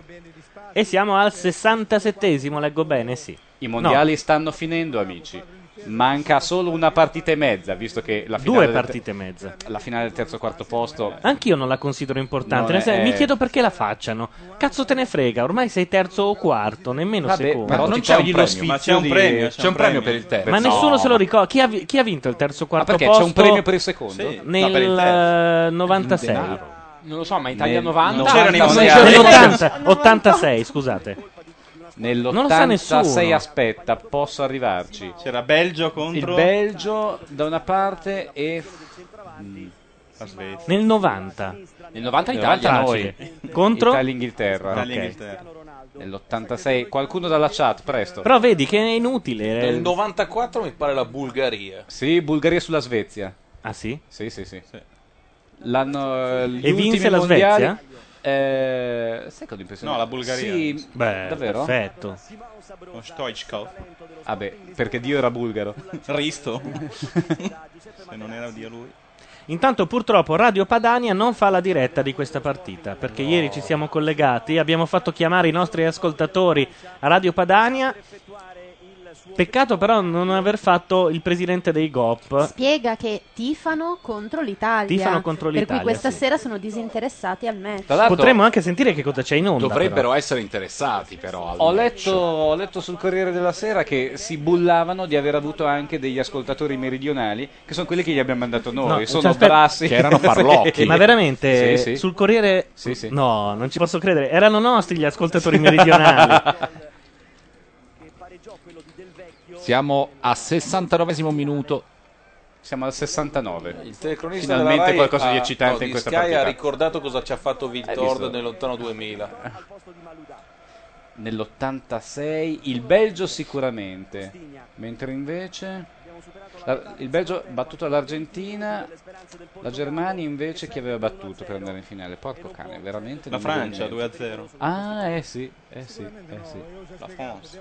Speaker 2: E siamo al 67esimo, leggo bene, sì.
Speaker 10: I mondiali stanno finendo, amici. Manca solo una partita e mezza, visto che la finale
Speaker 2: Due
Speaker 10: del te-
Speaker 2: partite e mezza.
Speaker 10: La finale del terzo e quarto posto
Speaker 2: Anch'io non la considero importante.
Speaker 10: Non
Speaker 2: nel senso,
Speaker 10: è-
Speaker 2: Mi chiedo perché la facciano. Cazzo te ne frega, ormai sei terzo o quarto, nemmeno
Speaker 10: Vabbè,
Speaker 2: secondo.
Speaker 10: però Non ti c'è togli un lo premio, sfizio ma c'è un di- premio, c'è un premio per il terzo.
Speaker 2: Ma
Speaker 10: No.
Speaker 2: nessuno se lo ricorda. Chi ha, vi- chi ha vinto il terzo o quarto
Speaker 10: perché c'è
Speaker 2: posto?
Speaker 10: un premio per il secondo? Sì.
Speaker 2: Nel
Speaker 10: No, per il
Speaker 2: eh, 96.
Speaker 23: Non lo so, ma Italia
Speaker 10: Nel-
Speaker 23: 90.
Speaker 10: non c'erano i
Speaker 2: No,
Speaker 10: mondiali.
Speaker 2: nel 80, 86, scusate. Non lo sa
Speaker 10: nell'86
Speaker 2: nessuno.
Speaker 10: aspetta, posso arrivarci.
Speaker 6: C'era Belgio contro-
Speaker 10: Il Belgio da una parte e la Svezia.
Speaker 2: Nel 90.
Speaker 10: Nel 90
Speaker 2: Nel
Speaker 10: l'Italia
Speaker 2: 90
Speaker 10: noi.
Speaker 2: facile. Contro?
Speaker 10: Italia Inghilterra.
Speaker 2: Italia,
Speaker 10: ok.
Speaker 2: Inghilterra.
Speaker 10: Nell'86 qualcuno dalla chat, presto.
Speaker 2: Però vedi che è inutile. eh.
Speaker 24: Nel 94 mi pare la Bulgaria.
Speaker 10: Sì, Bulgaria sulla Svezia.
Speaker 2: Ah sì?
Speaker 10: Sì, sì, sì. L'hanno, eh, gli
Speaker 2: E vinse
Speaker 10: ultimi
Speaker 2: la
Speaker 10: mondiali-
Speaker 2: Svezia?
Speaker 10: Eh, sai cosa ho l'impressione?
Speaker 6: No, la Bulgaria.
Speaker 10: Sì,
Speaker 2: Beh,
Speaker 10: davvero?
Speaker 2: perfetto.
Speaker 6: Con Oh, Stoichkov.
Speaker 10: Vabbè, perché Dio era bulgaro.
Speaker 6: Risto. *laughs* Se non era di lui.
Speaker 2: Intanto purtroppo Radio Padania non fa la diretta di questa partita perché ieri ci siamo collegati, abbiamo fatto chiamare i nostri ascoltatori a Radio Padania. Peccato però non aver fatto il presidente dei GOP.
Speaker 12: Spiega che tifano contro l'Italia.
Speaker 2: Tifano contro
Speaker 12: Per
Speaker 2: l'Italia,
Speaker 12: cui questa
Speaker 2: sì.
Speaker 12: sera sono disinteressati al match.
Speaker 2: Potremmo anche sentire che cosa c'è in onda.
Speaker 3: Dovrebbero
Speaker 2: però.
Speaker 3: essere interessati, però. al
Speaker 10: Ho
Speaker 3: match.
Speaker 10: letto, ho letto sul Corriere della Sera che si bullavano di aver avuto anche degli ascoltatori meridionali, che sono quelli che gli abbiamo mandato noi.
Speaker 2: No,
Speaker 10: sono
Speaker 2: cioè, aspetta-
Speaker 10: brassi. *laughs* Sì.
Speaker 2: *laughs* Ma veramente
Speaker 10: Sì, sì.
Speaker 2: sul Corriere
Speaker 10: Sì, sì.
Speaker 2: No, non ci posso credere. Erano nostri gli
Speaker 10: *laughs*
Speaker 2: ascoltatori meridionali.
Speaker 3: *laughs* Siamo a 69 minuto.
Speaker 10: Siamo al 69.
Speaker 24: Il telecronista
Speaker 10: Finalmente
Speaker 24: della Rai
Speaker 10: qualcosa di
Speaker 24: ha-
Speaker 10: eccitante
Speaker 24: no,
Speaker 10: in
Speaker 24: di
Speaker 10: questa
Speaker 24: Sky
Speaker 10: partita.
Speaker 24: ha ricordato cosa ci ha fatto
Speaker 10: Hai
Speaker 24: Victor
Speaker 10: visto?
Speaker 24: nel lontano 2000.
Speaker 10: Eh, Nell'86 il Belgio sicuramente, mentre invece la- il Belgio ha battuto l'Argentina, la Germania invece chi aveva battuto per andare in finale? Porco cane, veramente.
Speaker 6: La
Speaker 10: non mi viene
Speaker 6: Francia,
Speaker 10: in mente.
Speaker 6: 2-0.
Speaker 10: Ah, eh sì, eh sì, eh sì.
Speaker 6: La France. E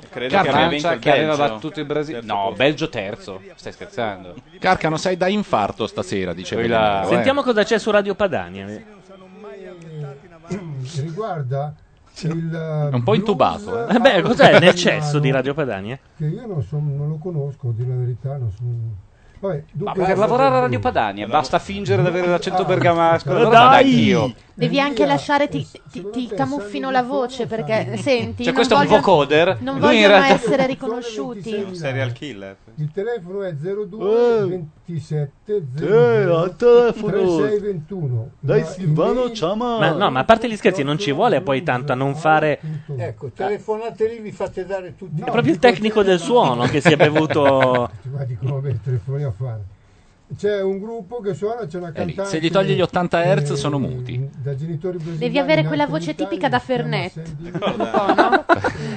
Speaker 10: Che
Speaker 6: credo
Speaker 10: la
Speaker 6: che abbia vinto
Speaker 10: Francia che
Speaker 6: il
Speaker 10: aveva
Speaker 6: Belgio.
Speaker 10: battuto il Brasile.
Speaker 6: Terzo
Speaker 10: No,
Speaker 6: posto.
Speaker 10: Belgio terzo. Stai scherzando.
Speaker 3: Carcano, sei da infarto stasera, dice
Speaker 10: Oi là.
Speaker 3: Benevento, eh.
Speaker 2: Sentiamo cosa c'è su Radio Padania.
Speaker 5: riguarda il
Speaker 3: È un po' intubato.
Speaker 2: Eh beh, cos'è nel cesso di Radio Padania?
Speaker 5: che io non, so- non lo conosco, a dire la verità, non so. Vabbè,
Speaker 10: Ma
Speaker 5: dunque,
Speaker 10: per lavorare a Radio Padania basta fingere di avere l'accento bergamasco.
Speaker 5: Ah,
Speaker 10: Allora vado
Speaker 5: dai!
Speaker 10: anch'io.
Speaker 12: Devi anche lasciare, ti, ti- ti camuffino la voce perché senti.
Speaker 10: Cioè,
Speaker 12: non
Speaker 10: questo è un
Speaker 12: vogliono-
Speaker 10: vocoder.
Speaker 12: Non
Speaker 10: Lui in
Speaker 12: vogliono
Speaker 10: realtà-
Speaker 12: essere riconosciuti.
Speaker 6: Un serial killer.
Speaker 5: Il telefono è 02 27
Speaker 2: Eh, al telefono.
Speaker 5: 3621.
Speaker 2: Dai
Speaker 5: Silvano
Speaker 2: Ciamano. Ma no, ma a parte gli scherzi, non ci vuole poi tanto a non fare.
Speaker 25: Ecco, telefonate lì, vi fate dare tutti
Speaker 2: È proprio il tecnico del suono che si
Speaker 10: *laughs*
Speaker 2: è bevuto.
Speaker 5: Ma dico, vabbè, telefonia a fare. C'è un gruppo che suona, c'è una
Speaker 3: È Eh lì.
Speaker 5: cantante.
Speaker 3: Se gli togli gli 80 Hz sono muti.
Speaker 5: Da genitori brasiliani.
Speaker 12: Devi avere
Speaker 5: nati
Speaker 12: quella
Speaker 5: in
Speaker 12: voce
Speaker 5: Italia,
Speaker 12: tipica da
Speaker 5: si chiama
Speaker 12: Fernet.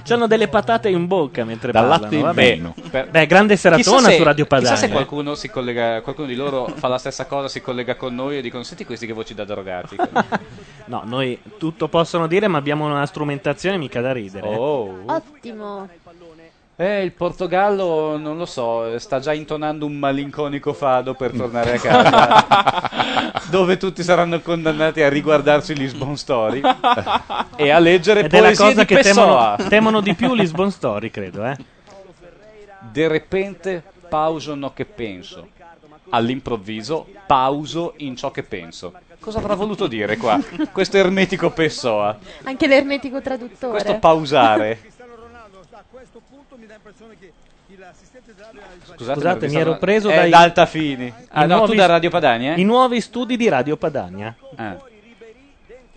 Speaker 2: C'hanno delle patate in bocca mentre
Speaker 10: Dal
Speaker 2: parlano.
Speaker 10: latte in
Speaker 2: vabbè.
Speaker 10: vino. Per-
Speaker 2: Beh, grande
Speaker 10: Chissà
Speaker 2: seratona
Speaker 10: se-
Speaker 2: su Radio Padania. eh.
Speaker 10: Chissà se qualcuno, si collega, qualcuno di loro fa la stessa cosa, si collega con noi e dicono: Senti questi che voci da
Speaker 2: *laughs*
Speaker 10: drogati.
Speaker 2: No, noi tutto possono dire, ma abbiamo una strumentazione mica da ridere. eh.
Speaker 10: Oh.
Speaker 12: Ottimo.
Speaker 10: Eh, il Portogallo, non lo so, sta già intonando un malinconico fado per tornare a
Speaker 2: *laughs*
Speaker 10: casa, dove tutti saranno condannati a riguardarsi Lisbon
Speaker 2: *laughs*
Speaker 10: Story e a leggere
Speaker 2: Ed è la
Speaker 10: poesie
Speaker 2: cosa
Speaker 10: di
Speaker 2: che temono,
Speaker 10: Pessoa.
Speaker 2: temono
Speaker 10: *laughs*
Speaker 2: di più Lisbon Story, credo. Eh.
Speaker 10: De repente pauso no che penso. All'improvviso pauso in ciò che penso. Cosa avrà voluto dire qua? Questo ermetico Pessoa.
Speaker 12: Anche l'ermetico traduttore.
Speaker 10: Questo pausare. Scusate,
Speaker 2: Scusate,
Speaker 10: ma
Speaker 2: mi ero
Speaker 10: stavo-
Speaker 2: preso
Speaker 10: Eh,
Speaker 2: dai-
Speaker 10: da Altafini.
Speaker 2: I
Speaker 10: Ah, no, tu
Speaker 2: nuovi-
Speaker 10: da Radio Padania?
Speaker 2: I nuovi studi di Radio Padania.
Speaker 10: Ah.
Speaker 3: Eh.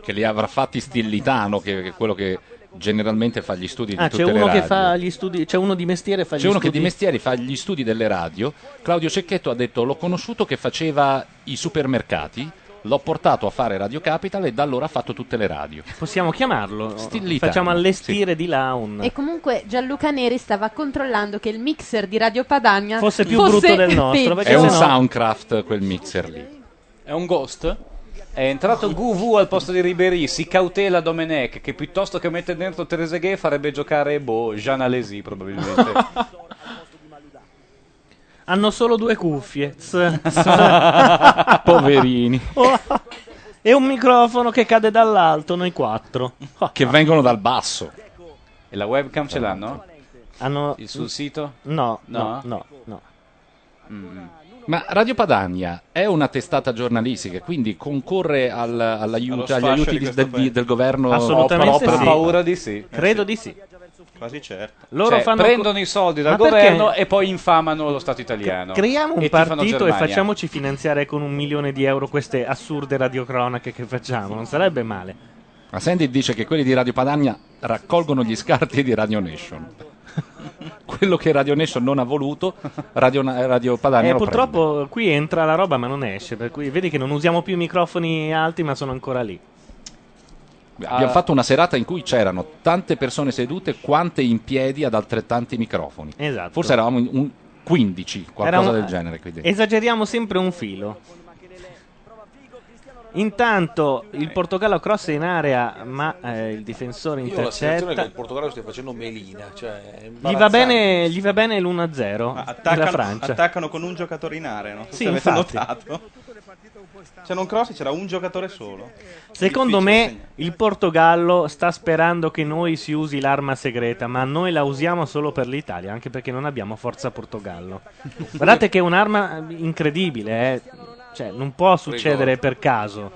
Speaker 3: che li avrà fatti Stillitano, che che è quello che generalmente fa gli studi di
Speaker 2: Ah,
Speaker 3: tutte
Speaker 2: c'è
Speaker 3: le
Speaker 2: uno che
Speaker 3: radio.
Speaker 2: fa gli studi, c'è uno di mestiere fa gli
Speaker 3: C'è uno che
Speaker 2: studi.
Speaker 3: di mestiere fa gli studi delle radio. Claudio Cecchetto ha detto: L'ho conosciuto che faceva i supermercati, l'ho portato a fare Radio Capital e da allora ha fatto tutte le radio.
Speaker 2: Possiamo chiamarlo?
Speaker 3: Stillitano,
Speaker 2: Facciamo allestire di là un
Speaker 12: E comunque Gianluca Neri stava controllando che il mixer di Radio Padania
Speaker 2: Fosse più
Speaker 3: brutto del
Speaker 12: peggio.
Speaker 3: È un Soundcraft quel mixer lì.
Speaker 10: È un ghost? È entrato Guvu al posto di Ribéry, si cautela Domenech, che piuttosto che mettere dentro Trezeguet farebbe giocare, boh, Jean Alesi probabilmente. *laughs*
Speaker 2: Hanno solo due cuffie. *laughs* Tz, tz.
Speaker 3: Poverini.
Speaker 2: Oh, e un microfono che cade dall'alto, noi quattro.
Speaker 3: Che vengono dal basso.
Speaker 10: E la webcam ce l'hanno?
Speaker 2: Hanno
Speaker 10: Il sul sito?
Speaker 2: No,
Speaker 10: No?
Speaker 2: no, no, no.
Speaker 3: Ma Radio Padania è una testata giornalistica, quindi concorre al- all'aiuto, agli
Speaker 10: sfascio
Speaker 3: aiuti
Speaker 10: di
Speaker 3: di-
Speaker 10: questo
Speaker 3: del,
Speaker 10: paese.
Speaker 3: del governo.
Speaker 10: Ho
Speaker 3: Opera-
Speaker 10: paura-
Speaker 3: opera-
Speaker 10: ho paura di sì.
Speaker 2: Credo di sì.
Speaker 6: Quasi certo.
Speaker 2: Loro
Speaker 10: Cioè,
Speaker 2: fanno-
Speaker 10: prendono i soldi dal
Speaker 2: Ma perché?
Speaker 10: governo e poi infamano lo Stato italiano.
Speaker 2: Creiamo un
Speaker 10: E tifano
Speaker 2: partito e
Speaker 10: Germania.
Speaker 2: facciamoci finanziare con un milione di euro queste assurde radiocronache che facciamo. Non sarebbe male.
Speaker 3: Ma Sandy dice che quelli di Radio Padania raccolgono gli scarti di Radio Nation.
Speaker 2: *laughs*
Speaker 3: Quello che Radio Nation non ha voluto, Radio, Radio Padania
Speaker 2: Eh,
Speaker 3: lo prende.
Speaker 2: purtroppo qui entra la roba ma non esce, per cui vedi che non usiamo più i microfoni alti ma sono ancora lì.
Speaker 3: Abbiamo
Speaker 2: Ah.
Speaker 3: fatto una serata in cui c'erano tante persone sedute, quante in piedi ad altrettanti microfoni.
Speaker 2: Esatto. eh,
Speaker 3: Forse eravamo in un 15, qualcosa
Speaker 2: Era un-
Speaker 3: del genere. qui dentro.
Speaker 2: Esageriamo sempre un filo. Intanto il Portogallo cross è in area, ma eh, il difensore
Speaker 22: Io ho la sensazione che
Speaker 2: intercetta.
Speaker 22: il Portogallo stia facendo melina. Cioè, è
Speaker 2: Gli va,
Speaker 22: imbarazzante.
Speaker 2: bene, gli va bene l'1-0 della
Speaker 6: Attaccano,
Speaker 2: Francia.
Speaker 6: attaccano con un giocatore in area, non so
Speaker 2: Sì,
Speaker 6: se avete
Speaker 2: infatti.
Speaker 6: notato. C'era un cross e c'era un giocatore solo.
Speaker 2: Secondo
Speaker 6: Difficile
Speaker 2: me il Portogallo sta sperando che noi si usi l'arma segreta, ma noi la usiamo solo per l'Italia, anche perché non abbiamo
Speaker 22: *laughs*
Speaker 2: forza Portogallo. Guardate che è un'arma incredibile, eh. cioè non può succedere per caso.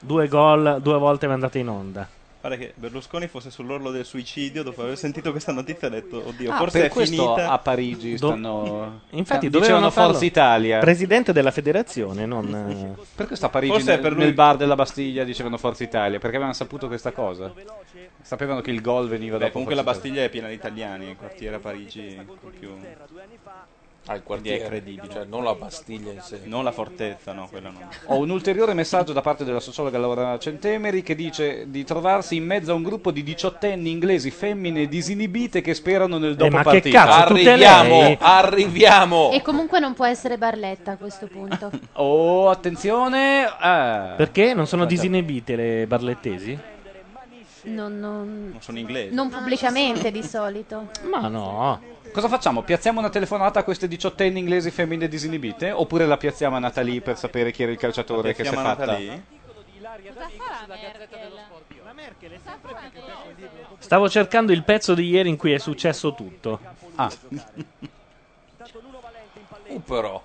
Speaker 2: Due gol, due volte mandate in onda.
Speaker 6: Pare che Berlusconi fosse sull'orlo del suicidio dopo aver sentito questa notizia ha detto oddio,
Speaker 10: Ah,
Speaker 6: forse
Speaker 10: per
Speaker 6: è
Speaker 10: questo
Speaker 6: finita.
Speaker 10: a Parigi stanno-
Speaker 2: Infatti
Speaker 10: Dicevano
Speaker 2: dovevano farlo
Speaker 10: Forza Italia.
Speaker 2: Presidente della federazione, non... eh.
Speaker 10: Per questo a Parigi
Speaker 6: Forse è
Speaker 10: nel,
Speaker 6: per lui-
Speaker 10: nel bar della Bastiglia dicevano Forza Italia, perché avevano saputo questa cosa. Sapevano che il gol veniva
Speaker 6: Beh,
Speaker 10: dopo
Speaker 6: comunque la
Speaker 10: Forza
Speaker 6: Bastiglia è piena di italiani, il quartiere a Parigi è più...
Speaker 22: Ah, il
Speaker 6: Quindi è
Speaker 22: quartiere,
Speaker 6: credibile.
Speaker 22: cioè, non la Bastiglia in sé.
Speaker 6: Non la fortezza, no, quella no.
Speaker 10: Ho un ulteriore messaggio da parte della sociologa Laura Centemeri che dice di trovarsi in mezzo a un gruppo di diciottenni inglesi femmine disinibite che sperano nel dopo
Speaker 2: Eh, ma che
Speaker 10: partita.
Speaker 2: cazzo, tutte Arriviamo, lei?
Speaker 10: arriviamo.
Speaker 12: E comunque non può essere Barletta a questo punto.
Speaker 10: Oh, attenzione. Ah.
Speaker 2: Perché Eh, non sono
Speaker 10: Aspetta.
Speaker 2: disinibite le barlettesi?
Speaker 12: Non, non-
Speaker 6: Non sono inglese.
Speaker 12: non pubblicamente di solito.
Speaker 2: Ma no.
Speaker 10: Ah, Cosa facciamo? Piazziamo una telefonata a queste diciottenni inglesi femmine disinibite? Oppure la piazziamo a Natalie per sapere chi era il calciatore che si è
Speaker 6: Chiamano
Speaker 10: fatta?
Speaker 6: Nathalie?
Speaker 2: Stavo cercando il pezzo di ieri in cui è successo tutto.
Speaker 10: Ah.
Speaker 22: Uh, però.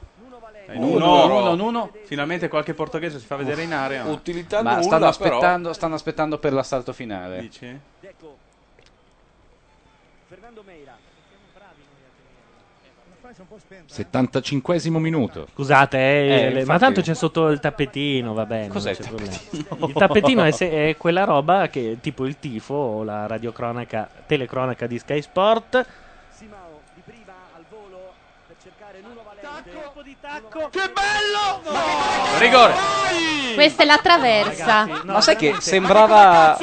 Speaker 6: Eh,
Speaker 10: Nuno,
Speaker 6: Nuno,
Speaker 10: Nuno,
Speaker 6: Finalmente qualche portoghese si fa vedere in area.
Speaker 22: Utilità
Speaker 10: Ma
Speaker 6: nulla,
Speaker 10: stanno
Speaker 6: però.
Speaker 10: aspettando, stanno aspettando per l'assalto finale.
Speaker 6: Dici?
Speaker 26: Ecco, Fernando Meira. Siamo bravi noi a
Speaker 3: 75esimo minuto.
Speaker 2: Scusate, eh,
Speaker 3: Eh,
Speaker 2: le- ma
Speaker 3: infatti-
Speaker 2: tanto c'è sotto il tappetino, va bene.
Speaker 3: Cos'è il
Speaker 2: non c'è problema.
Speaker 3: tappetino?
Speaker 2: Il tappetino
Speaker 10: *laughs*
Speaker 2: è, se- è quella roba che tipo il tifo o la radiocronaca, telecronaca di Sky Sport.
Speaker 26: Simao di prima al volo per cercare Nuno Valente.
Speaker 7: Che bello!
Speaker 10: Rigore.
Speaker 12: Questa è la traversa.
Speaker 10: Ma sai che sembrava...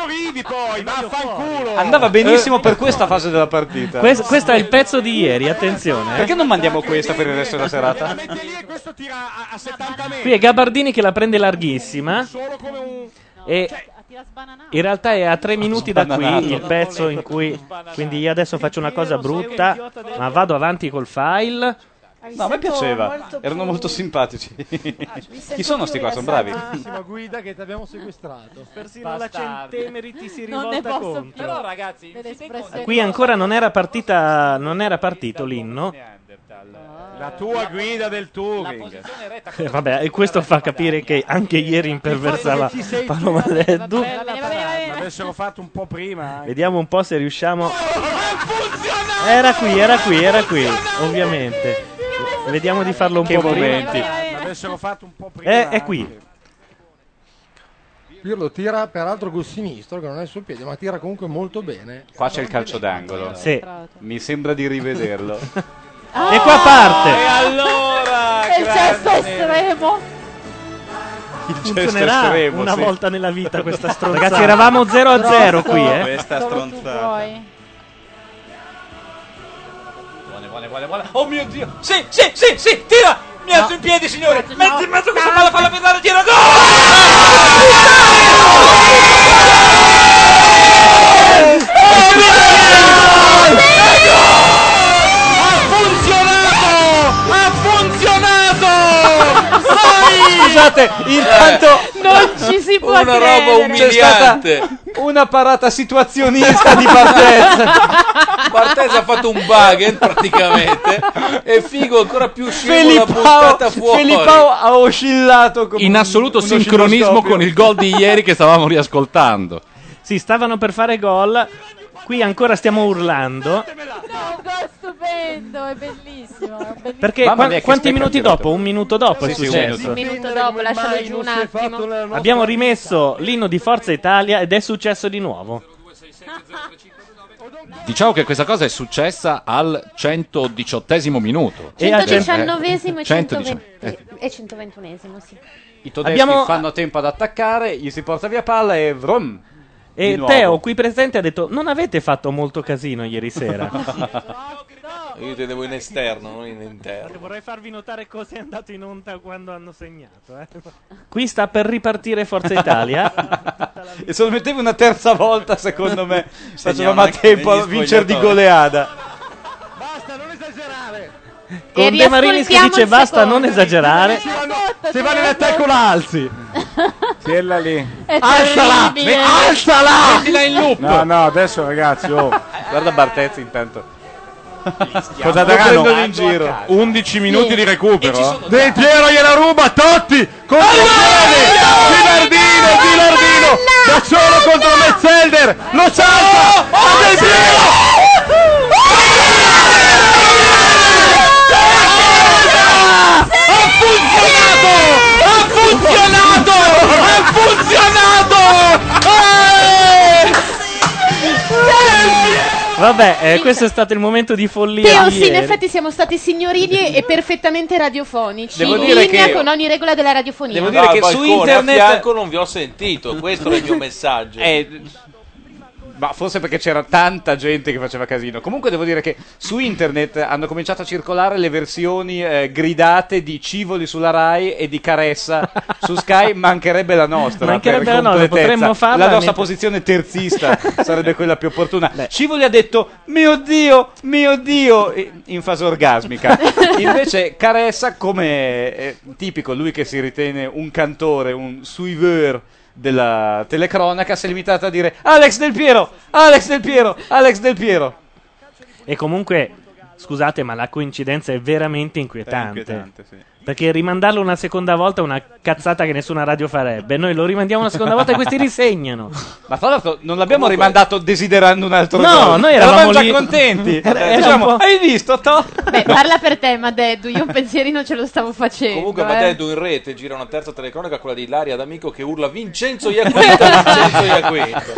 Speaker 10: Andava benissimo per questa fase della partita.
Speaker 2: Questo, questo è il pezzo di ieri, attenzione. eh.
Speaker 10: Perché non mandiamo questa per il resto della serata?
Speaker 2: Qui è Gabardini che la prende larghissima. E in realtà è a tre minuti da qui
Speaker 10: Sbananato.
Speaker 2: il pezzo in cui. Quindi io adesso faccio una cosa brutta, ma vado avanti col file.
Speaker 10: No, a me piaceva. Erano molto simpatici. Ah, Chi sono sti qua? Sono bravi.
Speaker 26: guida che ti abbiamo sequestrato.
Speaker 2: Persino
Speaker 26: la
Speaker 2: Centemeri ti si
Speaker 26: rivolta contro.
Speaker 11: Però ragazzi, vi rendete conto-
Speaker 2: Qui ancora non era partita, non era partito l'inno.
Speaker 11: La tua guida del Turing.
Speaker 2: Eh, vabbè, e questo fa capire che anche ieri imperversava Paolo Maleddu.
Speaker 11: L'avessero fatto un po' prima.
Speaker 2: Vediamo un po' se riusciamo. Era qui, era qui, era qui, ovviamente. Vediamo di farlo un po' prima. Eh,
Speaker 11: L'avessero fatto un po' prima.
Speaker 2: È, è qui.
Speaker 8: Pirlo tira peraltro col sinistro, che non è sul piede, ma tira comunque molto bene.
Speaker 10: Qua c'è il calcio d'angolo.
Speaker 2: Sì. Ah!
Speaker 10: Mi sembra di
Speaker 2: *laughs*
Speaker 10: rivederlo.
Speaker 2: e qua parte.
Speaker 10: E allora!
Speaker 4: *laughs* È il gesto estremo.
Speaker 10: Il gesto
Speaker 2: Funzionerà
Speaker 10: estremo,
Speaker 2: una
Speaker 10: sì.
Speaker 2: volta nella
Speaker 23: *laughs*
Speaker 2: vita questa stronzata. Ragazzi, eravamo 0 a 0 qui, eh.
Speaker 10: Questa stronzata.
Speaker 23: Vuole, vuole, vuole, vuole. Oh mio dio! Sì, sì, sì, sì, tira! Mi alzo in piedi, signore! Metti in mezzo questa palla, falla pesare, tira!
Speaker 7: Ha *laughs* funzionato!
Speaker 23: Scusate,
Speaker 7: il
Speaker 23: tanto-
Speaker 7: Non ci si può
Speaker 23: Una roba
Speaker 7: credere.
Speaker 23: umiliante.
Speaker 10: Una parata situazionista di partenza.
Speaker 24: Bartese ha fatto un
Speaker 10: *laughs*
Speaker 24: bugger praticamente e Figo ancora più scemo la puntata fuori.
Speaker 10: Felippao ha oscillato come
Speaker 3: In assoluto
Speaker 10: un
Speaker 3: sincronismo
Speaker 10: oscilloscopio.
Speaker 3: con il gol di
Speaker 10: *laughs*
Speaker 3: ieri che stavamo riascoltando.
Speaker 2: Sì, stavano per fare gol. Qui ancora stiamo
Speaker 13: No,
Speaker 2: urlando.
Speaker 13: un gol stupendo, è bellissimo. è bellissimo.
Speaker 2: Perché
Speaker 13: Mamma
Speaker 2: qua-
Speaker 13: mia, che
Speaker 2: quanti
Speaker 13: spettacolo.
Speaker 2: minuti dopo? Un minuto dopo è
Speaker 13: Sì, sì, un
Speaker 2: successo.
Speaker 13: Un minuto dopo, lascialo giù un attimo.
Speaker 2: Abbiamo rimesso l'inno di Forza Italia ed è successo di nuovo.
Speaker 3: Diciamo che questa cosa è successa al 118 minuto.
Speaker 12: 119esimo
Speaker 3: eh,
Speaker 12: e 120
Speaker 3: 119.
Speaker 12: e 121esimo, sì.
Speaker 10: I tedeschi
Speaker 12: Abbiamo-
Speaker 10: fanno a tempo ad attaccare, gli si porta via palla e vrom.
Speaker 2: E
Speaker 10: Di nuovo.
Speaker 2: Teo, qui presente, ha detto: Non avete fatto molto
Speaker 10: eh.
Speaker 2: casino
Speaker 6: *laughs*
Speaker 2: ieri sera.
Speaker 24: Io tenevo in esterno, non in interno.
Speaker 2: Vorrei farvi notare cosa è andato in onda quando hanno segnato. eh. Qui sta per ripartire Forza Italia.
Speaker 10: *laughs* e se lo mettevi una terza volta, secondo me, facevamo a
Speaker 2: anche
Speaker 10: tempo a
Speaker 2: negli
Speaker 10: vincere di
Speaker 2: spogliatoi.
Speaker 10: goleada.
Speaker 2: Con De Marinis che dice: Basta non esagerare.
Speaker 10: Se va in attacco la
Speaker 13: *laughs*
Speaker 10: alzi. Tienila lì.
Speaker 13: È
Speaker 10: Alzala!
Speaker 13: terribile.
Speaker 10: Me- alzala!
Speaker 24: Mettila in loop.
Speaker 11: No, no, adesso ragazzi, oh.
Speaker 10: Guarda Bartezzi intanto.
Speaker 11: Cosa
Speaker 10: Lo
Speaker 11: daranno?
Speaker 10: prendono in giro.
Speaker 11: 11 minuti
Speaker 10: Sì.
Speaker 11: di
Speaker 10: E ci sono- Ah,
Speaker 11: recupero. eh. De Piero gliela ruba, Totti! Contro Pieri! Gilardino, Gilardino! Da solo contro Metzelder! Lo salta! Ma De Piero!
Speaker 7: Ha funzionato! Ha funzionato! Ha funzionato!
Speaker 2: Vabbè, eh, questo è stato il momento di follia.
Speaker 12: Teo,
Speaker 2: di
Speaker 12: sì, in
Speaker 2: ieri.
Speaker 12: effetti siamo stati signorini e perfettamente radiofonici.
Speaker 24: Devo
Speaker 12: in
Speaker 24: dire
Speaker 12: linea
Speaker 24: che-
Speaker 12: con ogni regola della radiofonia.
Speaker 24: Devo dire che su internet Eh, a fianco non vi ho sentito, questo era il *laughs* mio messaggio.
Speaker 10: Ma forse perché c'era tanta gente che faceva casino. Comunque devo dire che su internet hanno cominciato a circolare le versioni eh, gridate di Civoli sulla Rai e di Caressa su
Speaker 2: *laughs*
Speaker 10: Sky. Mancherebbe la nostra.
Speaker 2: Mancherebbe
Speaker 10: per
Speaker 2: la nostra,
Speaker 10: completezza.
Speaker 2: potremmo farla
Speaker 10: La nostra
Speaker 2: mentre-
Speaker 10: posizione terzista sarebbe quella più opportuna. Civoli ha detto: Mio Dio, mio Dio, e- in fase orgasmica. Invece Caressa, come eh, tipico, lui che si ritene un cantore, un suiveur della telecronaca, si è limitato a dire Alex Del Piero, Alex Del Piero, Alex Del Piero.
Speaker 2: E comunque, scusate, ma la coincidenza è veramente inquietante.
Speaker 10: È inquietante, sì.
Speaker 2: Perché rimandarlo una seconda volta è una cazzata che nessuna radio farebbe. Noi lo rimandiamo una seconda volta e questi
Speaker 10: *laughs*
Speaker 2: risegnano.
Speaker 10: Ma tra l'altro non l'abbiamo rimandato desiderando un altro
Speaker 2: No,
Speaker 10: gol.
Speaker 2: noi eravamo
Speaker 10: già
Speaker 2: lì-
Speaker 10: contenti.
Speaker 2: Era- *laughs* era
Speaker 10: Diciamo,
Speaker 2: un po'-
Speaker 10: Hai visto, Toh?
Speaker 12: Beh, parla per te, Madeddu. Io un pensierino ce lo stavo facendo.
Speaker 24: Comunque
Speaker 12: eh.
Speaker 24: Madeddu in rete gira una terza telecronaca, quella di Ilaria D'Amico che urla Vincenzo Iaquinto, Vincenzo Iaquinto.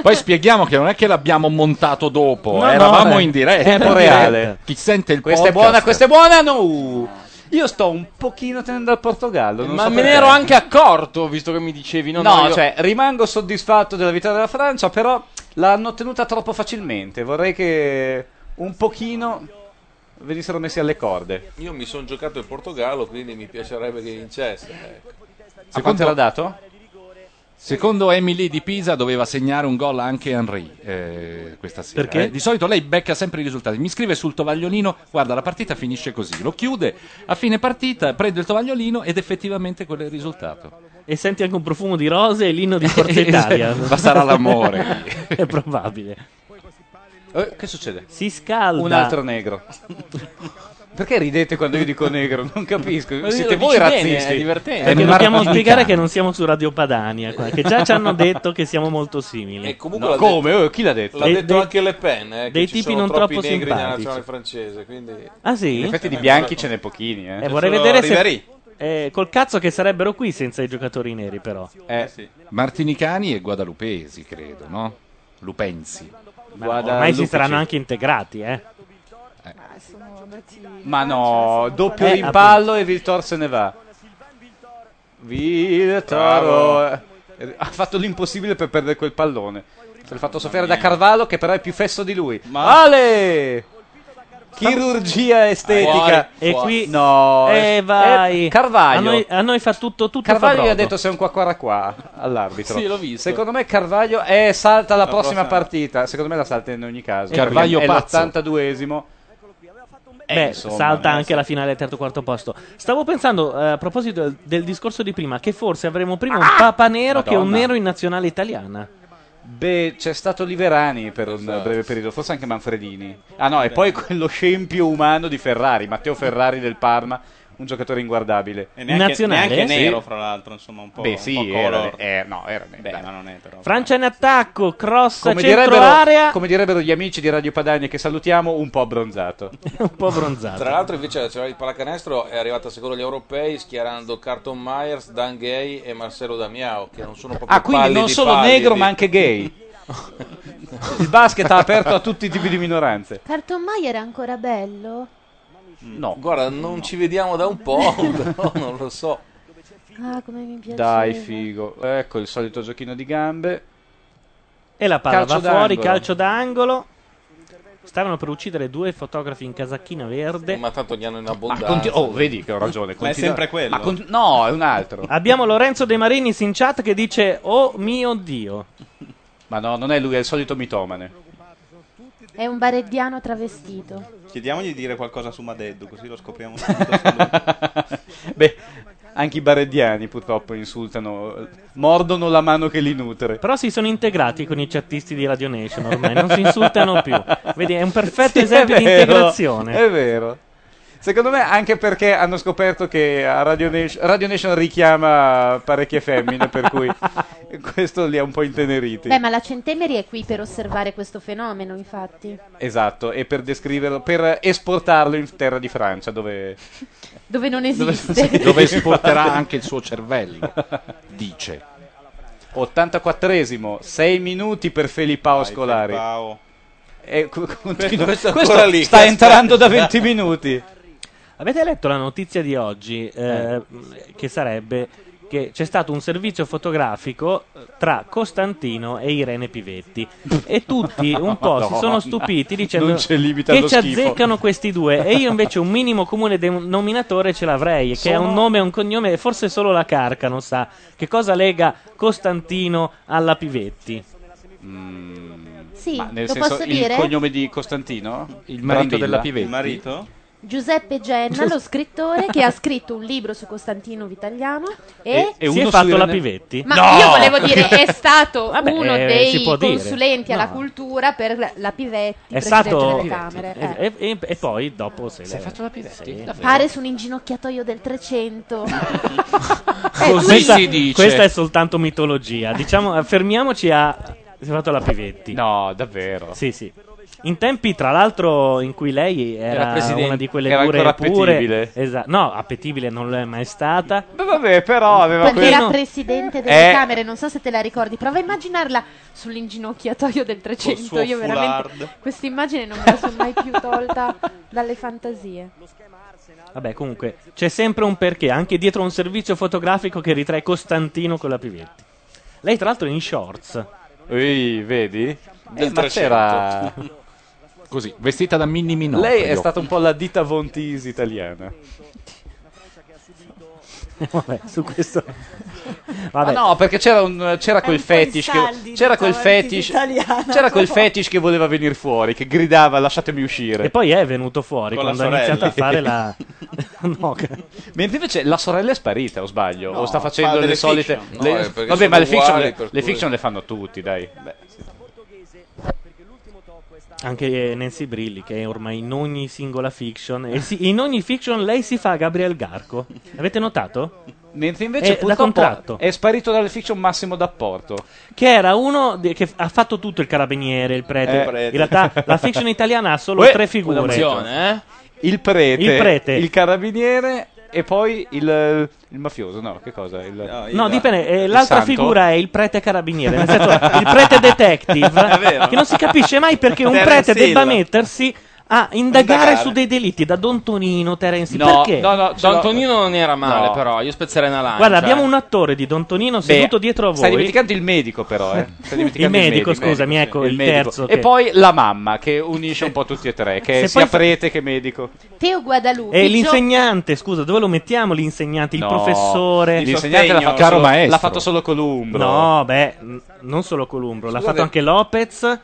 Speaker 3: *laughs* Poi spieghiamo che non è che l'abbiamo montato dopo,
Speaker 10: No, no,
Speaker 3: eravamo
Speaker 10: vabbè.
Speaker 3: in diretta.
Speaker 10: Tempo reale.
Speaker 3: Chi sente il
Speaker 10: Questa è
Speaker 3: podcast-
Speaker 10: buona, questa è buona, no! Io sto un pochino tenendo al Portogallo. non
Speaker 23: Ma
Speaker 10: so
Speaker 23: me
Speaker 10: perché.
Speaker 23: ne ero anche accorto, visto che mi dicevi no,
Speaker 10: No,
Speaker 23: no, io-
Speaker 10: cioè, rimango soddisfatto della vita della Francia, però l'hanno ottenuta troppo facilmente. Vorrei che un pochino venissero messi alle corde.
Speaker 24: Io mi sono giocato il Portogallo, quindi mi piacerebbe che vincesse. ecco.
Speaker 10: A quanto era dato?
Speaker 3: Secondo Emily di Pisa doveva segnare un gol anche Henry eh, questa sera.
Speaker 2: Perché?
Speaker 3: eh. Di solito lei becca sempre i risultati. Mi scrive sul tovagliolino, guarda la partita finisce così. Lo chiude, a fine partita prende il tovagliolino ed effettivamente quello è il risultato. Eh,
Speaker 2: E senti anche un profumo di rose
Speaker 3: *laughs*
Speaker 2: e l'inno di Forza Italia.
Speaker 3: Ma sarà
Speaker 2: *laughs*
Speaker 3: l'amore.
Speaker 2: è probabile.
Speaker 10: Eh, che succede?
Speaker 2: Si scalda.
Speaker 10: Un altro negro. Perché ridete quando io dico negro? Non
Speaker 23: Ma
Speaker 10: capisco.
Speaker 23: lo
Speaker 10: Siete
Speaker 23: dici
Speaker 10: voi
Speaker 23: bene,
Speaker 10: razzisti.
Speaker 23: è divertente.
Speaker 2: Perché
Speaker 10: una
Speaker 2: dobbiamo
Speaker 10: raffica.
Speaker 2: spiegare che non siamo su Radio Padania, qua, che già ci hanno detto che siamo molto simili.
Speaker 24: E comunque
Speaker 2: No,
Speaker 24: l'ha detto-
Speaker 2: Eh,
Speaker 10: Oh, chi l'ha detto?
Speaker 24: L'ha
Speaker 2: Dei-
Speaker 24: detto
Speaker 2: dei-
Speaker 24: anche Le Pen, eh, che
Speaker 2: dei
Speaker 24: ci
Speaker 2: tipi
Speaker 24: sono
Speaker 2: non
Speaker 24: troppi
Speaker 2: troppo
Speaker 24: negri nella
Speaker 2: simpatici.
Speaker 24: nazionale francese, quindi
Speaker 2: Ah, sì?
Speaker 24: In effetti
Speaker 10: di bianchi ce n'è pochini, eh.
Speaker 2: Eh, vorrei
Speaker 24: Solo
Speaker 2: vedere se,
Speaker 24: Ribéry.
Speaker 2: Eh, col cazzo che sarebbero qui senza i giocatori neri, però.
Speaker 3: Eh, Martinicani e guadalupesi, credo, no? Lupensi.
Speaker 2: Ma ormai si saranno anche integrati, eh.
Speaker 4: Sono andati-
Speaker 10: Ma
Speaker 4: Cioè,
Speaker 10: no, doppio
Speaker 2: Eh,
Speaker 10: rimpallo e Viltor se ne va. Viltor eh, ha fatto l'impossibile per perdere quel pallone. Se l'ha fatto soffrire da Carvalho, che però è più fesso di lui. Ale! Chirurgia estetica.
Speaker 2: e qui
Speaker 10: no,
Speaker 2: eh,
Speaker 10: eh,
Speaker 2: vai.
Speaker 10: Carvalho.
Speaker 2: A noi, a noi fa tutto, tutto
Speaker 10: Carvaglio gli
Speaker 2: Fabrodo.
Speaker 10: ha detto sei un qua qua qua all'arbitro.
Speaker 2: Sì, l'ho visto.
Speaker 10: Secondo me Carvaglio eh, salta la,
Speaker 2: La
Speaker 10: prossima,
Speaker 2: prossima.
Speaker 10: partita. Secondo me la salta in ogni caso.
Speaker 2: Carvaglio
Speaker 10: Perché
Speaker 2: pazzo.
Speaker 10: è l'82esimo.
Speaker 2: Beh,
Speaker 10: Eh, insomma,
Speaker 2: salta
Speaker 10: nel
Speaker 2: anche la finale del terzo quarto posto. Stavo pensando, eh, a proposito del, del discorso di prima, che forse avremo prima un papa nero che un
Speaker 10: Ah! Madonna.
Speaker 2: nero in nazionale italiana.
Speaker 10: Beh, c'è stato Liverani per un
Speaker 24: Esatto.
Speaker 10: breve periodo, forse anche Manfredini. Ah no, e poi quello scempio umano di Ferrari, Matteo Ferrari del Parma, un giocatore inguardabile.
Speaker 6: E neanche- Nazionale? neanche
Speaker 10: Sì.
Speaker 6: nero, fra l'altro, insomma, un po'-
Speaker 10: Beh,
Speaker 6: un
Speaker 10: sì,
Speaker 6: po'
Speaker 10: era-
Speaker 6: color.
Speaker 10: eh, no, era nero.
Speaker 6: Beh,
Speaker 10: dai.
Speaker 6: ma non è però.
Speaker 2: Francia in attacco, cross
Speaker 10: Come
Speaker 2: centro
Speaker 10: direbbero,
Speaker 2: area.
Speaker 10: come direbbero gli amici di Radio Padania che salutiamo, un po' abbronzato.
Speaker 2: *laughs* un
Speaker 10: Esatto.
Speaker 2: po' abbronzato.
Speaker 24: Tra l'altro, invece, la nazionale di pallacanestro è arrivata secondo gli europei schierando Carton Myers, Dan Gay e Marcelo Damiao, che non sono proprio
Speaker 10: Ah, quindi non
Speaker 24: pallidi,
Speaker 10: solo
Speaker 24: pallidi.
Speaker 10: negro ma anche
Speaker 24: *laughs*
Speaker 10: gay. Il basket ha aperto a tutti i tipi di minoranze.
Speaker 12: Carton Mayer è ancora bello?
Speaker 10: No.
Speaker 24: Guarda, non ci vediamo da un po', *laughs* però non lo so.
Speaker 12: Ah, come mi piace.
Speaker 10: Dai, figo. Ecco il solito giochino di gambe.
Speaker 2: E la palla
Speaker 10: Calcio
Speaker 2: va fuori,
Speaker 10: d'angolo.
Speaker 2: calcio d'angolo. Stavano per uccidere due fotografi in casacchina verde.
Speaker 24: Ma tanto gli hanno in
Speaker 10: Ma
Speaker 24: abbondanza.
Speaker 10: conti- oh, vedi che ho ragione.
Speaker 2: Ma è
Speaker 10: continua-
Speaker 2: sempre quello?
Speaker 10: ma con- no, è un altro.
Speaker 2: Abbiamo Lorenzo De Marinis in chat che dice: Oh mio dio.
Speaker 10: Ma no, non è lui, è il solito mitomane.
Speaker 12: È un barediano travestito.
Speaker 6: Chiediamogli di dire qualcosa su Madeddu, così lo
Speaker 2: *laughs*
Speaker 6: scopriamo subito. se lui-
Speaker 10: Beh, anche i barediani purtroppo insultano, mordono la mano che li nutre.
Speaker 2: Però si sono integrati con i chattisti di Radio Nation ormai, non si
Speaker 10: *laughs*
Speaker 2: insultano più. Vedi, è un perfetto
Speaker 10: Sì,
Speaker 2: esempio
Speaker 10: è
Speaker 2: di
Speaker 10: vero,
Speaker 2: integrazione.
Speaker 10: È vero. Secondo me anche perché hanno scoperto che a Radio Nation, Radio Nation richiama parecchie femmine, per
Speaker 2: *laughs*
Speaker 10: cui questo li ha un po' inteneriti.
Speaker 12: Beh, ma la Centemeri è qui per osservare questo fenomeno, infatti.
Speaker 10: Esatto, e per descriverlo, per esportarlo in terra di Francia, dove...
Speaker 12: *laughs* Dove non esiste.
Speaker 10: sì,
Speaker 3: Dove esporterà anche il suo
Speaker 10: *laughs*
Speaker 3: cervello, dice.
Speaker 10: 84esimo, 6 minuti per Felippao Scolari. E co- continua-
Speaker 24: Questo è ancora
Speaker 10: questo
Speaker 24: lì,
Speaker 10: sta
Speaker 24: che
Speaker 10: entrando da
Speaker 24: aspetta.
Speaker 10: 20 minuti.
Speaker 2: Avete letto la notizia di oggi eh, che sarebbe che c'è stato un servizio fotografico eh, tra Costantino e Irene Pivetti e tutti un po' si sono
Speaker 10: Madonna.
Speaker 2: stupiti dicendo
Speaker 10: Non c'è limite
Speaker 2: che
Speaker 10: allo
Speaker 2: ci
Speaker 10: schifo."
Speaker 2: azzeccano questi due e io invece un minimo comune denominatore ce l'avrei che è
Speaker 10: Sono-
Speaker 2: un nome e un cognome e forse solo la carca non sa che cosa lega Costantino alla Pivetti
Speaker 12: Sì,
Speaker 10: Ma nel
Speaker 12: lo
Speaker 10: senso
Speaker 12: posso
Speaker 10: il
Speaker 12: dire?
Speaker 10: cognome di Costantino? Il
Speaker 3: marito della Pivetti.
Speaker 6: Il marito?
Speaker 12: Giuseppe Genna, lo scrittore che ha scritto un libro su Costantino Vitagliano e,
Speaker 2: si è fatto la Pivetti
Speaker 12: Ma io volevo dire,
Speaker 2: *laughs*
Speaker 12: è stato
Speaker 2: Vabbè,
Speaker 12: uno
Speaker 2: eh, si
Speaker 12: dei
Speaker 2: può dire.
Speaker 12: consulenti alla
Speaker 2: No.
Speaker 12: cultura per la Pivetti,
Speaker 2: è
Speaker 12: presidente
Speaker 2: stato
Speaker 12: delle Camere. eh.
Speaker 2: e, e- e poi dopo se l'è
Speaker 12: fatto
Speaker 2: la Pivetti
Speaker 12: Pare su un inginocchiatoio del 300. Eh,
Speaker 2: Così
Speaker 12: lui-
Speaker 2: si dice. Questa è soltanto mitologia. Diciamo, fermiamoci a. Si è fatto la Pivetti.
Speaker 10: No, davvero.
Speaker 2: Sì, sì. In tempi, tra l'altro, in cui lei
Speaker 10: Era
Speaker 2: era,
Speaker 10: presidente-
Speaker 2: una di quelle
Speaker 10: era
Speaker 2: dure
Speaker 10: ancora
Speaker 2: pure.
Speaker 10: appetibile.
Speaker 2: Esa- no, appetibile non lo è mai stata.
Speaker 10: Beh, vabbè, però aveva
Speaker 12: Quando era
Speaker 2: quello.
Speaker 12: presidente delle
Speaker 2: Eh.
Speaker 12: Camere, non so se te la ricordi, prova a immaginarla sull'inginocchiatoio del 300.
Speaker 6: suo
Speaker 12: Io veramente
Speaker 6: foulard.
Speaker 12: questa immagine non me la sono mai più tolta dalle fantasie.
Speaker 2: Vabbè, comunque, c'è sempre un perché, anche dietro un servizio fotografico che ritrae Costantino con la Pivetti. Lei, tra l'altro, è in shorts.
Speaker 10: Ehi, vedi?
Speaker 3: Del
Speaker 10: Eh, ma
Speaker 3: 300.
Speaker 10: c'era-
Speaker 3: *laughs* Così, vestita da mini minò.
Speaker 10: Lei è stata un po' la dita Vontis italiana.
Speaker 2: *laughs* Vabbè, su questo.
Speaker 10: Ma
Speaker 2: Vabbè.
Speaker 10: Ah, no, perché c'era, un- c'era
Speaker 2: È
Speaker 10: quel
Speaker 2: un po'
Speaker 10: fetish.
Speaker 2: insaldi,
Speaker 10: Che, c'era quel
Speaker 2: diciamo, il
Speaker 10: fetish.
Speaker 2: italiano.
Speaker 4: *laughs*
Speaker 10: C'era quel fetish che voleva venire fuori, che gridava lasciatemi uscire.
Speaker 2: E poi è venuto fuori
Speaker 10: Con la
Speaker 2: quando ha iniziato a fare
Speaker 10: sorella. *laughs*
Speaker 2: la. *laughs* no, che-
Speaker 10: Mentre invece la sorella è sparita, o sbaglio?
Speaker 2: No,
Speaker 10: o sta
Speaker 2: fa
Speaker 10: facendo le
Speaker 2: delle
Speaker 10: solite.
Speaker 2: fiction.
Speaker 10: le-
Speaker 2: No, eh, perché
Speaker 10: Vabbè,
Speaker 2: sono
Speaker 10: ma le fiction,
Speaker 2: uguali,
Speaker 10: le,
Speaker 2: per
Speaker 10: le
Speaker 2: cui-
Speaker 10: fiction le fanno tutti, dai.
Speaker 2: Anche Nancy Brilli, che è ormai in ogni singola fiction. E si- in ogni fiction lei si fa Gabriel Garco. Avete notato?
Speaker 10: Mentre invece
Speaker 2: è da
Speaker 10: purtroppo
Speaker 2: contratto.
Speaker 10: è sparito dalle fiction Massimo D'Apporto.
Speaker 2: Che era uno de- che f- ha fatto tutto il carabiniere, il prete.
Speaker 10: Eh, prete.
Speaker 2: In realtà la
Speaker 10: *laughs*
Speaker 2: fiction *laughs* italiana ha solo
Speaker 10: Uè,
Speaker 2: tre figure.
Speaker 10: un'azione, eh? Il prete,
Speaker 2: eh? Il prete.
Speaker 10: il carabiniere e e poi il, il mafioso, no, che cosa? Il,
Speaker 2: No, dipende. eh,
Speaker 10: il
Speaker 2: l'altra
Speaker 10: santo?
Speaker 2: figura è il prete carabiniere, nel senso il prete detective,
Speaker 10: *laughs* È vero.
Speaker 2: che non si capisce mai perché un
Speaker 10: Terence
Speaker 2: prete
Speaker 10: Hill.
Speaker 2: debba mettersi a indagare,
Speaker 23: Indagare.
Speaker 2: su dei delitti da Don Tonino, Terence Hill.
Speaker 23: No,
Speaker 2: perché?
Speaker 23: no, no, Don Tonino non era male,
Speaker 2: No.
Speaker 23: però. Io spezzerei una lancia.
Speaker 2: Guarda, abbiamo
Speaker 23: eh.
Speaker 2: un attore di Don Tonino
Speaker 23: Beh,
Speaker 2: seduto dietro a voi.
Speaker 23: stai dimenticando
Speaker 10: il medico, però,
Speaker 2: *laughs*
Speaker 10: eh. Stai
Speaker 2: il
Speaker 10: dimenticando il
Speaker 2: medico,
Speaker 10: medico,
Speaker 2: scusami,
Speaker 10: sì,
Speaker 2: ecco, il,
Speaker 10: medico.
Speaker 2: terzo.
Speaker 10: E
Speaker 2: che-
Speaker 10: poi la mamma che unisce un po' tutti e tre, che
Speaker 2: Se
Speaker 10: è sia
Speaker 2: poi fa-
Speaker 10: prete che medico.
Speaker 12: Teo Guadalupe.
Speaker 2: E
Speaker 12: Gio-
Speaker 2: l'insegnante, scusa, dove lo mettiamo l'insegnante? Il
Speaker 10: No,
Speaker 2: professore?
Speaker 10: l'insegnante l'ha fatto Caro solo- maestro. l'ha fatto solo Columbro.
Speaker 2: No, beh, n- non solo Columbro, l'ha
Speaker 24: Scusate.
Speaker 2: fatto anche Lopez.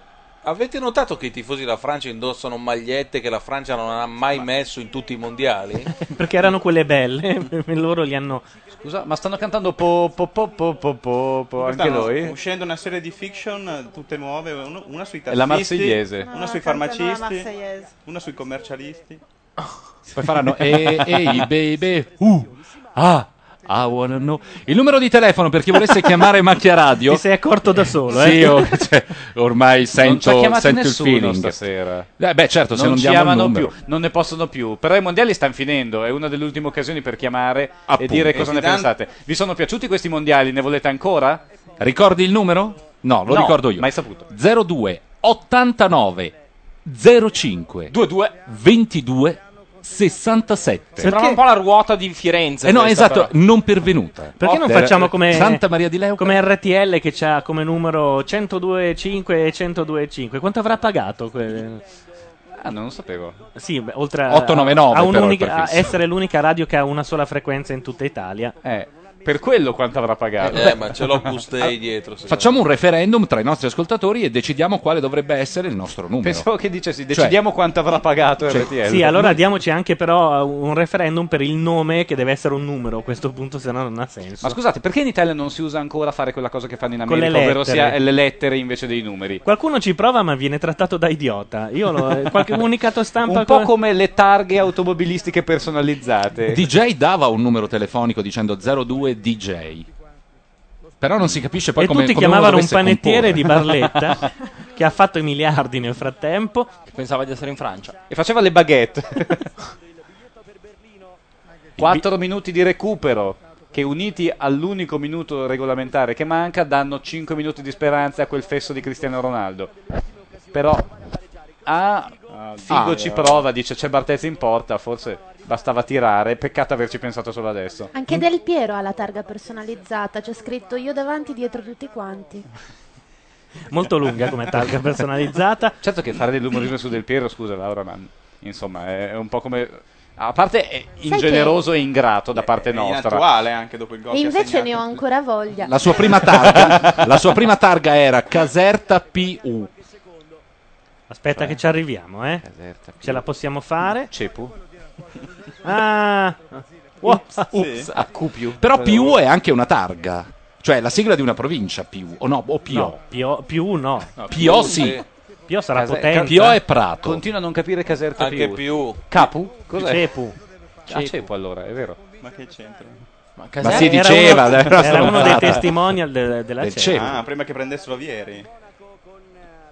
Speaker 24: Avete notato che i tifosi della Francia indossano magliette che la Francia non ha mai messo in tutti i mondiali?
Speaker 16: Eh,
Speaker 2: Perché erano quelle belle, *laughs* e loro li hanno.
Speaker 10: Scusa, ma stanno cantando po po po po po
Speaker 2: Oh,
Speaker 10: po, po anche
Speaker 6: Stanno
Speaker 10: noi?
Speaker 6: uscendo una serie di fiction eh, tutte nuove, uno- una sui
Speaker 10: È la
Speaker 6: tassisti,
Speaker 10: Marseigliese.
Speaker 6: una sui
Speaker 4: No, cantano la
Speaker 6: farmacisti,
Speaker 4: Marseigliese.
Speaker 6: una sui commercialisti.
Speaker 10: Poi faranno
Speaker 3: e- ehi, "Eh, baby, uh, ah, I wanna know. Il numero di telefono per chi volesse
Speaker 10: *laughs*
Speaker 3: chiamare Macchia Radio.
Speaker 2: Ti sei accorto da solo, eh?
Speaker 3: Sì,
Speaker 2: *laughs*
Speaker 3: o- cioè, ormai
Speaker 10: non ci ha
Speaker 3: sento,
Speaker 10: chiamato
Speaker 3: sento il
Speaker 10: nessuno
Speaker 3: feeling.
Speaker 10: stasera.
Speaker 3: Eh, beh, certo, se non
Speaker 10: ci
Speaker 3: diamo il
Speaker 10: chiamano
Speaker 3: numero.
Speaker 10: più, non ne possono più. Però i mondiali stanno finendo, è una delle ultime occasioni per chiamare e
Speaker 3: Appunto.
Speaker 10: dire
Speaker 3: E
Speaker 10: cosa ne
Speaker 3: Zidane-
Speaker 10: pensate. Vi sono piaciuti questi mondiali? Ne volete ancora?
Speaker 3: Ricordi il numero? No, lo
Speaker 10: No,
Speaker 3: ricordo io.
Speaker 10: mai saputo.
Speaker 3: 02 89 05
Speaker 10: 22
Speaker 3: 22 67.
Speaker 23: Sembrava un po' la ruota di Firenze.
Speaker 3: Eh no,
Speaker 23: questa,
Speaker 3: esatto,
Speaker 23: però.
Speaker 3: non pervenuta.
Speaker 2: Perché non facciamo come,
Speaker 3: Santa Maria di
Speaker 2: come RTL che ha come numero 102.5 e 102.5? Quanto avrà pagato? quel-
Speaker 10: Ah, non lo sapevo.
Speaker 2: Sì, beh, oltre a,
Speaker 10: 899
Speaker 2: a
Speaker 10: però il
Speaker 2: un'unica- a
Speaker 10: prefisso.
Speaker 2: essere l'unica radio che ha una sola frequenza in tutta Italia.
Speaker 10: Eh, per quello quanto avrà pagato?
Speaker 24: Eh, ma ce l'ho
Speaker 16: Ah,
Speaker 24: Gustei dietro. secondo
Speaker 3: Facciamo un referendum tra i nostri ascoltatori e decidiamo quale dovrebbe essere il nostro numero.
Speaker 10: Pensavo che dicessi, decidiamo quanto avrà pagato
Speaker 3: Cioè,
Speaker 10: RTL.
Speaker 2: Sì, allora diamoci anche però uh, un referendum per il nome che deve essere un numero a questo punto, se no non ha senso.
Speaker 10: Ma scusate, perché in Italia non si usa ancora fare quella cosa che fanno in
Speaker 2: Con
Speaker 10: America,
Speaker 2: le
Speaker 10: ovvero
Speaker 2: lettere.
Speaker 10: sia le lettere invece dei numeri?
Speaker 2: Qualcuno ci prova ma viene trattato da idiota. Io l'ho eh, qualche comunicato stampa
Speaker 10: Un po' come le targhe automobilistiche personalizzate.
Speaker 3: DJ dava un numero telefonico dicendo 02 DJ. Però non si capisce poi
Speaker 2: e
Speaker 3: come
Speaker 2: tutti
Speaker 3: come
Speaker 2: chiamavano
Speaker 3: uno
Speaker 2: un
Speaker 3: dovesse comporre.
Speaker 2: panettiere di
Speaker 3: *laughs*
Speaker 2: Barletta che ha fatto i miliardi nel frattempo.
Speaker 23: Pensava di essere in Francia.
Speaker 10: E faceva le baguette. 4 minuti di recupero che uniti all'unico minuto regolamentare che manca danno 5 minuti di speranza a quel fesso di Cristiano Ronaldo. Però ah, Figo
Speaker 23: ah,
Speaker 10: ci
Speaker 23: eh.
Speaker 10: prova, dice c'è Bartezzi in porta, forse bastava tirare, peccato averci pensato solo adesso.
Speaker 12: Anche Del Piero ha la targa personalizzata, c'è scritto io davanti, dietro tutti quanti.
Speaker 2: Molto lunga come targa personalizzata.
Speaker 10: *laughs* Certo che fare dell'umorismo su Del Piero, scusa Laura, ma insomma è è un po' come... A parte è ingeneroso e ingrato da parte nostra.
Speaker 6: inattuale anche dopo il gol
Speaker 12: e invece ne ho ancora voglia.
Speaker 3: La sua prima targa, la sua prima targa era Caserta PU.
Speaker 2: Aspetta che ci arriviamo, eh. Ce la possiamo fare.
Speaker 10: Cepu.
Speaker 2: Ah.
Speaker 3: Ups, ups, a Cupiu. Però PU è anche una targa, cioè la sigla di una provincia PU o no, o PO.
Speaker 2: No, Pio, Pio no.
Speaker 3: Pio sì.
Speaker 2: Pio sarà
Speaker 3: Case-
Speaker 2: potente. eh.
Speaker 3: Pio è Prato.
Speaker 10: Certo. Continua a non capire Caserta
Speaker 3: Anche
Speaker 10: più. Capu? Cos'è?
Speaker 2: Cepu.
Speaker 10: Ah, Cepu allora, è vero.
Speaker 6: Ma che c'entra?
Speaker 23: Ma,
Speaker 10: Caserta- si diceva,
Speaker 2: Era
Speaker 10: dai,
Speaker 2: uno,
Speaker 10: era
Speaker 2: era uno dei
Speaker 10: stronzata.
Speaker 2: testimonial de- della
Speaker 10: Del
Speaker 2: CEPU.
Speaker 10: CEPU.
Speaker 6: Ah, prima che prendessero Vieri.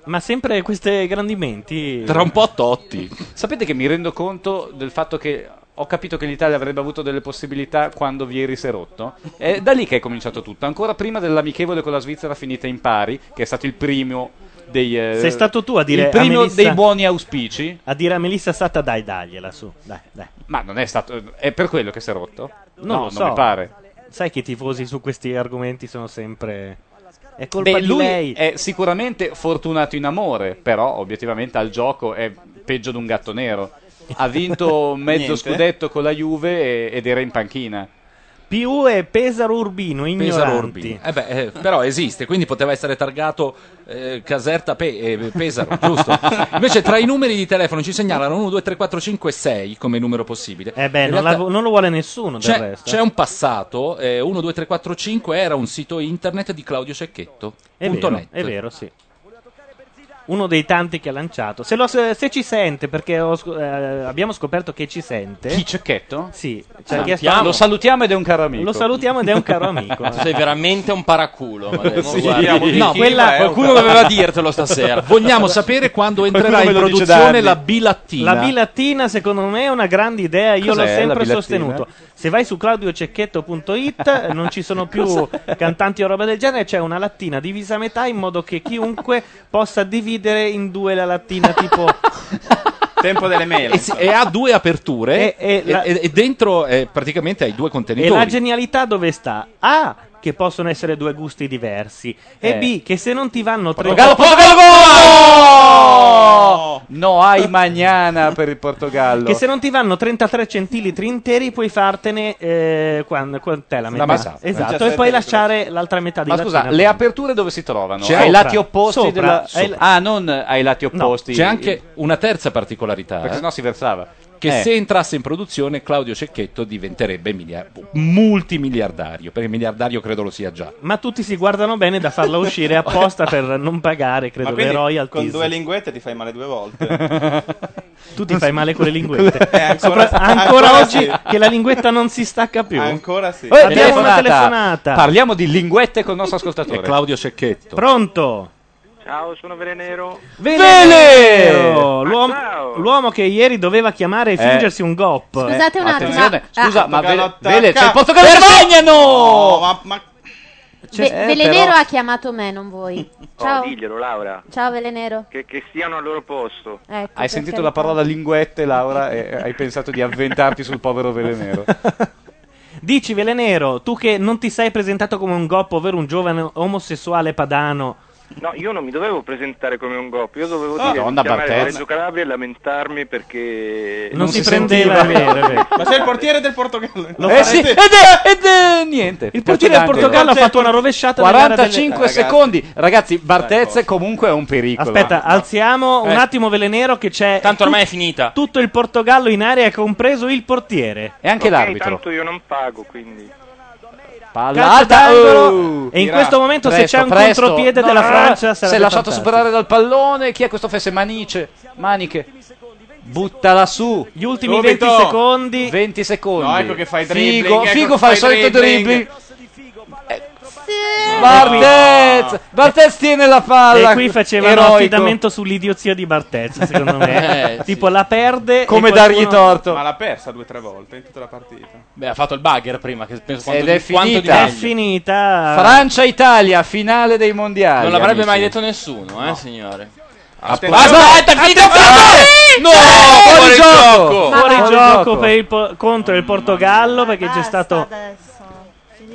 Speaker 2: Ma sempre questi grandimenti.
Speaker 3: Tra un po' Totti.
Speaker 10: Sapete che mi rendo conto del fatto che ho capito che l'Italia avrebbe avuto delle possibilità quando Vieri si è rotto? È da lì che è cominciato tutto, ancora prima dell'amichevole con la Svizzera finita in pari, che è stato il primo dei... eh,
Speaker 2: Sei stato tu a dire
Speaker 10: Il
Speaker 2: a
Speaker 10: primo
Speaker 2: Melissa-
Speaker 10: dei buoni auspici.
Speaker 2: A dire a Melissa Satta, dai, dagliela su. Dai, dai.
Speaker 10: Ma non è stato... eh, È per quello che si è rotto?
Speaker 2: Non lo
Speaker 10: non
Speaker 2: so.
Speaker 10: mi pare.
Speaker 2: Sai che i tifosi su questi argomenti sono sempre. È colpa
Speaker 10: Beh,
Speaker 2: di
Speaker 10: lui
Speaker 2: lei.
Speaker 10: è sicuramente fortunato in amore, però obiettivamente al gioco è peggio di un gatto nero. Ha
Speaker 2: *laughs*
Speaker 10: vinto mezzo
Speaker 2: Niente. Ah,
Speaker 10: scudetto con la Juve e- ed era in panchina.
Speaker 2: PU e Pesaro Urbino,
Speaker 3: Pesaro
Speaker 2: ignoranti.
Speaker 3: Urbino. Eh beh, eh, però esiste, quindi poteva essere targato eh, Caserta Pe- eh, Pesaro, giusto? Invece tra i numeri di telefono ci segnalano 1, 2, 3, 4, 5, 6 come numero possibile.
Speaker 2: Eh beh,
Speaker 3: In
Speaker 2: non, la
Speaker 3: realtà
Speaker 2: vo- non lo vuole nessuno del
Speaker 3: c'è,
Speaker 2: resto.
Speaker 3: c'è un passato, eh, 1, 2, 3, 4, 5 era un sito internet di Claudio Cecchetto.
Speaker 2: È
Speaker 3: punto
Speaker 2: vero,
Speaker 3: net.
Speaker 2: è vero, sì. uno dei tanti che ha lanciato. Se, lo- se- se ci sente, perché ho sc- eh, abbiamo scoperto che ci sente. Chi
Speaker 10: cecchetto?
Speaker 2: Sì,
Speaker 23: Ah,
Speaker 2: ci ha
Speaker 10: Salutiamo.
Speaker 2: chiesto-
Speaker 10: Lo salutiamo ed è un caro amico.
Speaker 2: Lo salutiamo ed è un caro amico. eh.
Speaker 10: Tu sei veramente
Speaker 23: un paraculo. Madonna,
Speaker 2: Sì,
Speaker 23: guarda.
Speaker 2: diciamo di
Speaker 23: no,
Speaker 2: chi,
Speaker 23: quella-
Speaker 2: ma è un
Speaker 23: qualcuno
Speaker 2: paraculo.
Speaker 23: doveva dirtelo
Speaker 2: *laughs*
Speaker 23: stasera.
Speaker 3: Vogliamo sapere quando
Speaker 23: Qualcuno
Speaker 3: entrerà in
Speaker 23: me lo dice
Speaker 3: produzione
Speaker 23: da
Speaker 3: la
Speaker 23: anni.
Speaker 3: bilattina.
Speaker 2: La bilattina, secondo me, è una grande idea. Io
Speaker 3: Cos'è
Speaker 2: l'ho
Speaker 3: la
Speaker 2: sempre
Speaker 3: bilattina?
Speaker 2: sostenuto. Se vai su claudiocecchetto.it, non ci sono più cantanti o roba del genere. C'è una lattina divisa a metà in modo che chiunque possa dividere in due la lattina, tipo
Speaker 6: tempo delle mele.
Speaker 3: e, si- e ha due aperture
Speaker 2: E-
Speaker 3: e,
Speaker 2: e la-
Speaker 3: e dentro eh, praticamente hai due
Speaker 2: E la
Speaker 3: contenitori.
Speaker 2: genialità dove sta? A. Che possono essere due gusti diversi. E
Speaker 3: Eh.
Speaker 2: B. Che se non ti vanno tre.
Speaker 10: Portogallo, Portogallo, vola! No, hai magnana per il Portogallo.
Speaker 2: Che se non ti vanno 33 centilitri interi puoi fartene eh, quan- quant'è la metà?
Speaker 10: metà.
Speaker 2: Esatto, e
Speaker 10: 17
Speaker 2: poi lasciare l'altra metà di
Speaker 10: Ma scusa,
Speaker 2: lattina.
Speaker 10: le aperture dove si trovano?
Speaker 2: C'è
Speaker 10: ai
Speaker 2: sopra.
Speaker 10: lati opposti
Speaker 2: Sopra.
Speaker 10: della-
Speaker 2: Ai la-
Speaker 10: Ah, non ai lati opposti.
Speaker 3: C'è anche una terza particolarità. eh.
Speaker 10: Perché sennò si versava.
Speaker 3: Che
Speaker 10: Eh.
Speaker 3: se entrasse in produzione Claudio Cecchetto diventerebbe milia- multimiliardario, perché miliardario credo lo sia già.
Speaker 2: Ma tutti si guardano bene da farla uscire apposta per non pagare, credo,
Speaker 6: Ma
Speaker 2: le
Speaker 6: quindi
Speaker 2: royalties.
Speaker 6: con due linguette ti fai male due volte.
Speaker 2: tu ti fai male con le linguette.
Speaker 6: *laughs* Eh, ancora-
Speaker 2: Sopra-
Speaker 6: ancora
Speaker 2: ancora oggi
Speaker 6: sì.
Speaker 2: che la linguetta non si stacca più.
Speaker 6: Ancora sì.
Speaker 2: Eh, abbiamo una telefonata.
Speaker 10: Parliamo di linguette con il nostro ascoltatore.
Speaker 2: E
Speaker 3: Claudio Cecchetto.
Speaker 2: Pronto?
Speaker 16: Ciao, sono Velenero.
Speaker 2: Velenero,
Speaker 16: Ah,
Speaker 2: l'uomo, l'uomo che ieri doveva chiamare e
Speaker 10: Eh.
Speaker 2: fingersi un gop.
Speaker 16: Scusate un attimo,
Speaker 10: Attenzione,
Speaker 16: ma-
Speaker 10: scusa,
Speaker 16: ah.
Speaker 10: ma Vele,
Speaker 16: Portogallo
Speaker 10: Vele,
Speaker 16: attacca.
Speaker 10: c'è il Portogallo che
Speaker 16: Fermo!
Speaker 10: segnano!
Speaker 16: No,
Speaker 6: ma, ma...
Speaker 12: Cioè,
Speaker 16: Ve-
Speaker 6: Eh,
Speaker 16: Velenero però- ha chiamato me, non voi. Ciao, Oh, diglielo, Laura. ciao Velenero. Che, siano al loro posto. Ecco,
Speaker 10: Hai
Speaker 16: per
Speaker 10: sentito
Speaker 16: carità.
Speaker 10: la parola linguette, Laura, e hai pensato di
Speaker 2: *laughs*
Speaker 10: avventarti sul povero Velenero.
Speaker 2: Dici Velenero, tu che non ti sei presentato come un gop, ovvero un giovane omosessuale padano.
Speaker 16: No, io non mi dovevo presentare come un gop, io dovevo
Speaker 2: Ah,
Speaker 16: dire
Speaker 2: Madonna,
Speaker 16: chiamare
Speaker 2: Bartezza.
Speaker 16: Lorenzo Calabria e lamentarmi perché
Speaker 2: Non Non si si prendeva, sentiva. è vero, è vero.
Speaker 6: Ma c'è il portiere del Portogallo.
Speaker 2: Lo Eh farete- sì, ed
Speaker 10: è, ed è niente.
Speaker 2: Eh, Il portiere del Portogallo ha fatto una rovesciata nell'area delle-
Speaker 10: 45 secondi. Ragazzi, Bartezze comunque è un pericolo.
Speaker 2: Aspetta, alziamo
Speaker 10: Eh.
Speaker 2: Oh, un attimo Velenero che c'è Tanto
Speaker 10: ormai è
Speaker 2: finita. Tutto il Portogallo in area compreso il portiere
Speaker 10: e anche
Speaker 16: Ok, Tanto io non pago, quindi.
Speaker 10: Palla
Speaker 2: Calcio
Speaker 10: alta,
Speaker 2: d'angolo,
Speaker 10: oh!
Speaker 2: e in
Speaker 10: Tira.
Speaker 2: questo momento se c'è un contropiede
Speaker 10: No,
Speaker 2: della
Speaker 10: no, no,
Speaker 2: Francia
Speaker 10: si è
Speaker 2: sarebbe
Speaker 10: lasciato
Speaker 2: fantastico.
Speaker 10: superare dal pallone. Chi è questo fesse? Manice, maniche. Buttala su. Gli
Speaker 2: ultimi 20 secondi.
Speaker 10: 20 secondi.
Speaker 6: No, ecco che fai dribbling,
Speaker 10: Figo,
Speaker 6: ecco
Speaker 10: Figo
Speaker 6: che
Speaker 10: fa il
Speaker 6: fai
Speaker 10: solito dribbling.
Speaker 6: dribbling.
Speaker 10: Bartez, Bartez tiene la palla.
Speaker 2: e qui facevano
Speaker 10: eroico.
Speaker 2: affidamento sull'idiozia di Bartezza secondo me
Speaker 10: *laughs* Eh, sì.
Speaker 2: tipo la perde e
Speaker 10: Come
Speaker 2: qualcuno-
Speaker 10: dargli torto.
Speaker 6: Ma l'ha persa due o tre volte in tutta la partita.
Speaker 23: Beh, ha fatto il bugger prima. Che penso quanto
Speaker 10: Ed
Speaker 23: di-
Speaker 10: è
Speaker 23: quanto di
Speaker 10: finita.
Speaker 23: meglio.
Speaker 2: finita.
Speaker 10: Francia-Italia, finale dei mondiali.
Speaker 23: Non l'avrebbe
Speaker 10: amici.
Speaker 23: mai detto nessuno, eh, signore.
Speaker 10: Aspetta.
Speaker 23: Aspetta, è finito il fratello! No,
Speaker 2: fuori
Speaker 23: fuori
Speaker 2: gioco,
Speaker 23: gioco!
Speaker 2: fuori
Speaker 23: Fuori
Speaker 2: gioco
Speaker 23: gioco.
Speaker 2: per il po- contro il Portogallo perché c'è stato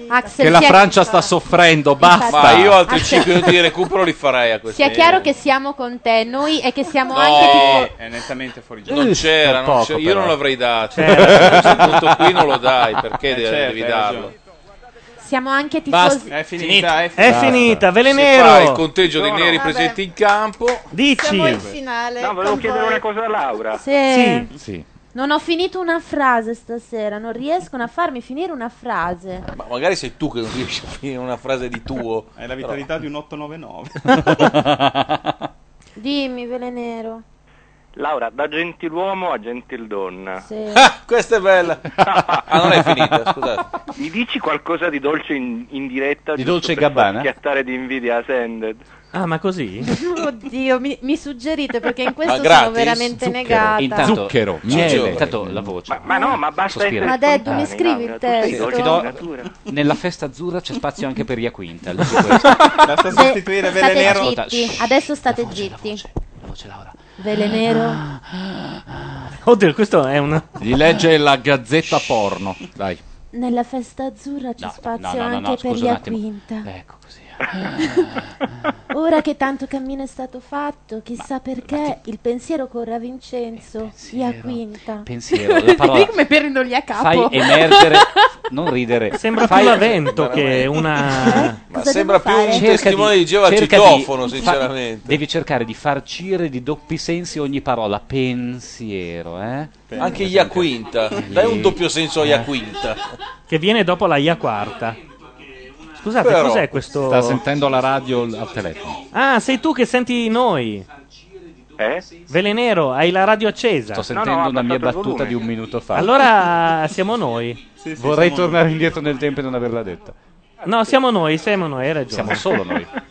Speaker 16: Axel,
Speaker 3: Che la
Speaker 16: sia-
Speaker 3: Francia sta soffrendo, basta.
Speaker 16: Infatti.
Speaker 24: Ma io altri
Speaker 16: Ah,
Speaker 24: 5 minuti di recupero li farei a questi.
Speaker 16: Sia chiaro che siamo con te, noi e che siamo
Speaker 24: No.
Speaker 16: anche tipo
Speaker 24: Eh,
Speaker 6: È nettamente fuori gioco.
Speaker 24: Non c'era,
Speaker 6: Per
Speaker 24: non
Speaker 6: poco,
Speaker 24: c'era. io
Speaker 6: però.
Speaker 24: non l'avrei dato.
Speaker 6: C'era.
Speaker 24: *laughs* A questo punto qui non lo dai,
Speaker 6: Eh,
Speaker 24: perché de-
Speaker 6: certo,
Speaker 24: devi
Speaker 6: hai
Speaker 24: darlo?
Speaker 16: Siamo anche tifosi.
Speaker 6: È finita,
Speaker 16: Eh.
Speaker 6: è
Speaker 2: è
Speaker 24: Basta.
Speaker 2: finita
Speaker 24: Se fai il
Speaker 2: Velenero
Speaker 24: conteggio dei
Speaker 16: No, no.
Speaker 24: neri presenti in campo,
Speaker 2: dici
Speaker 16: finale. No, volevo chiedere una cosa a Laura.
Speaker 2: sì.
Speaker 12: Non ho finito una frase stasera, non riescono a farmi finire una frase.
Speaker 24: ma magari sei tu che non riesci a finire una frase di tuo.
Speaker 6: È la vitalità di un
Speaker 2: *laughs*
Speaker 6: 899.
Speaker 12: Dimmi, Velenero. *laughs*
Speaker 16: Laura, da gentiluomo a gentildonna.
Speaker 12: Sì.
Speaker 24: *laughs* Ah, questa è bella. ah, non
Speaker 16: *laughs*
Speaker 24: è finita, scusate.
Speaker 16: Mi dici qualcosa di dolce in, in diretta?
Speaker 24: Di
Speaker 16: giusto
Speaker 24: Dolce
Speaker 16: per far
Speaker 24: Gabbana?
Speaker 16: Schiattare di invidia a Sended.
Speaker 2: ah ma così
Speaker 12: Oddio, mi, mi suggerite perché in questo sono
Speaker 16: gratis?
Speaker 12: veramente
Speaker 16: Zucchero.
Speaker 12: negata.
Speaker 23: Intanto,
Speaker 3: Zucchero,
Speaker 23: Giorgio,
Speaker 3: miele.
Speaker 23: Intanto la voce.
Speaker 16: Ma no, ma basta
Speaker 23: Sospira.
Speaker 16: essere
Speaker 12: Ma Deb, mi
Speaker 16: spontanei,
Speaker 12: scrivi il
Speaker 16: Laura, tu sei
Speaker 12: testo?
Speaker 16: dolce
Speaker 12: Ti
Speaker 16: di
Speaker 12: do-
Speaker 16: natura.
Speaker 10: Nella festa azzurra c'è spazio anche per Ia Quintal.
Speaker 24: *laughs*
Speaker 16: Basta
Speaker 12: sostituire State
Speaker 10: Velenero-
Speaker 12: zitti,
Speaker 10: Shh,
Speaker 12: adesso state zitti. Velenero.
Speaker 2: oddio questo è un
Speaker 3: Gli legge la gazzetta porno. Dai.
Speaker 12: Nella festa azzurra c'è
Speaker 3: No,
Speaker 12: spazio
Speaker 3: no, no, no,
Speaker 12: anche
Speaker 3: no,
Speaker 12: per
Speaker 3: scusa
Speaker 12: la
Speaker 3: un attimo.
Speaker 12: quinta.
Speaker 3: Ecco,
Speaker 12: così. Ora che tanto cammino è stato fatto, chissà perché il pensiero corre a Vincenzo, via quinta.
Speaker 10: Eh, pensiero,
Speaker 12: *laughs*
Speaker 10: la parola-
Speaker 12: Come prendogli a capo.
Speaker 10: Fai emergere, non ridere.
Speaker 2: Sembra
Speaker 10: Fai-
Speaker 2: più la vento
Speaker 12: *laughs*
Speaker 2: che una
Speaker 24: Ma sembra più un testimone di Geova
Speaker 10: cerca
Speaker 24: citofono,
Speaker 10: fa-
Speaker 24: sinceramente.
Speaker 10: devi cercare di farcire di doppi sensi ogni parola. Pensiero, eh?
Speaker 24: Anche Iaquinta. Dai un doppio senso a Iaquinta.
Speaker 2: che viene dopo la IA quarta scusate
Speaker 3: Però
Speaker 2: cos'è questo
Speaker 3: Sta sentendo la radio l- al telefono.
Speaker 2: ah sei tu che senti noi
Speaker 16: Eh?
Speaker 2: Velenero, hai la radio accesa.
Speaker 10: Sto sentendo una mia battuta di un minuto fa.
Speaker 2: Allora siamo noi.
Speaker 10: Vorrei tornare indietro nel tempo e non averla detta.
Speaker 2: No, siamo noi, siamo noi, hai ragione.
Speaker 10: Siamo solo noi.
Speaker 6: Ah,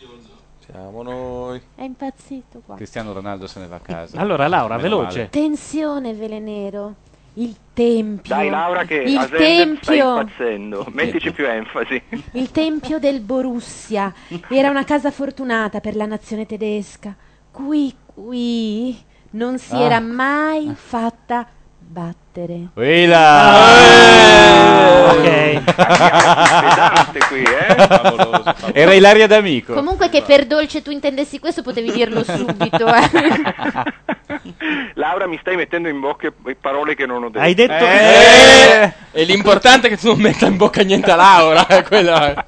Speaker 24: Siamo noi.
Speaker 12: È impazzito qua.
Speaker 10: Cristiano Ronaldo se ne va a casa.
Speaker 2: Allora, Laura,
Speaker 10: Meno
Speaker 2: veloce.
Speaker 10: male.
Speaker 12: Tensione, velenero. Il tempio.
Speaker 16: Dai Laura che
Speaker 12: il
Speaker 16: a Zender stai
Speaker 12: tempio.
Speaker 16: impazzendo, mettici più *laughs* enfasi.
Speaker 12: Il tempio del Borussia era una casa fortunata per la nazione tedesca. Qui, qui non si
Speaker 10: Ah.
Speaker 12: era mai fatta battere.
Speaker 10: Uila!
Speaker 2: Ah, Ok.
Speaker 10: Pesante
Speaker 16: qui, eh?
Speaker 10: Favoloso, Era Ilaria D'Amico.
Speaker 12: Comunque che per dolce tu intendessi questo potevi dirlo subito. eh.
Speaker 16: Laura mi stai mettendo in bocca parole che non ho detto.
Speaker 2: Hai detto-
Speaker 9: Eh, E l'importante è che tu non metta in bocca niente a Laura. eh, quella-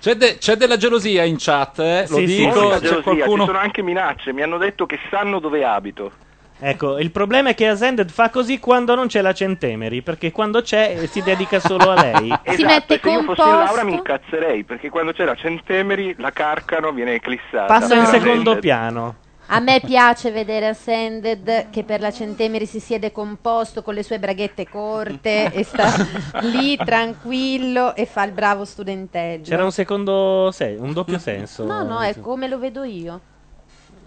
Speaker 3: C'è, de- c'è della gelosia in chat, eh? lo dico.
Speaker 16: Molta
Speaker 3: c'è
Speaker 16: gelosia,
Speaker 3: qualcuno.
Speaker 16: Ci sono anche minacce, mi hanno detto che sanno dove abito.
Speaker 2: *laughs* Ecco, il problema è che Ascended fa così quando non c'è la Centemeri, perché quando c'è eh, si dedica solo a
Speaker 12: *laughs*
Speaker 2: lei.
Speaker 16: Esatto, e se io fossi Laura mi incazzerei, perché quando c'è la Centemeri la carcano viene eclissata.
Speaker 2: Passa in
Speaker 16: veramente.
Speaker 2: secondo piano.
Speaker 12: A me piace vedere Ascended che per la centemeri si siede composto con le sue braghette corte e sta lì tranquillo e fa il bravo studentello.
Speaker 2: C'era un secondo se-
Speaker 12: *laughs*
Speaker 2: un doppio senso.
Speaker 12: No, no, è come lo vedo io.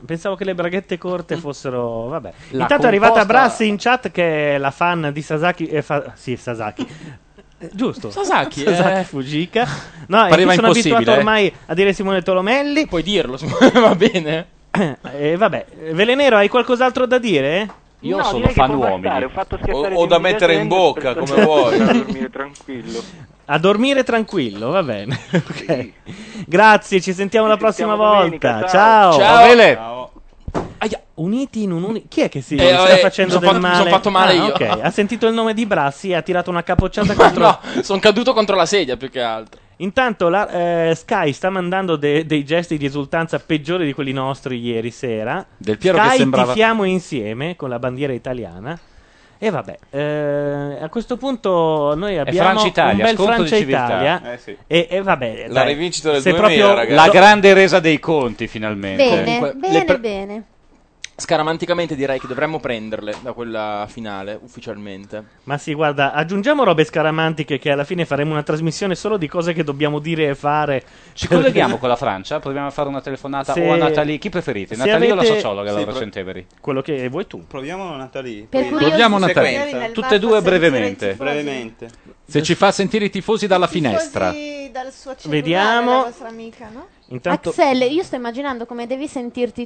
Speaker 2: Pensavo che le braghette corte fossero. Vabbè.
Speaker 23: La
Speaker 2: Intanto è arrivata
Speaker 23: composta-
Speaker 2: Brassi in chat, che è la fan di Sasaki. eh, fa- Sì, Sasaki. Eh, Giusto. *laughs*
Speaker 9: Sasaki, eh.
Speaker 2: Fujica. No, io
Speaker 9: Pareva
Speaker 2: sono
Speaker 9: impossibile,
Speaker 2: abituato
Speaker 9: eh.
Speaker 2: ormai a dire Simone Tolomelli.
Speaker 9: Puoi dirlo, va bene.
Speaker 2: E vabbè, Velenero, hai qualcos'altro da dire?
Speaker 24: Io No, sono direi che fan può bastare, uomini. ho fatto schiattare O- o da Jimmy mettere in Jason bocca, per- come vuoi.
Speaker 16: Per dormire tranquillo.
Speaker 2: A dormire tranquillo, va bene. *laughs* Ok. Grazie, ci sentiamo la prossima
Speaker 16: domenica,
Speaker 2: volta.
Speaker 16: ciao.
Speaker 2: Ciao.
Speaker 16: Ciao.
Speaker 2: Vele. Aia, uniti in un uni- Chi è che si
Speaker 9: Eh,
Speaker 2: sta
Speaker 9: eh,
Speaker 2: facendo
Speaker 9: mi son fatto-
Speaker 2: del
Speaker 9: mi
Speaker 2: male?
Speaker 9: son fatto male
Speaker 2: Ah,
Speaker 9: io.
Speaker 2: ok. Ha sentito il nome di Brassi e ha tirato
Speaker 9: *laughs*
Speaker 2: una capocciata contro
Speaker 9: No, sono caduto contro la sedia più che altro.
Speaker 2: Intanto la- eh, Sky sta mandando de- dei gesti di esultanza peggiori di quelli nostri ieri sera.
Speaker 3: Del Piero
Speaker 2: Sky
Speaker 3: che sembrava-
Speaker 2: tifiamo insieme con la bandiera italiana. E vabbè, eh, a questo punto noi abbiamo
Speaker 10: Francia-Italia,
Speaker 2: un bel
Speaker 10: scontro di
Speaker 2: Francia-Italia.
Speaker 10: civiltà. Eh sì.
Speaker 2: e, e vabbè,
Speaker 10: La
Speaker 2: dai,
Speaker 10: rivincita del
Speaker 2: se
Speaker 10: 2000,
Speaker 2: proprio-
Speaker 10: ragazzi. La grande resa dei conti, finalmente.
Speaker 12: Bene,
Speaker 9: Comunque,
Speaker 12: Eh, bene,
Speaker 9: le pre-
Speaker 12: bene.
Speaker 9: Scaramanticamente direi che dovremmo prenderle da quella finale, ufficialmente.
Speaker 2: Ma sì, guarda, aggiungiamo robe scaramantiche che alla fine faremo una trasmissione solo di cose che dobbiamo dire e fare.
Speaker 10: Ci colleghiamo con la Francia? Proviamo a fare una telefonata
Speaker 2: Se-
Speaker 10: o a Nathalie? Chi preferite?
Speaker 24: Eh,
Speaker 2: se
Speaker 10: Nathalie o la
Speaker 2: avete-
Speaker 10: sociologa,
Speaker 2: Sì,
Speaker 10: Laura
Speaker 2: pro-
Speaker 10: Centeveri?
Speaker 2: Quello che vuoi tu.
Speaker 6: Proviamo Nathalie.
Speaker 12: Per
Speaker 6: Poi-
Speaker 12: curiosità. Proviamo
Speaker 3: Nathalie.
Speaker 6: Sequenza.
Speaker 4: Ieri nel
Speaker 10: Tutte e
Speaker 4: VAR
Speaker 10: due
Speaker 4: senza
Speaker 10: brevemente.
Speaker 4: i tifosi.
Speaker 6: Brevemente.
Speaker 3: Se ci fa sentire i tifosi dalla finestra.
Speaker 4: Così dal suo cellulare,
Speaker 2: Vediamo.
Speaker 4: la vostra amica, no?
Speaker 2: Intanto
Speaker 12: Axel, io sto immaginando come devi sentirti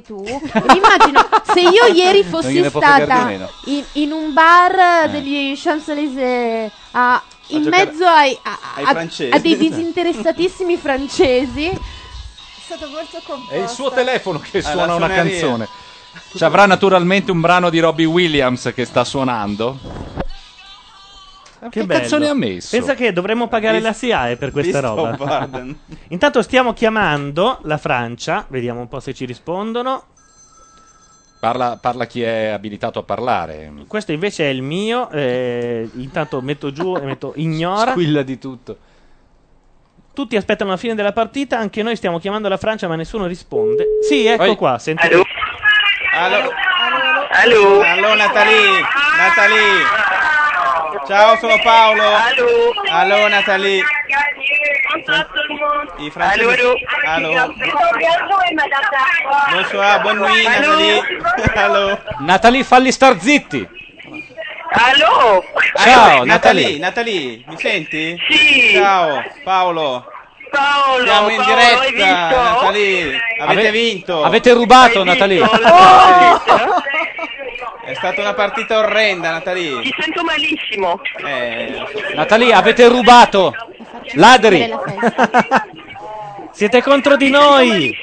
Speaker 4: *laughs*
Speaker 12: tu. Ed immagino se io ieri fossi
Speaker 10: gliene può fregare
Speaker 12: stata
Speaker 10: di meno.
Speaker 12: in, in un bar
Speaker 10: Eh.
Speaker 12: degli Champs-Élysées eh, a- in
Speaker 6: giocare
Speaker 12: mezzo ai, a,
Speaker 6: ai
Speaker 12: a-
Speaker 6: francesi.
Speaker 12: a dei
Speaker 10: *laughs*
Speaker 12: disinteressatissimi francesi.
Speaker 4: È stato molto composto.
Speaker 3: È il suo telefono che
Speaker 4: Ah,
Speaker 3: suona
Speaker 4: la
Speaker 3: una
Speaker 4: suoneria.
Speaker 3: canzone. Ci avrà naturalmente un brano di Robbie Williams che sta suonando. Che
Speaker 2: bello.
Speaker 3: canzone ha messo?
Speaker 2: Pensa che dovremmo pagare
Speaker 3: Beast-
Speaker 2: la SIAE per questa
Speaker 3: Beast of
Speaker 2: roba.
Speaker 3: Baden.
Speaker 2: *laughs* Intanto stiamo chiamando la Francia, vediamo un po' se ci rispondono.
Speaker 3: Parla, parla chi è abilitato a parlare.
Speaker 2: Questo invece è il mio, eh, intanto metto giù e
Speaker 10: *laughs*
Speaker 2: metto ignora.
Speaker 10: Squilla di tutto.
Speaker 2: Tutti aspettano la fine della partita, anche noi stiamo chiamando la Francia ma nessuno risponde. Sì, ecco
Speaker 6: Oi.
Speaker 2: qua, senti.
Speaker 6: Allora, Nathalie. Nathalie. Ciao, sono Paolo. Allora, Nathalie. I francesi. Allora. Bonsoir, bonne nuit, Nathalie. Allora.
Speaker 10: Nathalie, falli star zitti.
Speaker 6: Allora.
Speaker 10: Ciao, Nathalie.
Speaker 6: Nathalie. Nathalie, Ecco, mi senti? Sì. Ciao, Paolo. Paolo, Siamo in
Speaker 10: Paolo,
Speaker 6: diretta,
Speaker 10: hai vinto?
Speaker 6: Nathalie. Avete
Speaker 10: Ave-
Speaker 6: vinto.
Speaker 10: Avete rubato, Oh! Nathalie.
Speaker 6: È stata una partita orrenda, Eh. Nathalie. Ti sento malissimo.
Speaker 10: Nathalie, avete rubato. Ladri.
Speaker 2: Siete contro di noi.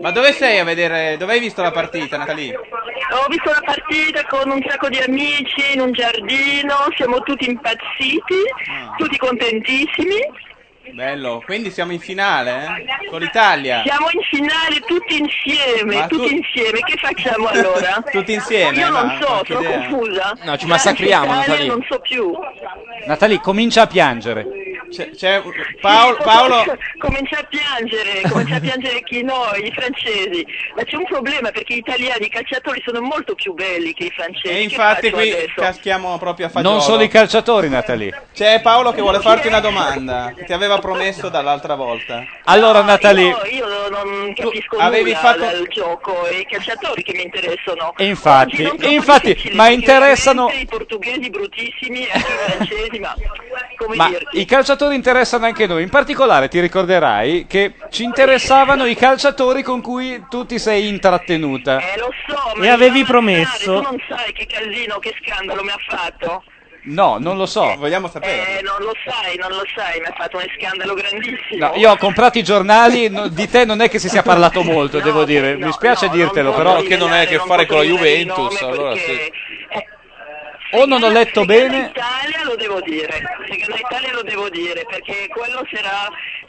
Speaker 6: Ma dove sei a vedere? Dove hai visto la partita, Nathalie?
Speaker 18: Ho visto la partita con un sacco di amici in un giardino, siamo tutti impazziti,
Speaker 10: Ah.
Speaker 18: tutti contentissimi.
Speaker 10: Eh.
Speaker 6: Bello, quindi siamo in finale, eh? Con l'Italia.
Speaker 18: Siamo in finale tutti insieme,
Speaker 6: Ma
Speaker 18: tutti
Speaker 6: tu-
Speaker 18: insieme. Che facciamo
Speaker 10: *laughs*
Speaker 18: allora?
Speaker 6: Tutti insieme,
Speaker 18: Io non
Speaker 6: ma
Speaker 18: so,
Speaker 6: qualche
Speaker 18: sono
Speaker 6: idea?
Speaker 18: confusa.
Speaker 10: No, ci massacriamo,
Speaker 18: Francia, Italia, Non
Speaker 10: Nathalie.
Speaker 18: so più.
Speaker 10: Nathalie, comincia a piangere.
Speaker 6: C'è, c'è-
Speaker 18: *laughs*
Speaker 6: Paolo, Paolo-
Speaker 18: Comincia a piangere, comincia a piangere chi noi, i francesi. Ma c'è un problema perché gli italiani, i calciatori sono molto più belli che i francesi.
Speaker 6: E
Speaker 10: Eh,
Speaker 18: Che
Speaker 6: infatti
Speaker 18: faccio
Speaker 6: qui
Speaker 18: adesso?
Speaker 6: caschiamo proprio a fagiolo.
Speaker 10: Non sono i calciatori, Natalie.
Speaker 6: C'è Paolo che vuole farti una domanda. Ti aveva promesso dall'altra volta.
Speaker 10: Allora, Natalie.
Speaker 18: Non capisco
Speaker 6: avevi
Speaker 18: nulla
Speaker 6: fatto-
Speaker 18: al gioco e i calciatori che mi interessano.
Speaker 10: E infatti,
Speaker 18: Oggi non troppo
Speaker 10: infatti,
Speaker 18: difficile,
Speaker 10: ma
Speaker 18: perché
Speaker 10: interessano.
Speaker 18: veramente I portoghesi bruttissimi, e anche i francesi, ma come
Speaker 10: Ma
Speaker 18: dirti?
Speaker 10: i calciatori interessano anche noi. In particolare, ti ricorderai che ci interessavano i calciatori con cui tu ti sei intrattenuta.
Speaker 2: E avevi promesso.
Speaker 18: Non sai che casino, che scandalo mi ha fatto?
Speaker 10: No, non lo so.
Speaker 6: Vogliamo sapere.
Speaker 18: Eh, non lo sai, non lo sai, mi ha fatto uno scandalo grandissimo.
Speaker 10: No, io ho comprato i giornali, no- di te non è che si sia parlato molto, devo dire. Mi spiace dirtelo, però.
Speaker 24: posso Che non hai a che rivelare, fare non con la posso rivelare il Juventus, nome
Speaker 10: allora sì. O non ho letto bene.
Speaker 18: Italia lo devo dire, secondo Italia lo devo dire, perché quello sarà,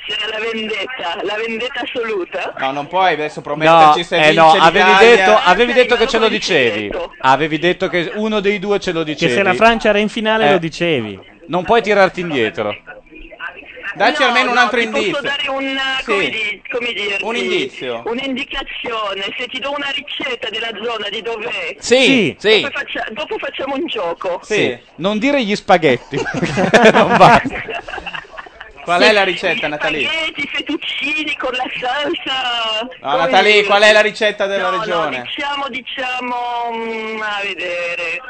Speaker 18: sarà la vendetta, la vendetta assoluta.
Speaker 6: No, non puoi adesso
Speaker 10: No,
Speaker 6: prometterci se
Speaker 10: eh
Speaker 6: vince
Speaker 10: no, avevi
Speaker 6: l'Italia.
Speaker 10: detto, avevi detto che ce lo dicevi. Avevi detto che uno dei due ce lo dicevi.
Speaker 2: Che se la Francia era in finale
Speaker 10: Eh.
Speaker 2: lo dicevi.
Speaker 10: Non puoi tirarti indietro.
Speaker 6: Dacci
Speaker 18: No,
Speaker 6: almeno un
Speaker 18: no,
Speaker 6: altro
Speaker 18: ti
Speaker 6: indizio.
Speaker 18: Posso dare un, eh,
Speaker 6: Sì.
Speaker 18: come di- come dirti,
Speaker 6: Un indizio.
Speaker 18: Un'indicazione, se ti do una ricetta della zona di dov'è,
Speaker 10: Sì, sì.
Speaker 18: Dopo, faccia- dopo facciamo un gioco.
Speaker 10: Sì. Non dire gli
Speaker 2: *laughs*
Speaker 10: spaghetti. *laughs* perché non va.
Speaker 6: Qual è la ricetta, Natalie?
Speaker 18: Spaghetti, fettuccini con la salsa.
Speaker 6: No,
Speaker 18: come
Speaker 6: Natalie,
Speaker 18: dire?
Speaker 6: Ah, qual è la ricetta della
Speaker 18: No, no,
Speaker 6: regione?
Speaker 18: diciamo, diciamo, mm, a vedere.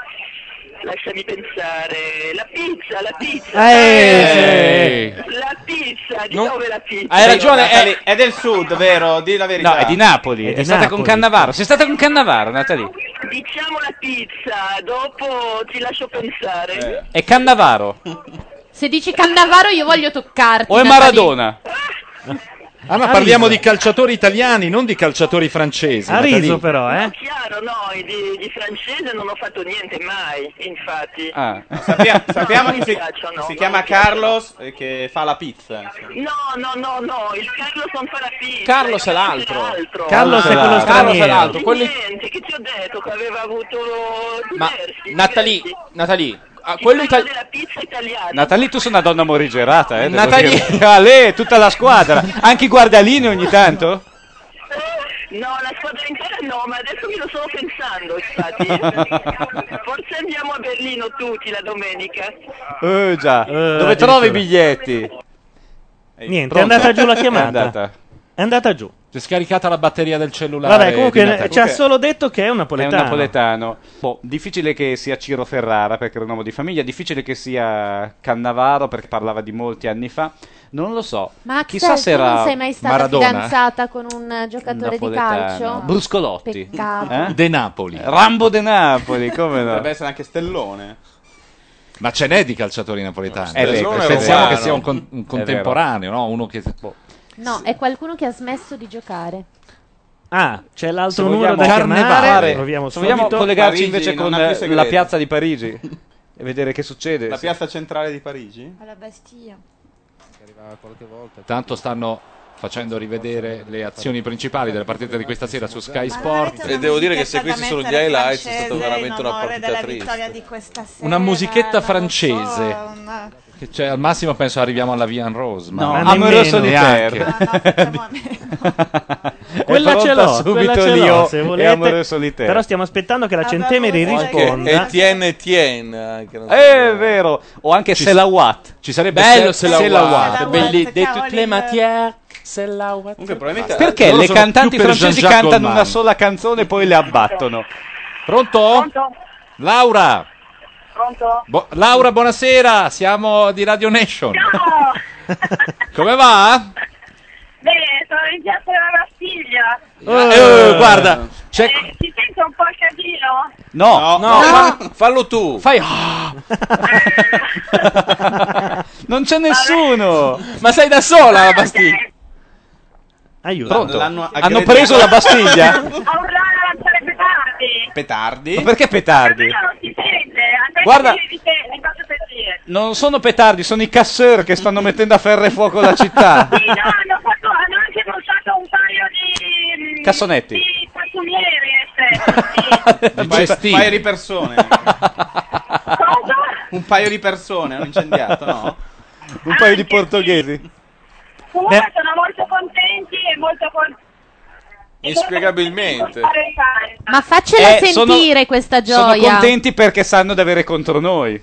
Speaker 18: Lasciami pensare. La pizza, la pizza.
Speaker 10: Eh,
Speaker 18: La pizza, di dove la pizza?
Speaker 10: Hai ragione, eh.
Speaker 6: Natalie, è... del sud, vero? Di la verità.
Speaker 10: No, Ah, è di Napoli. È, stata con Cannavaro. Sei stata con Cannavaro, Natalie.
Speaker 18: Diciamo la pizza, dopo ti lascio pensare.
Speaker 10: È Cannavaro.
Speaker 12: Se dici Cannavaro io voglio toccarti.
Speaker 1: O è
Speaker 12: Natalie.
Speaker 1: Maradona? Ah, ma
Speaker 12: Ha
Speaker 1: parliamo
Speaker 12: riso.
Speaker 1: di calciatori italiani, non di calciatori francesi.
Speaker 2: Ha
Speaker 1: Nathalie.
Speaker 2: riso però, eh.
Speaker 18: Chiaro, no, di, di francese non ho fatto niente mai, infatti.
Speaker 10: *laughs*
Speaker 6: Sappia- Ah. sappiamo
Speaker 18: *laughs* No,
Speaker 6: che si,
Speaker 18: non mi piacciono,
Speaker 6: si
Speaker 18: non
Speaker 6: chiama
Speaker 18: mi piacciono.
Speaker 6: Carlos e che fa la pizza. insomma.
Speaker 18: No, no, no, no, il Carlos non fa la pizza.
Speaker 10: Carlos
Speaker 18: il
Speaker 10: è l'altro.
Speaker 18: altro.
Speaker 10: Carlos è quello straniero.
Speaker 18: Di
Speaker 10: Quelli-
Speaker 18: Niente, che ti ho detto che aveva avuto
Speaker 10: Ma
Speaker 18: diversi.
Speaker 10: Natalie, Natalie,
Speaker 9: ah,
Speaker 10: a
Speaker 18: Ci
Speaker 10: quello
Speaker 18: parla
Speaker 10: italiano.
Speaker 18: della pizza italiana.
Speaker 10: Natalie, tu sei una donna morigerata, eh? devo
Speaker 18: Natalie-
Speaker 10: dire. *laughs* Ale, tutta la squadra. Anche i guardalini ogni tanto?
Speaker 18: No, la squadra intera no, ma adesso me lo sono pensando,
Speaker 10: *laughs*
Speaker 18: infatti. Forse andiamo a Berlino tutti la domenica.
Speaker 10: Eh già, dove
Speaker 2: addirittura.
Speaker 10: trovi i biglietti?
Speaker 2: Niente, è
Speaker 10: Pronto?
Speaker 2: andata giù la
Speaker 10: È
Speaker 2: chiamata.
Speaker 10: andata.
Speaker 2: È andata giù.
Speaker 3: Si è scaricata la batteria del cellulare.
Speaker 2: Vabbè, comunque
Speaker 3: di
Speaker 2: ne-
Speaker 3: Natale.
Speaker 2: ci ha solo detto che è un napoletano.
Speaker 10: È un napoletano. Boh, difficile che sia Ciro Ferrara perché era un uomo di famiglia, difficile che sia Cannavaro perché parlava di molti anni fa. Non lo so.
Speaker 12: Ma
Speaker 10: Chissà se era
Speaker 12: non sei mai stata
Speaker 10: Maradona? eh.
Speaker 12: fidanzata con un eh, giocatore di calcio?
Speaker 10: Bruscolotti.
Speaker 12: Peccato.
Speaker 10: De Napoli. Rambo De Napoli, come no?
Speaker 6: Dovrebbe essere anche Stellone.
Speaker 3: Ma ce n'è di calciatori napoletani.
Speaker 10: Eh, beh, questo è
Speaker 3: pensiamo
Speaker 10: romano.
Speaker 3: che sia un, con- un
Speaker 10: È
Speaker 3: contemporaneo, no? Uno che. boh.
Speaker 12: No, è qualcuno che ha smesso di giocare.
Speaker 2: Ah, c'è
Speaker 10: Se
Speaker 2: l'altro
Speaker 10: vogliamo,
Speaker 2: numero da chiamare.
Speaker 10: carnevale.
Speaker 2: Proviamo
Speaker 10: se vogliamo
Speaker 2: subito.
Speaker 10: collegarci
Speaker 6: Parigi
Speaker 10: invece
Speaker 6: non
Speaker 10: con
Speaker 6: ha più
Speaker 10: eh,
Speaker 6: segreti.
Speaker 10: la piazza di Parigi e vedere che succede.
Speaker 6: La
Speaker 10: Sì.
Speaker 6: piazza centrale di Parigi?
Speaker 13: Alla Bastia.
Speaker 3: Tanto stanno facendo rivedere le azioni principali delle partite di questa sera su Sky Sport.
Speaker 24: E devo dire che se questi sono gli highlights è stata
Speaker 4: francese
Speaker 24: veramente
Speaker 4: in
Speaker 24: una
Speaker 4: onore
Speaker 24: partita
Speaker 4: della
Speaker 24: triste.
Speaker 4: vittoria di questa sera.
Speaker 3: Una musichetta francese.
Speaker 4: una-
Speaker 3: Che cioè, al massimo penso arriviamo alla Vian Rose. Ma
Speaker 10: No,
Speaker 3: ma
Speaker 10: ma Amoroso di
Speaker 3: neanche.
Speaker 10: terra.
Speaker 3: *laughs*
Speaker 10: No, no,
Speaker 3: È
Speaker 2: Quella Eh,
Speaker 3: pronta
Speaker 2: ce l'ho,
Speaker 3: subito
Speaker 2: quella ce l'ho,
Speaker 3: Lio
Speaker 2: se
Speaker 3: e
Speaker 2: volete.
Speaker 3: Amoroso di terra.
Speaker 2: Però stiamo aspettando che la Centemeri
Speaker 24: Anche
Speaker 2: risponda.
Speaker 24: Etienne Etienne. anche, non so
Speaker 10: È vero, o anche
Speaker 24: Ci-
Speaker 10: Selawat.
Speaker 3: Ci sarebbe
Speaker 10: bello
Speaker 24: Se- Selawat.
Speaker 10: Selawat,
Speaker 24: Selawat,
Speaker 10: belli-
Speaker 24: cavoli,
Speaker 10: de toutes les matières, Selawat.
Speaker 6: Comunque, probabilmente.
Speaker 10: Perché
Speaker 24: Loro
Speaker 10: le
Speaker 24: sono
Speaker 10: cantanti
Speaker 24: più per
Speaker 10: francesi
Speaker 24: Jean-Jacques
Speaker 10: cantano
Speaker 24: Goldman.
Speaker 10: una sola canzone e poi le abbattono? Pronto?
Speaker 3: Laura,
Speaker 18: Pronto?
Speaker 3: Bo- Laura, buonasera. Siamo di Radio Nation. Come va?
Speaker 17: Bene, sono iniziata la Bastiglia.
Speaker 10: Eh, guarda, c'è...
Speaker 17: Eh, si sente un po' il casino?
Speaker 10: No, no,
Speaker 24: No.
Speaker 10: fa-
Speaker 24: fallo tu.
Speaker 10: Fai... ah. *laughs* non c'è nessuno. Ma sei da sola alla Bastiglia.
Speaker 2: Aiuto.
Speaker 10: Pronto?
Speaker 6: L'hanno
Speaker 10: Hanno
Speaker 6: aggredito.
Speaker 10: preso la Bastiglia? *laughs*
Speaker 17: *laughs* A urlare a lanciare petardi.
Speaker 6: Petardi?
Speaker 10: Ma perché petardi?
Speaker 17: No, non si sente. Andate
Speaker 10: Guarda-
Speaker 17: a dire di te, mi faccio sentire.
Speaker 10: Non sono petardi, sono i casseur che stanno mettendo a ferro e fuoco la città.
Speaker 17: Sì, no, hanno, fatto, hanno anche bruciato un paio di... mm,
Speaker 10: Cassonetti.
Speaker 17: Di eh, pattumieri, eccetera.
Speaker 10: *laughs*
Speaker 6: Un paio, un paio di persone. un paio di persone hanno incendiato, no? Un paio di portoghesi.
Speaker 17: Comunque
Speaker 6: Beh.
Speaker 17: sono molto contenti e molto contenti
Speaker 10: Inspiegabilmente.
Speaker 12: Ma faccela
Speaker 10: Eh, sono-
Speaker 12: sentire questa
Speaker 10: Sono
Speaker 12: gioia.
Speaker 10: contenti perché sanno di avere contro noi.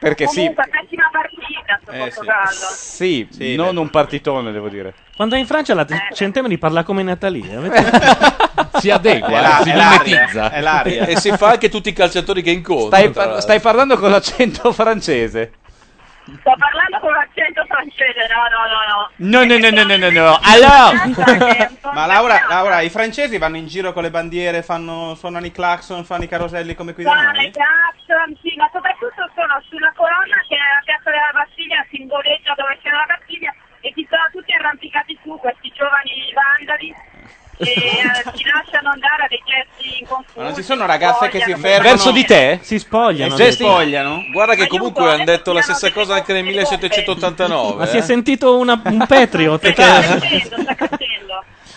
Speaker 10: Perché sì.
Speaker 17: Eh, Comunque, pessima partita sto
Speaker 10: Eh,
Speaker 17: Portogallo.
Speaker 10: Sì, non un partitone, devo dire.
Speaker 2: Quando è in Francia la te- Centemeri parla come Natalia. avete-
Speaker 10: Si adegua,
Speaker 2: È
Speaker 24: Ah,
Speaker 2: la- si è l'aria, mimetizza. è l'aria.
Speaker 24: E si fa anche tutti i calciatori che incontra.
Speaker 10: Stai, par- stai parlando con l'accento francese.
Speaker 17: Sto parlando con l'accento francese, no, no, no, no.
Speaker 10: No, no, no, no, no, no, no.
Speaker 6: Ma Laura, Laura, i francesi vanno in giro con le bandiere, fanno, suonano i clacson, fanno i caroselli come qui da
Speaker 17: Sono le
Speaker 6: noi?
Speaker 17: Jackson, sì, ma soprattutto sono sulla colonna che è la piazza della Bastiglia, simboleggia dove c'è la Bastiglia, e ci sono tutti arrampicati su questi giovani vandali
Speaker 6: *laughs*
Speaker 17: che eh, ci lasciano andare a dei gesti inconfusi.
Speaker 6: Ma non ci sono ragazze che si fermano?
Speaker 10: te?
Speaker 2: Si spogliano.
Speaker 6: Si spogliano?
Speaker 24: Guarda che comunque hanno detto la stessa cosa anche nel 1789.
Speaker 2: Ma si è
Speaker 24: eh.
Speaker 2: sentito una- un Patriot.
Speaker 3: *laughs* Ah,
Speaker 2: che-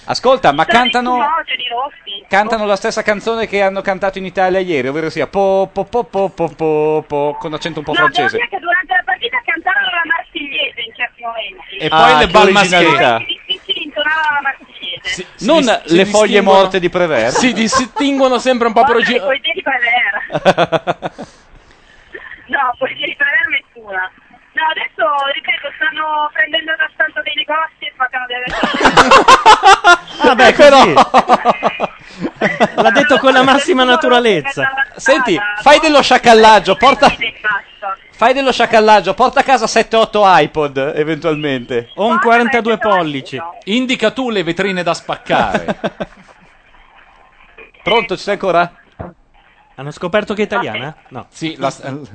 Speaker 10: Ascolta, ma cantano,
Speaker 17: Esogeni rossi.
Speaker 10: cantano la stessa canzone che hanno cantato in Italia ieri, ovvero sia po po po po po po, po, con accento un po'
Speaker 17: No,
Speaker 10: francese.
Speaker 17: devo dire che durante la partita cantavano la Marsigliese in certi momenti.
Speaker 10: E poi Ah, le che balmaschere. originalità.
Speaker 17: Sì, sì, sì, intonavano la Marsigliese.
Speaker 10: Si Non dis- si le foglie distinguono- morte di Prevert.
Speaker 9: Si distinguono sempre un po' per
Speaker 17: Guarda, coi piedi per
Speaker 10: *laughs*
Speaker 17: terra. No, puoi dire per nessuna. No, adesso, ripeto, stanno prendendo da tanto dei negozi e facciamo delle
Speaker 2: Vabbè, Ah, così.
Speaker 10: *laughs*
Speaker 2: L'ha detto con la massima naturalezza.
Speaker 10: Senti, fai dello sciacallaggio, porta Fai dello sciacallaggio, porta a casa 7-8 iPod eventualmente.
Speaker 2: O un 42 pollici.
Speaker 3: Indica tu le vetrine da spaccare.
Speaker 10: Pronto, ci sei ancora?
Speaker 2: Hanno scoperto che è italiana? No.
Speaker 3: Sì, la,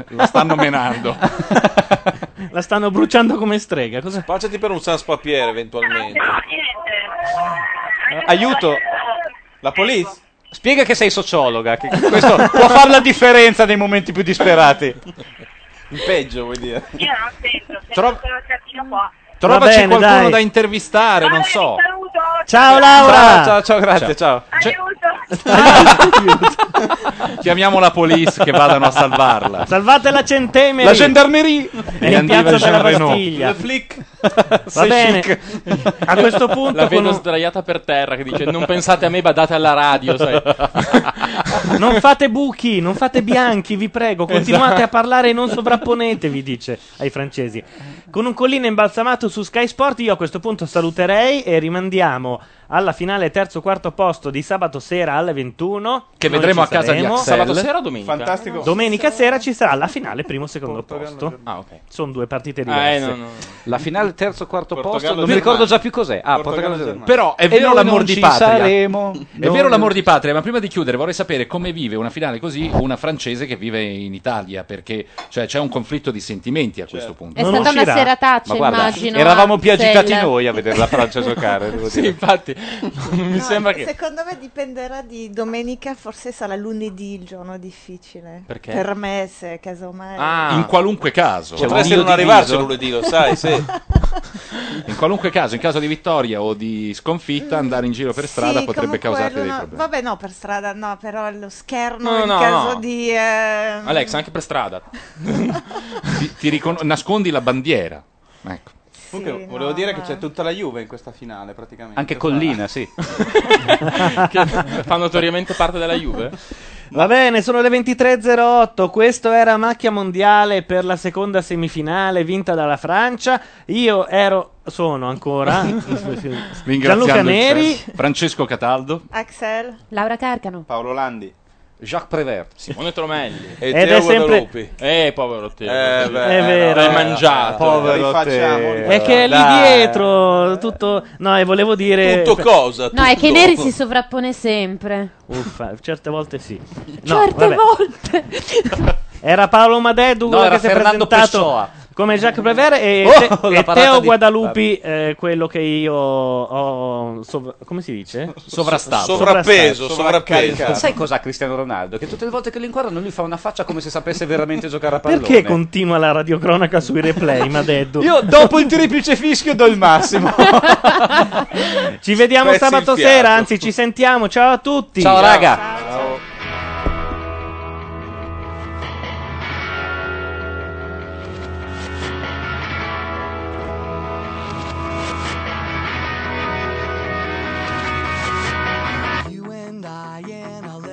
Speaker 3: la stanno menando.
Speaker 2: *laughs* la stanno bruciando come strega. Cos'è?
Speaker 24: Spacciati per un sanspapiere eventualmente.
Speaker 10: *laughs* Aiuto. La polizia. Spiega che sei sociologa, che
Speaker 6: *laughs*
Speaker 10: questo può far la differenza nei momenti più disperati.
Speaker 6: Il peggio, vuoi dire?
Speaker 17: Io non sento, sento
Speaker 10: Tro-
Speaker 17: solo il cartino qua.
Speaker 3: Trovaci
Speaker 10: bene,
Speaker 3: qualcuno
Speaker 10: dai.
Speaker 3: da intervistare, non so.
Speaker 10: Ciao, Laura. Ciao, ciao, ciao, grazie, ciao.
Speaker 3: *laughs* Chiamiamo la police che vadano a salvarla.
Speaker 2: Salvate la centemeri.
Speaker 3: La gendarmerie.
Speaker 2: È in
Speaker 3: Andiva
Speaker 2: piazza
Speaker 3: Jean
Speaker 2: della
Speaker 3: Reno.
Speaker 2: Bastiglia.
Speaker 3: Le
Speaker 2: *laughs* Va
Speaker 9: Sei
Speaker 2: bene.
Speaker 9: chic.
Speaker 2: A questo punto
Speaker 9: la vedo
Speaker 2: con un-
Speaker 9: sdraiata per terra che dice non pensate a me badate alla radio sai.
Speaker 2: *laughs* Non fate buchi, non fate bianchi, vi prego. Continuate
Speaker 9: Esatto.
Speaker 2: a parlare e non sovrapponetevi, dice ai francesi. Con un collino imbalsamato su Sky Sport, io a questo punto saluterei e rimandiamo alla finale terzo-quarto posto di sabato sera alle 21.
Speaker 9: Che
Speaker 2: Noi
Speaker 9: vedremo
Speaker 2: ci
Speaker 9: a casa di
Speaker 2: saremo.
Speaker 9: Axel. Sabato sera o domenica? Fantastico.
Speaker 2: Domenica sera ci sarà la finale primo-secondo posto.
Speaker 9: Ah, ok.
Speaker 2: Sono due partite
Speaker 9: Ah, eh,
Speaker 2: diverse.
Speaker 9: no, no, no.
Speaker 10: La finale terzo quarto posto, non mi
Speaker 2: Germania.
Speaker 10: ricordo già più cos'è. Ah, Portogallo Germania.
Speaker 3: Però è
Speaker 10: E
Speaker 3: vero
Speaker 10: noi
Speaker 3: l'amor
Speaker 10: non
Speaker 3: di
Speaker 10: ci
Speaker 3: patria.
Speaker 10: saremo.
Speaker 3: È
Speaker 10: Non-
Speaker 3: vero l'amor di patria, ma prima di chiudere vorrei sapere come vive una finale così una francese che vive in Italia, perché cioè, c'è un conflitto di sentimenti a questo punto.
Speaker 12: È stata una serataccia,
Speaker 3: Ma guarda,
Speaker 12: immagino.
Speaker 10: Eravamo più
Speaker 12: Axel.
Speaker 10: agitati noi a vedere la Francia giocare.
Speaker 12: *laughs*
Speaker 10: devo
Speaker 9: Sì,
Speaker 10: dire.
Speaker 9: infatti, non mi sembra che.
Speaker 4: Secondo me dipenderà di domenica, forse sarà lunedì il giorno difficile.
Speaker 3: Perché?
Speaker 4: Per me, se casomai.
Speaker 9: Ah.
Speaker 3: In qualunque caso. Cioè,
Speaker 24: C'è Potresti un non dio arrivarci diviso. lunedì, lo sai, sì.
Speaker 3: in qualunque caso, in caso di vittoria o di sconfitta, andare in giro per strada
Speaker 4: Sì,
Speaker 3: potrebbe
Speaker 4: comunque
Speaker 3: causarti dei
Speaker 4: l'uno-
Speaker 3: problemi.
Speaker 4: Vabbè, no, per strada no, però lo scherno
Speaker 9: No,
Speaker 4: in
Speaker 9: no,
Speaker 4: caso
Speaker 9: no.
Speaker 4: di. ehm,
Speaker 9: Alex, anche per strada.
Speaker 3: *laughs* Ti, ti ricon- nascondi la bandiera. Ecco.
Speaker 6: Comunque, volevo dire che c'è tutta la Juve in questa finale, praticamente.
Speaker 3: Anche
Speaker 6: *laughs*
Speaker 3: Collina, *laughs*
Speaker 10: sì.
Speaker 9: che fa notoriamente parte della Juve.
Speaker 2: Va bene, sono le 23.08. Questo era Macchia Mondiale per la seconda semifinale vinta dalla Francia. Io ero, sono ancora eh?
Speaker 3: Ringraziando
Speaker 2: Gianluca
Speaker 3: il
Speaker 2: Neri.
Speaker 3: cielo. Francesco Cataldo.
Speaker 4: Axel.
Speaker 12: Laura Carcano.
Speaker 6: Paolo Landi.
Speaker 10: Jacques Prevert.
Speaker 9: Simone Tromelli.
Speaker 24: E Ed Teo è sempre- Guadalupi.
Speaker 9: Eh, povero Teo.
Speaker 24: Eh, beh,
Speaker 2: È vero.
Speaker 9: L'hai mangiato.
Speaker 24: Povero Rifacciamo, Teo.
Speaker 2: È che è lì
Speaker 24: Dai.
Speaker 2: dietro tutto... No, e volevo dire...
Speaker 24: Tutto cosa?
Speaker 12: No, è che
Speaker 2: Tutto.
Speaker 12: Neri si sovrappone sempre.
Speaker 2: Uffa, certe volte sì. No,
Speaker 12: Certe
Speaker 2: vabbè.
Speaker 12: volte.
Speaker 2: Era Paolo Madeddu
Speaker 12: No,
Speaker 2: quello
Speaker 12: era
Speaker 2: che si è
Speaker 12: Fernando
Speaker 2: presentato
Speaker 12: Pessoa.
Speaker 2: come Jacques Prévert
Speaker 10: *laughs*
Speaker 2: e,
Speaker 12: Oh,
Speaker 2: te-
Speaker 12: la
Speaker 2: e
Speaker 12: parata
Speaker 2: Teo
Speaker 12: di-
Speaker 2: Guadalupi, eh, quello che io ho sov- come
Speaker 10: *laughs*
Speaker 2: si dice?
Speaker 10: Sovrastato.
Speaker 2: Sovrastato.
Speaker 10: Sai cos'ha Cristiano Ronaldo? Che tutte le volte che lo inquadrano lui fa una faccia come se sapesse veramente giocare a pallone.
Speaker 2: Perché continua la radiocronaca
Speaker 10: *laughs*
Speaker 2: sui replay, Madeddu?
Speaker 10: Io dopo il triplice fischio do il massimo.
Speaker 2: *laughs* Ci vediamo
Speaker 10: Spezzi il
Speaker 2: sabato
Speaker 10: fiato.
Speaker 2: sera, anzi ci sentiamo. Ciao a tutti.
Speaker 10: Ciao, raga.
Speaker 7: Ciao.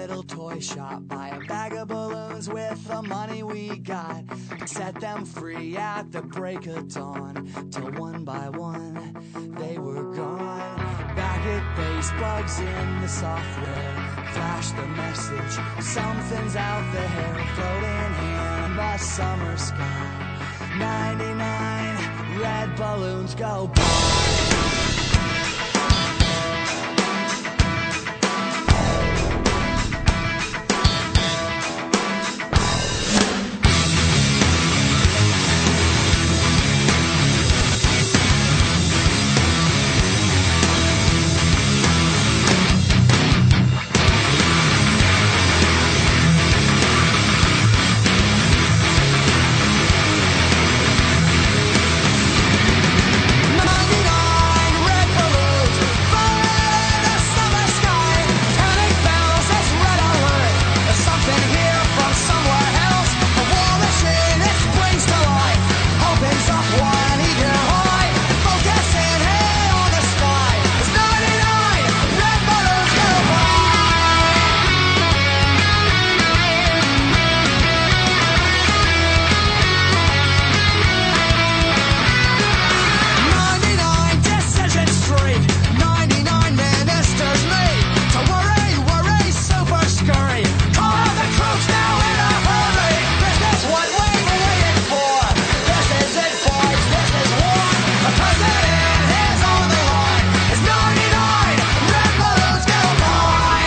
Speaker 27: a bag of balloons with the money we got. Set them free at the break of dawn. Till one by one they were gone. Back at base, bugs in the software. Flash the message, something's out there. Floating in the summer sky. 99 red balloons go pop. Decision street, 99 ministers made to worry, worry, super scurry. Call out the troops now in a hurry. This is what we were waiting for. This is it, boys. This is war. The president is on the line. It's 99 red balloons go by.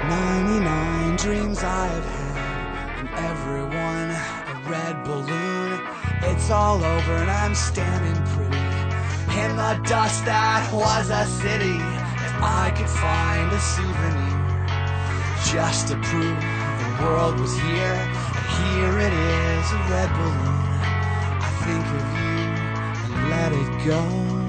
Speaker 27: Ninety-nine dreams I've had from everyone. A red balloon. It's all over and I'm standing pretty in the dust that was a city. If I could find a souvenir just to prove the world was here, and here it is, a red balloon. I think of you and let it go.